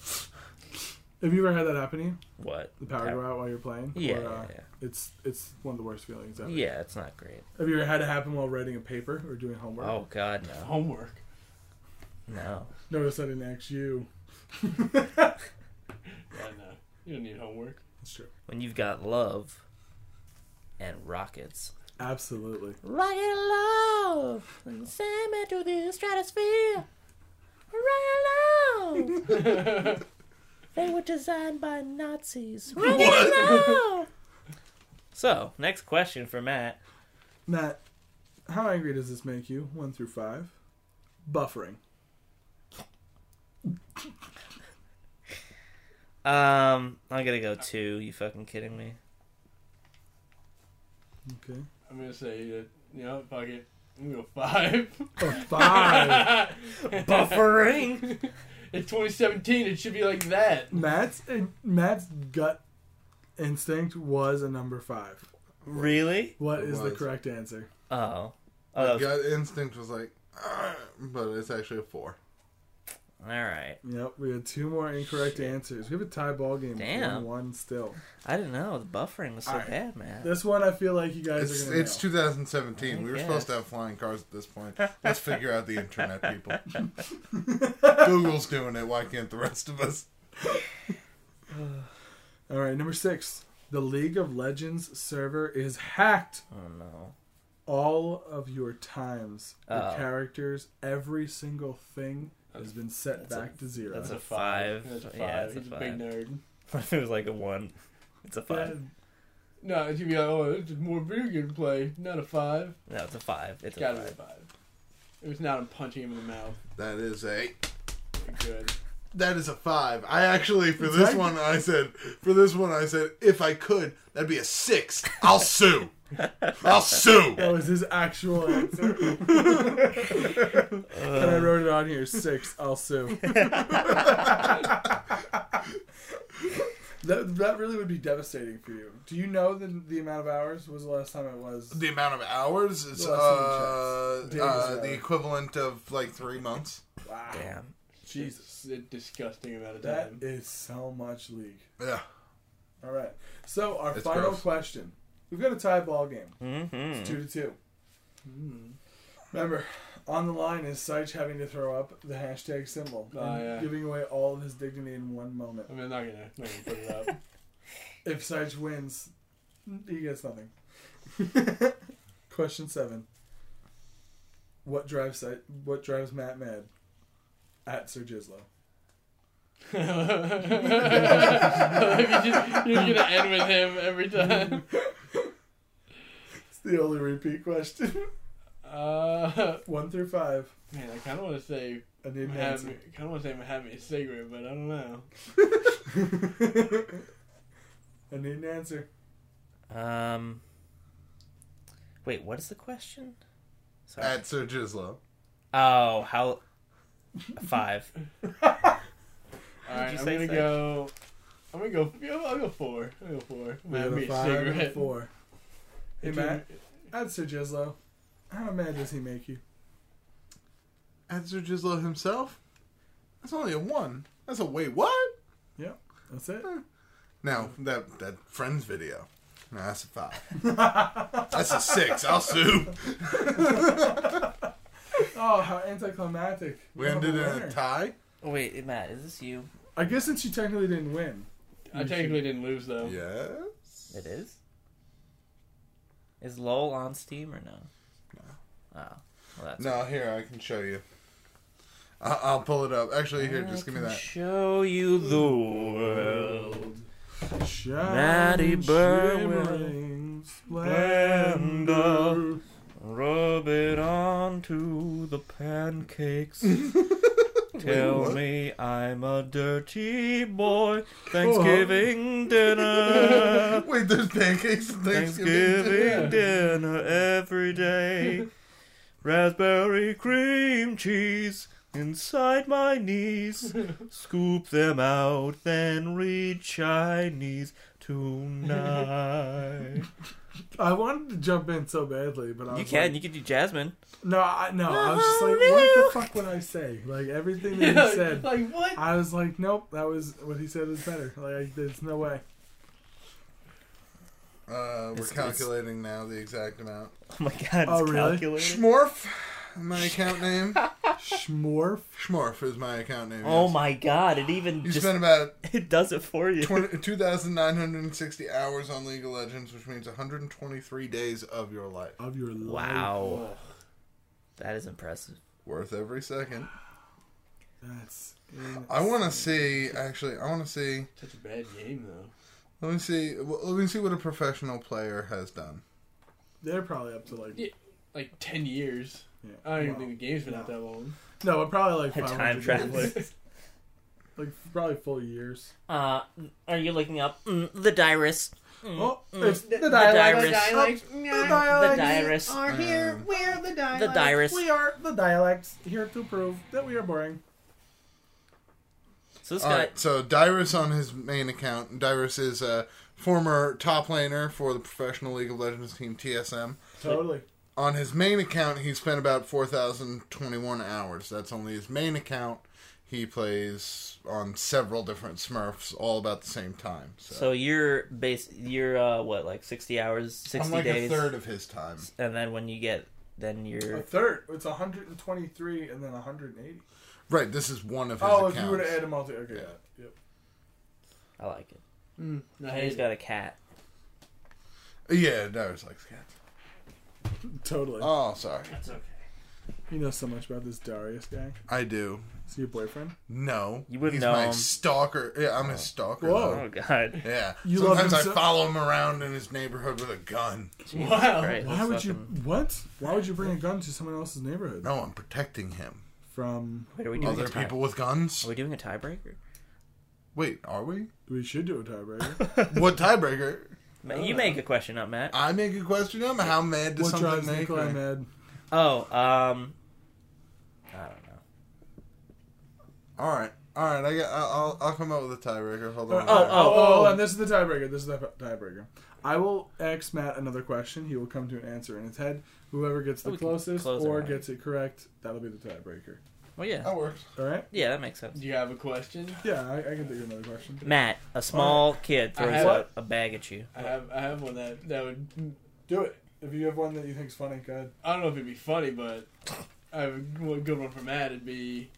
[SPEAKER 3] Have you ever had that happen to you?
[SPEAKER 2] What?
[SPEAKER 3] The power go out while you're playing?
[SPEAKER 2] Yeah,
[SPEAKER 3] Or, uh,
[SPEAKER 2] yeah,
[SPEAKER 3] It's it's one of the worst feelings
[SPEAKER 2] yeah.
[SPEAKER 3] ever.
[SPEAKER 2] Yeah, it's not great.
[SPEAKER 3] Have you ever had it happen while writing a paper or doing homework?
[SPEAKER 2] Oh God, no,
[SPEAKER 5] Homework.
[SPEAKER 2] no.
[SPEAKER 3] Notice I didn't ask you.
[SPEAKER 5] Yeah, no. You don't need homework.
[SPEAKER 3] That's true.
[SPEAKER 2] When you've got love and rockets,
[SPEAKER 3] Absolutely.
[SPEAKER 2] rocket love, and send me to the stratosphere. Rocket love. they were designed by Nazis. Rocket love. So, next question for Matt.
[SPEAKER 3] Matt, how angry does this make you? One through five. Buffering.
[SPEAKER 2] Um, I'm gonna go two. You fucking kidding me?
[SPEAKER 3] Okay.
[SPEAKER 5] I'm going to say, uh, you know, fuck it. I'm going to go five.
[SPEAKER 4] Oh,
[SPEAKER 3] A five.
[SPEAKER 2] Buffering.
[SPEAKER 5] In 2017, it should be like that.
[SPEAKER 3] Matt's eh, Matt's gut instinct was a number five.
[SPEAKER 2] really?
[SPEAKER 3] What
[SPEAKER 4] It
[SPEAKER 3] is the
[SPEAKER 4] was.
[SPEAKER 3] correct answer?
[SPEAKER 2] Oh. Oh, that
[SPEAKER 4] My
[SPEAKER 2] was-
[SPEAKER 4] gut uh, instinct was like, "Argh," but it's actually a four.
[SPEAKER 2] all right.
[SPEAKER 3] Yep, we had two more incorrect answers. We have a tie ball game.
[SPEAKER 2] Damn.
[SPEAKER 3] One, one still.
[SPEAKER 2] I didn't know the buffering was so
[SPEAKER 3] All right.
[SPEAKER 2] bad, man.
[SPEAKER 3] This one I feel like you guys
[SPEAKER 4] It's,
[SPEAKER 3] are gonna
[SPEAKER 4] it's
[SPEAKER 3] know.
[SPEAKER 4] 2017.
[SPEAKER 2] I
[SPEAKER 4] We were
[SPEAKER 2] guess.
[SPEAKER 4] supposed to have flying cars at this point. Let's figure out the internet, people. Google's doing it. Why can't the rest of us?
[SPEAKER 3] All right, number six. The League of Legends server is hacked.
[SPEAKER 2] Oh no.
[SPEAKER 3] All of your times, your
[SPEAKER 2] Oh.
[SPEAKER 3] characters, every single thing has been set
[SPEAKER 2] That's a-
[SPEAKER 3] back to zero.
[SPEAKER 2] that's a five.
[SPEAKER 5] That's a five.
[SPEAKER 2] Yeah, it's a
[SPEAKER 5] He's a, big
[SPEAKER 2] five.
[SPEAKER 5] nerd.
[SPEAKER 2] it was like a one. It's a five.
[SPEAKER 5] No, it's going to be like, oh, it's more video game to play. Not a five.
[SPEAKER 2] No, it's a five. It's
[SPEAKER 5] It's got to
[SPEAKER 2] a
[SPEAKER 5] be a
[SPEAKER 2] five.
[SPEAKER 5] five. It was not him punching him in the mouth.
[SPEAKER 4] That is a
[SPEAKER 5] Good.
[SPEAKER 4] That is a five. I actually for
[SPEAKER 3] It's
[SPEAKER 4] this
[SPEAKER 3] like-
[SPEAKER 4] one I said for this one I said if I could that'd be a six. I'll sue. I'll sue.
[SPEAKER 3] That was his actual answer. and I wrote it on here six, I'll sue. that, that really would be devastating for you. Do you know the, the amount of hours? Was the last time it was?
[SPEAKER 4] The amount of hours is
[SPEAKER 3] The last
[SPEAKER 4] uh,
[SPEAKER 3] one we checked. Days
[SPEAKER 4] uh,
[SPEAKER 3] is
[SPEAKER 4] the
[SPEAKER 3] hours.
[SPEAKER 4] equivalent of like three months.
[SPEAKER 3] wow.
[SPEAKER 2] Damn.
[SPEAKER 3] Jesus.
[SPEAKER 5] It's a disgusting amount of
[SPEAKER 3] That
[SPEAKER 5] time.
[SPEAKER 3] is so much league.
[SPEAKER 4] Yeah.
[SPEAKER 3] All right. So, our
[SPEAKER 4] It's
[SPEAKER 3] final
[SPEAKER 4] gross.
[SPEAKER 3] question.
[SPEAKER 5] Hmm.
[SPEAKER 3] We've got a tie ball game. It's
[SPEAKER 2] Mm-hmm.
[SPEAKER 3] two to two. Hmm. Remember, On the line is Seich having to throw up the hashtag symbol,
[SPEAKER 5] Oh,
[SPEAKER 3] and
[SPEAKER 5] yeah.
[SPEAKER 3] giving away all of his dignity in one moment.
[SPEAKER 5] I mean, I'm not gonna, not gonna put it up.
[SPEAKER 3] If Seich wins, he gets nothing. Question seven: What drives Seich, What drives Matt mad? At Sir Jislo.
[SPEAKER 5] you just, you're gonna end with him every time.
[SPEAKER 3] It's the only repeat question.
[SPEAKER 5] Uh,
[SPEAKER 3] One through five.
[SPEAKER 5] man, I kind of want to say
[SPEAKER 3] I need an
[SPEAKER 5] have,
[SPEAKER 3] answer.
[SPEAKER 5] kind of want to say have me a cigarette, but I don't know.
[SPEAKER 3] I need an answer.
[SPEAKER 2] Um. Wait, what is the question? Sorry.
[SPEAKER 4] At Sir Jislo.
[SPEAKER 2] oh, how? Five.
[SPEAKER 5] All
[SPEAKER 2] you
[SPEAKER 5] right, I'm
[SPEAKER 2] say,
[SPEAKER 5] gonna
[SPEAKER 2] Sage?
[SPEAKER 5] go. I'm gonna go. yeah, I'll go four. I'll go four.
[SPEAKER 3] We have
[SPEAKER 5] Have me
[SPEAKER 3] a
[SPEAKER 5] a
[SPEAKER 3] five and a
[SPEAKER 5] cigarette.
[SPEAKER 3] four. Hey,
[SPEAKER 5] If
[SPEAKER 3] Matt.
[SPEAKER 5] you-
[SPEAKER 3] At Sir Jislo, how mad does he make you?
[SPEAKER 4] At Sir Jislo himself? That's only a one. That's a wait, what?
[SPEAKER 3] That's it.
[SPEAKER 4] No, that that Friends video. No, that's a five. that's a six. I'll sue.
[SPEAKER 3] Oh, how anticlimactic.
[SPEAKER 4] We
[SPEAKER 3] What a
[SPEAKER 4] ended in
[SPEAKER 3] winner.
[SPEAKER 4] a tie.
[SPEAKER 2] Oh, wait, Matt, is this you?
[SPEAKER 3] I guess since you technically didn't win.
[SPEAKER 5] I technically didn't lose though.
[SPEAKER 4] Yes.
[SPEAKER 2] It is. Is LOL on Steam or no? No. Oh, well that's.
[SPEAKER 4] No, here I can show you. I- I'll pull it up. Actually, here,
[SPEAKER 2] I
[SPEAKER 4] just give me
[SPEAKER 2] can
[SPEAKER 4] that.
[SPEAKER 2] Show you the world.
[SPEAKER 3] Shine,
[SPEAKER 2] Matty Burwell.
[SPEAKER 3] shimmering splendor.
[SPEAKER 2] Rub it onto the pancakes. Tell
[SPEAKER 4] what?
[SPEAKER 2] me I'm a dirty boy. Thanksgiving dinner.
[SPEAKER 4] Wait, there's pancakes and Thanksgiving.
[SPEAKER 2] Thanksgiving dinner every day. Raspberry cream cheese inside my knees. Scoop them out, then read Chinese tonight.
[SPEAKER 3] I wanted to jump in so badly, but I was
[SPEAKER 2] You can, you
[SPEAKER 3] like,
[SPEAKER 2] can do Jasmine.
[SPEAKER 3] no, I, no. I was just like, what the fuck would I say? Like everything that he said,
[SPEAKER 5] like what?
[SPEAKER 3] I was like, nope. That was what he said was better. Like I, there's no way.
[SPEAKER 4] Uh, we're
[SPEAKER 2] It's- it's-
[SPEAKER 4] calculating now the exact amount.
[SPEAKER 2] Oh my god, it's
[SPEAKER 3] Oh, really?
[SPEAKER 2] calculated.
[SPEAKER 4] Schmorf, my account name.
[SPEAKER 3] Schmorf.
[SPEAKER 4] Schmorf is my account name.
[SPEAKER 2] Oh
[SPEAKER 4] yes.
[SPEAKER 2] my god, it even
[SPEAKER 4] You
[SPEAKER 2] just
[SPEAKER 4] spent about
[SPEAKER 2] it does it for you.
[SPEAKER 4] 20 2,960 hours on League of Legends, which means 123 days of your life.
[SPEAKER 3] Of your life. "Oh."
[SPEAKER 2] Wow. That is impressive.
[SPEAKER 4] Worth every second.
[SPEAKER 3] That's.
[SPEAKER 4] I want to see, actually, I want to see,
[SPEAKER 5] Such a bad game though.
[SPEAKER 4] let me see, well, let me see what a professional player has done.
[SPEAKER 3] They're probably up to like.
[SPEAKER 5] Yeah. Like ten years.
[SPEAKER 3] Yeah.
[SPEAKER 5] I don't even
[SPEAKER 3] Wow.
[SPEAKER 5] think the game's been out that long.
[SPEAKER 3] No, but probably like
[SPEAKER 2] A
[SPEAKER 3] 500
[SPEAKER 2] time
[SPEAKER 3] years.
[SPEAKER 2] traveler.
[SPEAKER 3] Like probably full years.
[SPEAKER 2] Uh, are you looking up mm, the diarist?
[SPEAKER 3] Oh, it's the,
[SPEAKER 2] the
[SPEAKER 3] dialects.
[SPEAKER 2] dialects.
[SPEAKER 3] Oh, the dialects
[SPEAKER 2] dialects.
[SPEAKER 3] are here.
[SPEAKER 4] Um,
[SPEAKER 3] we are the dialects.
[SPEAKER 2] dialects.
[SPEAKER 3] We are the dialects here to prove that we are boring.
[SPEAKER 2] So this
[SPEAKER 3] Uh,
[SPEAKER 4] All
[SPEAKER 2] guy,
[SPEAKER 4] right, so Dyrus on his main account. Dyrus is a former top laner for the professional League of Legends team TSM.
[SPEAKER 3] Totally.
[SPEAKER 4] on his main account, he spent about 4,021 hours. That's only his main account. He plays on several different Smurfs all about the same time. So,
[SPEAKER 2] so you're base, you're uh, what like sixty hours, 60
[SPEAKER 4] I'm like
[SPEAKER 2] days,
[SPEAKER 4] a third of his time.
[SPEAKER 2] and then when you get, then
[SPEAKER 3] A
[SPEAKER 2] you're
[SPEAKER 3] third. It's 123 and then 180.
[SPEAKER 4] Right, this is one of his
[SPEAKER 3] Oh,
[SPEAKER 4] accounts.
[SPEAKER 3] if you were to add them all together. Okay.
[SPEAKER 4] Yeah.
[SPEAKER 3] yeah. Yep.
[SPEAKER 2] I like it.
[SPEAKER 5] I
[SPEAKER 2] And
[SPEAKER 5] hate
[SPEAKER 2] he's
[SPEAKER 5] it.
[SPEAKER 2] got a cat.
[SPEAKER 4] Yeah, Dyrus likes cats.
[SPEAKER 3] Totally.
[SPEAKER 4] Oh, sorry.
[SPEAKER 2] That's okay.
[SPEAKER 3] you know so much about this Darius guy.
[SPEAKER 4] I do.
[SPEAKER 3] Is he your boyfriend?
[SPEAKER 4] No.
[SPEAKER 2] You wouldn't
[SPEAKER 4] He's
[SPEAKER 2] know
[SPEAKER 4] my
[SPEAKER 2] him.
[SPEAKER 4] stalker. Yeah, I'm his stalker.
[SPEAKER 3] Whoa.
[SPEAKER 2] Oh god.
[SPEAKER 4] though. Yeah.
[SPEAKER 3] You love
[SPEAKER 4] Sometimes
[SPEAKER 3] him
[SPEAKER 4] I
[SPEAKER 3] so-
[SPEAKER 4] follow him around in his neighborhood with a gun.
[SPEAKER 2] Jesus
[SPEAKER 5] Wow.
[SPEAKER 2] Christ,
[SPEAKER 3] Why
[SPEAKER 2] that's
[SPEAKER 3] would you?
[SPEAKER 2] fucking-
[SPEAKER 3] What? Why would you bring a gun to someone else's neighborhood?
[SPEAKER 4] No, I'm protecting him.
[SPEAKER 3] From
[SPEAKER 2] Wait, are we doing
[SPEAKER 4] Other
[SPEAKER 2] a Oh, tie-
[SPEAKER 4] people with guns?
[SPEAKER 2] Are we doing a tiebreaker?
[SPEAKER 4] Wait, are we?
[SPEAKER 3] we should do a tiebreaker.
[SPEAKER 4] what tiebreaker?
[SPEAKER 2] Ma- You make a question up, Matt.
[SPEAKER 4] I make a question him. How mad does
[SPEAKER 3] what
[SPEAKER 4] something
[SPEAKER 3] drives
[SPEAKER 4] make
[SPEAKER 3] Nikolai
[SPEAKER 4] me?
[SPEAKER 3] mad?
[SPEAKER 2] Oh, um, I don't know.
[SPEAKER 4] All right, all right. I got. I'll. I'll- I'll come up with a tiebreaker. Hold on.
[SPEAKER 2] oh,
[SPEAKER 3] Oh,
[SPEAKER 2] oh.
[SPEAKER 3] and this is the tiebreaker. This is the tiebreaker. I will ask Matt another question. He will come to an answer in his head. Whoever gets the
[SPEAKER 2] Oh, we can
[SPEAKER 3] closest
[SPEAKER 2] close
[SPEAKER 3] or
[SPEAKER 2] our eyes.
[SPEAKER 3] gets it correct, that'll be the tiebreaker.
[SPEAKER 2] Well, yeah,
[SPEAKER 4] that works.
[SPEAKER 3] All right?
[SPEAKER 2] yeah, that makes sense.
[SPEAKER 5] Do you have a question?
[SPEAKER 3] Yeah, I, I can think of another question.
[SPEAKER 2] Matt, a small kid
[SPEAKER 5] I
[SPEAKER 2] throws
[SPEAKER 5] have-
[SPEAKER 2] a, a bag at you.
[SPEAKER 5] I have. I have one that that would.
[SPEAKER 3] Do it. If you have one that you think's funny, go ahead.
[SPEAKER 5] I don't know if it'd be funny, but I have a g- good one for Matt. It'd be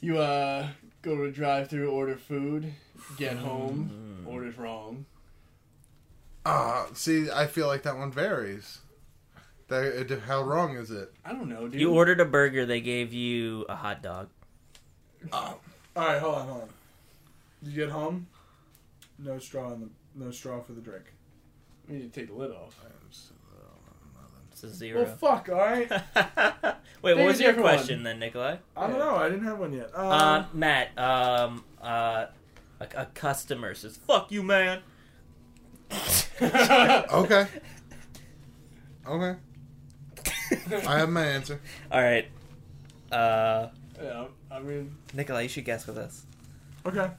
[SPEAKER 5] you uh go to a drive-through, order food, get
[SPEAKER 2] Mm.
[SPEAKER 5] home, order's wrong.
[SPEAKER 4] Ah, see, I feel like that one varies. That, it de- how wrong is it?
[SPEAKER 5] I don't know, dude.
[SPEAKER 2] You ordered a burger, they gave you a hot dog.
[SPEAKER 3] All right, hold on, hold on. You get home, no straw in the no straw for the drink.
[SPEAKER 5] we need to take the lid off.
[SPEAKER 2] It's a zero.
[SPEAKER 3] Well, fuck. All right.
[SPEAKER 2] Wait, what
[SPEAKER 5] Think
[SPEAKER 2] was
[SPEAKER 5] of
[SPEAKER 2] your
[SPEAKER 5] different
[SPEAKER 2] question then, Nikolai?
[SPEAKER 3] I don't know. I didn't have one yet. Um,
[SPEAKER 2] Uh, Matt, um, uh, a, a customer says, "Fuck you, man."
[SPEAKER 4] Okay. Okay. I have my answer.
[SPEAKER 2] All right, uh,
[SPEAKER 5] Yeah, I mean,
[SPEAKER 2] Nikolai, you should guess with us. Uh.
[SPEAKER 3] okay.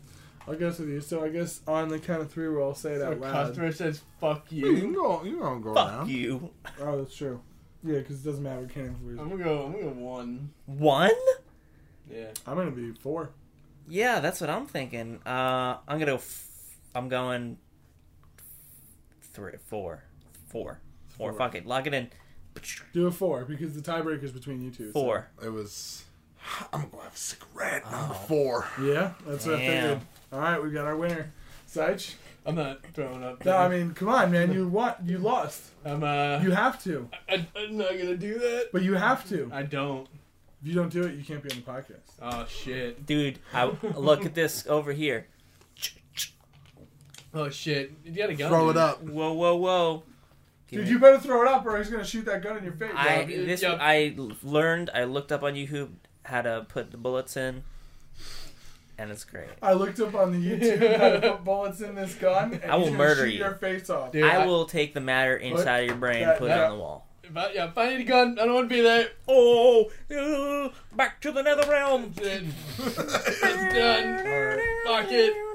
[SPEAKER 3] I'll guess with you. So I guess on the count of three, we'll all say it
[SPEAKER 5] so a
[SPEAKER 3] out loud.
[SPEAKER 5] customer says "fuck
[SPEAKER 4] You
[SPEAKER 5] you."
[SPEAKER 4] can go. You can go
[SPEAKER 2] Fuck
[SPEAKER 4] around.
[SPEAKER 2] you.
[SPEAKER 3] Oh, that's true. Yeah, because it doesn't matter. We can't influence.
[SPEAKER 5] I'm gonna go. I'm gonna go one.
[SPEAKER 2] One?
[SPEAKER 5] Yeah.
[SPEAKER 3] I'm gonna be four.
[SPEAKER 2] Yeah, that's what I'm thinking. Uh, I'm gonna. F- I'm going. Three, four, four, four.
[SPEAKER 3] Four.
[SPEAKER 2] Fuck it, lock it in.
[SPEAKER 3] Do a four because the tiebreaker is between you two. so-
[SPEAKER 2] Four.
[SPEAKER 4] It was. I'm gonna go have a cigarette. Number
[SPEAKER 2] Oh.
[SPEAKER 4] four.
[SPEAKER 3] Yeah, that's what I
[SPEAKER 2] Damn.
[SPEAKER 3] figured. All right, we got our winner. Seich.
[SPEAKER 5] I'm not throwing up.
[SPEAKER 3] No, I mean, come on, man. You what? You lost.
[SPEAKER 5] I'm uh.
[SPEAKER 3] You have to.
[SPEAKER 5] I, I'm not gonna do that.
[SPEAKER 3] But you have to.
[SPEAKER 5] I don't.
[SPEAKER 3] If you don't do it, you can't be on the podcast.
[SPEAKER 5] Oh shit.
[SPEAKER 2] Dude, I, look at this over here.
[SPEAKER 5] Oh shit. You got a gun.
[SPEAKER 4] Throw
[SPEAKER 5] dude.
[SPEAKER 4] it up.
[SPEAKER 2] Whoa, whoa, whoa. Give
[SPEAKER 3] Dude,
[SPEAKER 2] me-
[SPEAKER 3] you better throw it up, or he's gonna shoot that gun in your face.
[SPEAKER 2] I
[SPEAKER 5] Yeah,
[SPEAKER 2] this
[SPEAKER 5] yeah.
[SPEAKER 2] I learned. I looked up on YouTube how to put the bullets in, and it's great.
[SPEAKER 3] I looked up on the YouTube how to put bullets in this gun. And
[SPEAKER 2] I will
[SPEAKER 3] he's gonna
[SPEAKER 2] murder
[SPEAKER 3] shoot
[SPEAKER 2] you.
[SPEAKER 3] Your face off.
[SPEAKER 5] Dude,
[SPEAKER 2] I will take the matter inside of your brain,
[SPEAKER 3] that-
[SPEAKER 2] put it
[SPEAKER 3] that-
[SPEAKER 2] on the wall.
[SPEAKER 5] If I, yeah, if I need a gun, I don't want to be there.
[SPEAKER 2] Oh, uh, back to the nether realm.
[SPEAKER 5] It's done. Fuck it.